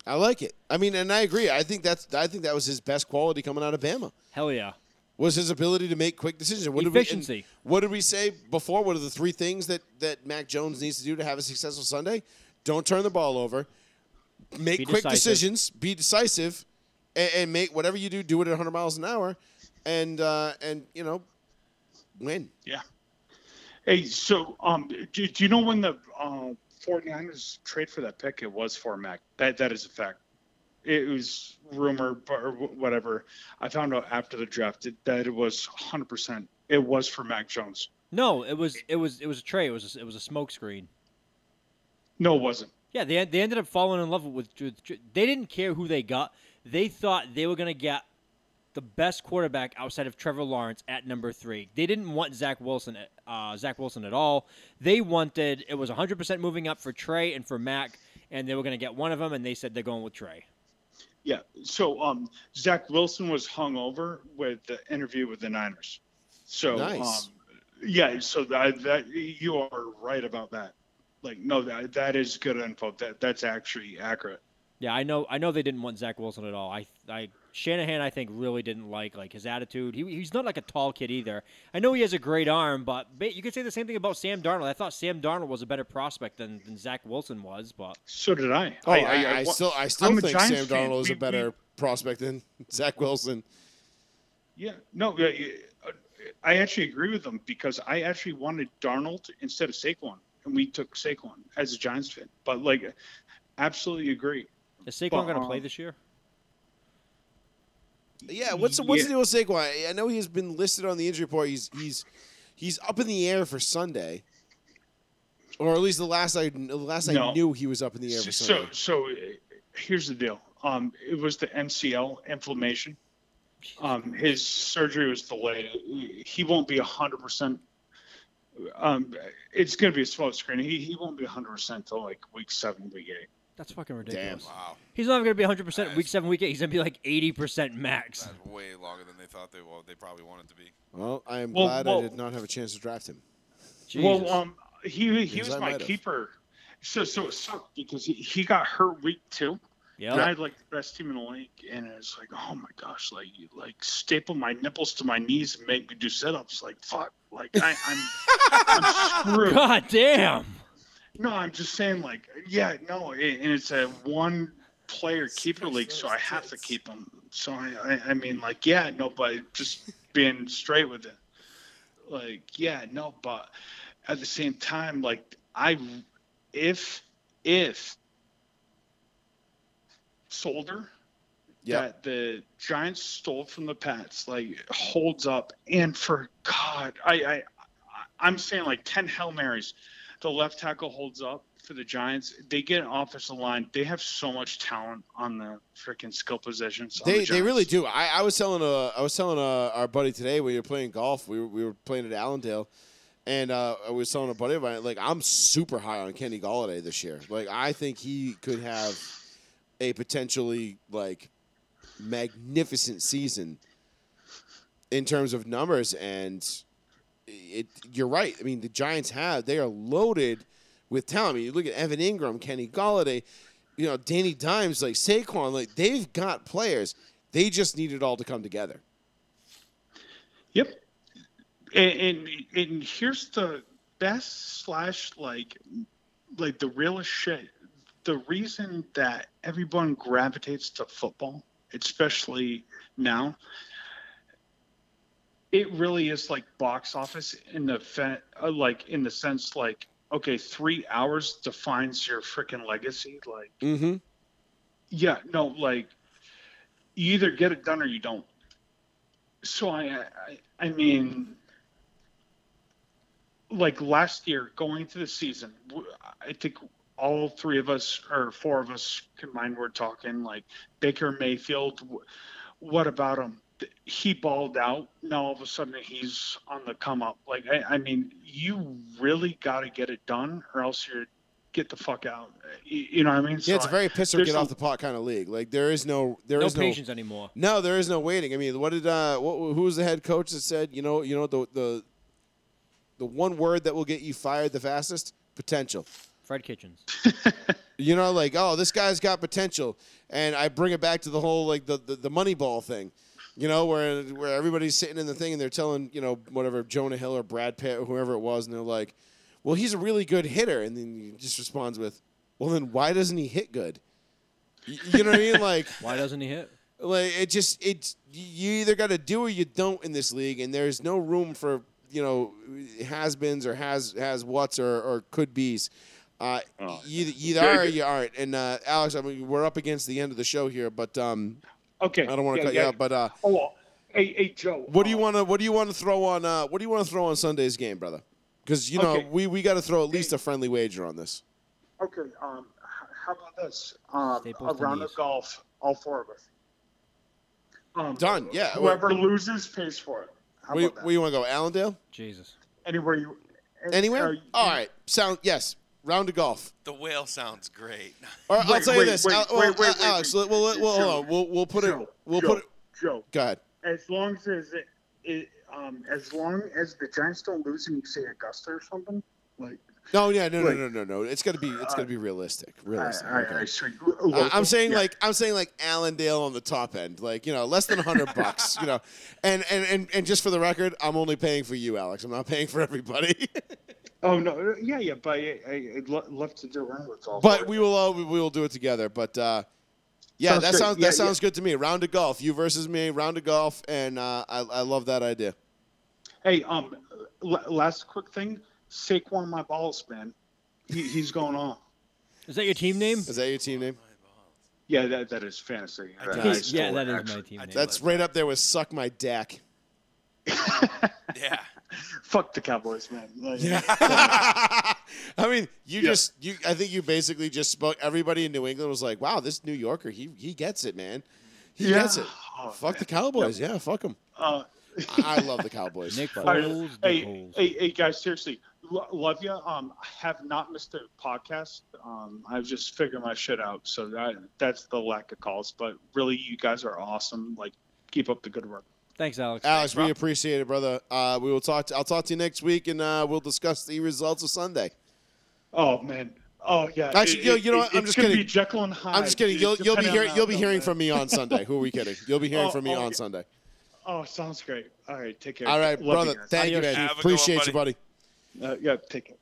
Speaker 1: I like it. I mean, and I agree. I think that's I think that was his best quality coming out of Bama
Speaker 5: Hell yeah.
Speaker 1: was his ability to make quick decisions. What did we- and
Speaker 5: Efficiency.
Speaker 1: What did we say before? What are the three things that, that Mac Jones needs to do to have a successful Sunday? Don't turn the ball over. Make
Speaker 5: Be
Speaker 1: quick
Speaker 5: decisive.
Speaker 1: decisions. Be decisive, and, and make whatever you do, do it at 100 miles an hour, and uh, and you know, win.
Speaker 6: Hey, so um, do, do you know when the uh, 49ers trade for that pick? It was for Mac. That that is a fact. It was rumor bu- or wh- whatever. I found out after the draft that- that it was 100%. It was for Mac Jones.
Speaker 5: No, it was it was it was a tray. It was a, it was a smoke screen.
Speaker 6: No, it wasn't.
Speaker 5: Yeah, they they ended up falling in love with. with they didn't care who they got. They thought they were gonna get the best quarterback outside of Trevor Lawrence at number three. They didn't want Zach Wilson, at- uh, Zach Wilson at all. They wanted it was 100% moving up for Trey and for Mac, and they were gonna get one of them. And they said they're going with Trey.
Speaker 6: Yeah. So um, Zach Wilson was hung over with the interview with the Niners. So
Speaker 1: Nice.
Speaker 6: um, yeah. So that, that you are right about that. Like no, that that is good info. That that's actually accurate.
Speaker 5: Yeah, I know. I know they didn't want Zach Wilson at all. I, I Shanahan, I think, really didn't like like his attitude. He, he's not like a tall kid either. I know he has a great arm, but ba- you could say the same thing about Sam Darnold. I thought Sam Darnold was a better prospect than, than Zach Wilson was, but
Speaker 6: So did I.
Speaker 1: Oh, I, I, still I still
Speaker 6: I'm a
Speaker 1: think Sam
Speaker 6: Giants fan.
Speaker 1: Darnold is
Speaker 6: We-
Speaker 1: a better
Speaker 6: we-
Speaker 1: prospect than Zach Wilson.
Speaker 6: Yeah. No. yeah, yeah, uh, I actually agree with them because I actually wanted Darnold instead of Saquon, and we took Saquon as a Giants fan. But like, absolutely agree.
Speaker 5: is Saquon
Speaker 6: Well,
Speaker 5: going to play
Speaker 6: um,
Speaker 5: this year?
Speaker 1: Yeah, what's the, what's the
Speaker 6: Yeah.
Speaker 1: deal with Saquon? I know he has been listed on the injury report. He's he's he's up in the air for Sunday, or at least the last I the last I
Speaker 6: No.
Speaker 1: knew he was up in the air for Sunday.
Speaker 6: So, so uh, here's the deal. Um, it was the MCL inflammation. Um, his surgery was delayed. He won't be hundred percent. Um, it's going to be a slow screen. He, he won't be hundred percent till like week seven, week eight.
Speaker 5: That's fucking ridiculous.
Speaker 4: Wow,
Speaker 5: He's not going to be 100 percent
Speaker 4: That's-
Speaker 5: week seven, week eight. He's going to be like 80 percent max.
Speaker 4: that's way longer than they thought they well, they probably wanted to be.
Speaker 1: well, I am
Speaker 6: Well,
Speaker 1: glad I
Speaker 6: well-
Speaker 1: did not have a chance to draft him.
Speaker 5: Jesus.
Speaker 6: Well, um, he he
Speaker 1: Because
Speaker 6: was
Speaker 1: I
Speaker 6: my
Speaker 1: might have.
Speaker 6: keeper. So so it sucked because he, he got hurt week two. And I
Speaker 5: yeah.
Speaker 6: had like the best team in the league, and it's like, oh my gosh, like you, like staple my nipples to my knees and make me do sit-ups. Like fuck, like I, I'm I'm screwed.
Speaker 5: God damn.
Speaker 6: No, I'm just saying, like yeah, no, it, and it's a one player keeper league, so I have to keep him. So I, I I mean like yeah, no, but just being straight with it, like yeah, no, but at the same time, like I if if Solder
Speaker 1: Yeah,
Speaker 6: that the Giants stole from the Pats like holds up, and for God, I, I I- I'm saying like ten hail marys, the left tackle holds up for the Giants. They get an offensive line. They have so much talent on the freaking skill positions. on the
Speaker 1: they, they really
Speaker 6: Giants.
Speaker 1: do. I, I was telling uh, I was telling uh, our buddy today we were playing golf. We were, we were playing at Allendale, and uh, I was telling a buddy of mine like I'm super high on Kenny Galladay this year. Like I think he could have a potentially like magnificent season in terms of numbers and it you're right. I mean the Giants have they are loaded with talent. I mean you look at Evan Ingram, Kenny Galladay, you know, Danny Dimes, like Saquon, like they've got players. They just need it all to come together.
Speaker 6: Yep. And, and and here's the best slash like like the realest shit. The reason that everyone gravitates to football, especially now, it really is like box office in the fe- uh, like in the sense like okay, three hours defines your freaking legacy. Like
Speaker 1: Mm-hmm.
Speaker 6: yeah, no, like you either get it done or you don't. So I, I, I mean, like last year going into the season, w- I think all three of us or four of us combined were talking like Baker Mayfield. w- What about him? Th- He balled out. Now all of a sudden he's on the come up. Like I, I mean, you really got to get it done, or else you're get the fuck out. You, you know what I mean? So
Speaker 1: Yeah, it's a
Speaker 6: I-
Speaker 1: very piss or
Speaker 6: there's
Speaker 1: get
Speaker 6: no-
Speaker 1: off the pot kind of league. Like there is no there
Speaker 5: no
Speaker 1: is
Speaker 5: patience anymore.
Speaker 1: No, there is no waiting. I mean, what did uh, what, who was the head coach that said, you know, you know the the the one word that will get you fired the fastest? Potential.
Speaker 5: Fred Kitchens.
Speaker 1: You know, like oh, this guy's got potential, and I bring it back to the whole like the the, the money ball thing. You know, where where everybody's sitting in the thing and they're telling you know whatever Jonah Hill or Brad Pitt or whoever it was, and they're like, well, he's a really good hitter, and then he just responds with, well, then why doesn't he hit good? Y- You know what I mean? Like.
Speaker 5: Why doesn't he hit?
Speaker 1: Like it just it's you either got to do or you don't in this league, and there's no room for you know has-beens or has has whats or, or could be's. Uh,
Speaker 6: Oh.
Speaker 1: you you either are or you aren't. And uh, Alex, I mean, we're up against the end of the show here, but um,
Speaker 6: Okay.
Speaker 1: I don't want to
Speaker 6: yeah,
Speaker 1: cut
Speaker 6: yeah.
Speaker 1: you out. But uh,
Speaker 6: Oh, well, hey, hey, Joe.
Speaker 1: what do you
Speaker 6: uh,
Speaker 1: want to what do you want to throw on uh, what do you want to throw on Sunday's game, brother? Because you know
Speaker 6: Okay.
Speaker 1: we we got to throw at least a friendly wager on this.
Speaker 6: Okay. Um, h- how about this? Um,
Speaker 5: Stay both
Speaker 6: a
Speaker 5: on
Speaker 6: round
Speaker 5: these.
Speaker 6: of golf, all four of us. Um,
Speaker 1: Done. Yeah.
Speaker 6: Whoever loses pays for it. How
Speaker 1: Where,
Speaker 6: about that?
Speaker 1: where you want to go, Allendale?
Speaker 5: Jesus.
Speaker 6: Anywhere you. uh, an-
Speaker 1: Anywhere?
Speaker 6: are you-
Speaker 1: All right. Sound yes. Round of golf.
Speaker 4: The whale sounds great.
Speaker 1: All right, I'll
Speaker 6: Wait,
Speaker 1: tell you
Speaker 6: wait,
Speaker 1: this,
Speaker 6: wait,
Speaker 1: Al-
Speaker 6: wait,
Speaker 1: well,
Speaker 6: wait,
Speaker 1: uh,
Speaker 6: wait,
Speaker 1: Alex.
Speaker 6: wait.
Speaker 1: We'll, we'll, we'll, hold
Speaker 6: Joe,
Speaker 1: on. We'll, we'll put it.
Speaker 6: Joe,
Speaker 1: We'll
Speaker 6: Joe,
Speaker 1: put it.
Speaker 6: Joe,
Speaker 1: Go ahead.
Speaker 6: as long as it, it, um, as long as the Giants don't lose and you say Augusta or something, like
Speaker 1: No, yeah, no, no,
Speaker 6: Wait.
Speaker 1: no, no, no. It's gonna be. It's gonna
Speaker 6: Uh,
Speaker 1: be realistic.
Speaker 6: I,
Speaker 1: Realistic.
Speaker 6: I, I,
Speaker 1: okay.
Speaker 6: swear,
Speaker 1: Uh, I'm saying
Speaker 6: yeah.
Speaker 1: like I'm saying like Allendale on the top end, like you know, less than hundred bucks, you know, and, and and and just for the record, I'm only paying for you, Alex. I'm not paying for everybody.
Speaker 6: Oh no, yeah, yeah, but I, I, I'd lo- love to do around with all.
Speaker 1: but
Speaker 6: four.
Speaker 1: we will all we will do it together. But uh, yeah,
Speaker 6: Sounds
Speaker 1: that
Speaker 6: good.
Speaker 1: sounds
Speaker 6: Yeah,
Speaker 1: that
Speaker 6: yeah.
Speaker 1: sounds good to me. Round of golf, you versus me, round of golf, and uh, I I love that idea.
Speaker 6: Hey, um, l- last quick thing, Saquon, my balls, man. He, he's going on.
Speaker 5: Is that your team name?
Speaker 1: Is that your team name?
Speaker 6: Yeah, that that is fantasy.
Speaker 4: I
Speaker 6: That
Speaker 4: did.
Speaker 6: I
Speaker 4: Nice
Speaker 5: yeah,
Speaker 6: stole
Speaker 5: that
Speaker 6: it,
Speaker 5: is my
Speaker 6: actually.
Speaker 5: team
Speaker 4: I
Speaker 5: name.
Speaker 4: did.
Speaker 1: That's right up there with suck my dack.
Speaker 4: Yeah.
Speaker 6: Fuck the Cowboys, man. Like,
Speaker 1: I mean, you
Speaker 6: Yeah.
Speaker 1: just you. I think you basically just spoke. Everybody in New England was like, "Wow, this New Yorker, he he gets it, man. He
Speaker 6: yeah.
Speaker 1: gets it.
Speaker 6: Oh,
Speaker 1: Fuck the
Speaker 6: man.
Speaker 1: Cowboys. Yeah, fuck them.
Speaker 6: Uh,
Speaker 1: I love the Cowboys.
Speaker 5: Nick
Speaker 1: but-
Speaker 6: all right.
Speaker 5: Foles, Nick
Speaker 6: hey,
Speaker 5: Foles.
Speaker 6: hey, hey, guys, seriously, lo- love you. Um, I have not missed a podcast. Um, I've just figured my shit out. So that that's the lack of calls. But really, you guys are awesome. Like, keep up the good work.
Speaker 5: Thanks, Alex.
Speaker 1: Alex, we appreciate it, brother. Uh, we will talk. To, I'll talk to you next week, and uh, we'll discuss the results of Sunday.
Speaker 6: Oh man. Oh yeah.
Speaker 1: Actually, you- you know what? I'm
Speaker 6: it's
Speaker 1: just
Speaker 6: gonna
Speaker 1: kidding.
Speaker 6: Be Jekyll and Hyde.
Speaker 1: I'm just kidding. You'll you'll be
Speaker 6: Depending on
Speaker 1: hearing
Speaker 6: how
Speaker 1: you'll be
Speaker 6: it
Speaker 1: hearing
Speaker 6: goes.
Speaker 1: from me on Sunday. Who are we kidding? You'll be hearing
Speaker 6: Oh,
Speaker 1: from me
Speaker 6: oh,
Speaker 1: on
Speaker 6: yeah.
Speaker 1: Sunday.
Speaker 6: Oh, sounds great. All right, take care.
Speaker 1: All right,
Speaker 6: Love you
Speaker 1: brother.
Speaker 6: guys.
Speaker 1: Thank you,
Speaker 5: Adios,
Speaker 1: man.
Speaker 4: Chief. Have a good one,
Speaker 1: Appreciate you, buddy.
Speaker 6: Uh, yeah, take care.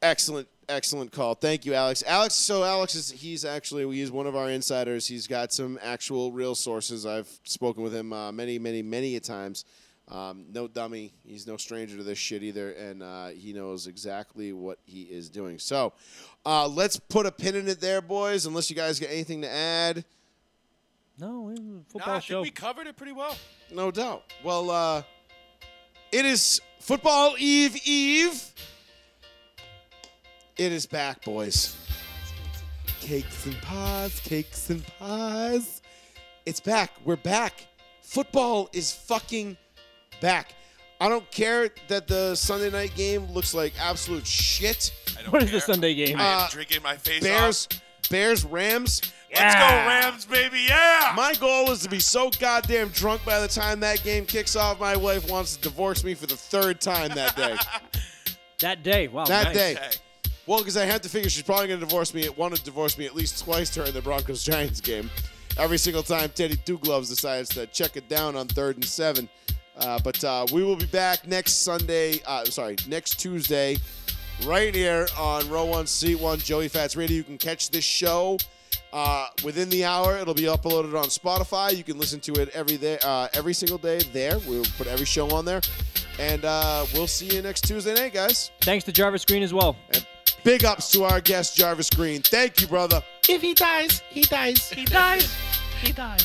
Speaker 1: Excellent, excellent call. Thank you, Alex. Alex, so Alex is he's actually he's one of our insiders. He's got some actual real sources. I've spoken with him uh, many, many, many a times. Um, no dummy. He's no stranger to this shit either, and uh, he knows exactly what he is doing. So, uh, let's put a pin in it there, boys. Unless you guys got anything to add,
Speaker 5: No, it was a
Speaker 4: Nah,
Speaker 5: football
Speaker 4: I
Speaker 5: show.
Speaker 4: think we covered it pretty well.
Speaker 1: no doubt. Well, uh, it is football eve eve. It is back, boys. Cakes and pies, cakes and pies. It's back. We're back. Football is fucking back. I don't care that the Sunday night game looks like absolute shit.
Speaker 4: I don't
Speaker 5: What is the
Speaker 4: care.
Speaker 5: Sunday game?
Speaker 4: I am
Speaker 1: Uh,
Speaker 4: drinking my face
Speaker 1: Bears, Bears, Rams.
Speaker 4: off. Let's go Rams, baby. Yeah.
Speaker 1: My goal is to be so goddamn drunk by the time that game kicks off. My wife wants to divorce me for the third time that day.
Speaker 5: That day. Wow.
Speaker 1: that
Speaker 5: nice.
Speaker 1: day.
Speaker 4: Okay.
Speaker 1: Well, because I had to figure she's probably going to divorce me. It wanted to divorce me at least twice during the Broncos Giants game. Every single time, Teddy Two Gloves decides to check it down on third and seven. Uh, but uh, we will be back next Sunday. Uh, sorry, next Tuesday, right here on Row One Seat One Joey Fats Radio. You can catch this show uh, within the hour. It'll be uploaded on Spotify. You can listen to it every day, uh, every single day. There, we'll put every show on there, and uh, we'll see you next Tuesday night, guys.
Speaker 5: Thanks to Jarvis Green as well.
Speaker 1: Big ups to our guest Jarvis Green. Thank you, brother.
Speaker 9: If he dies, he dies. He dies. He dies.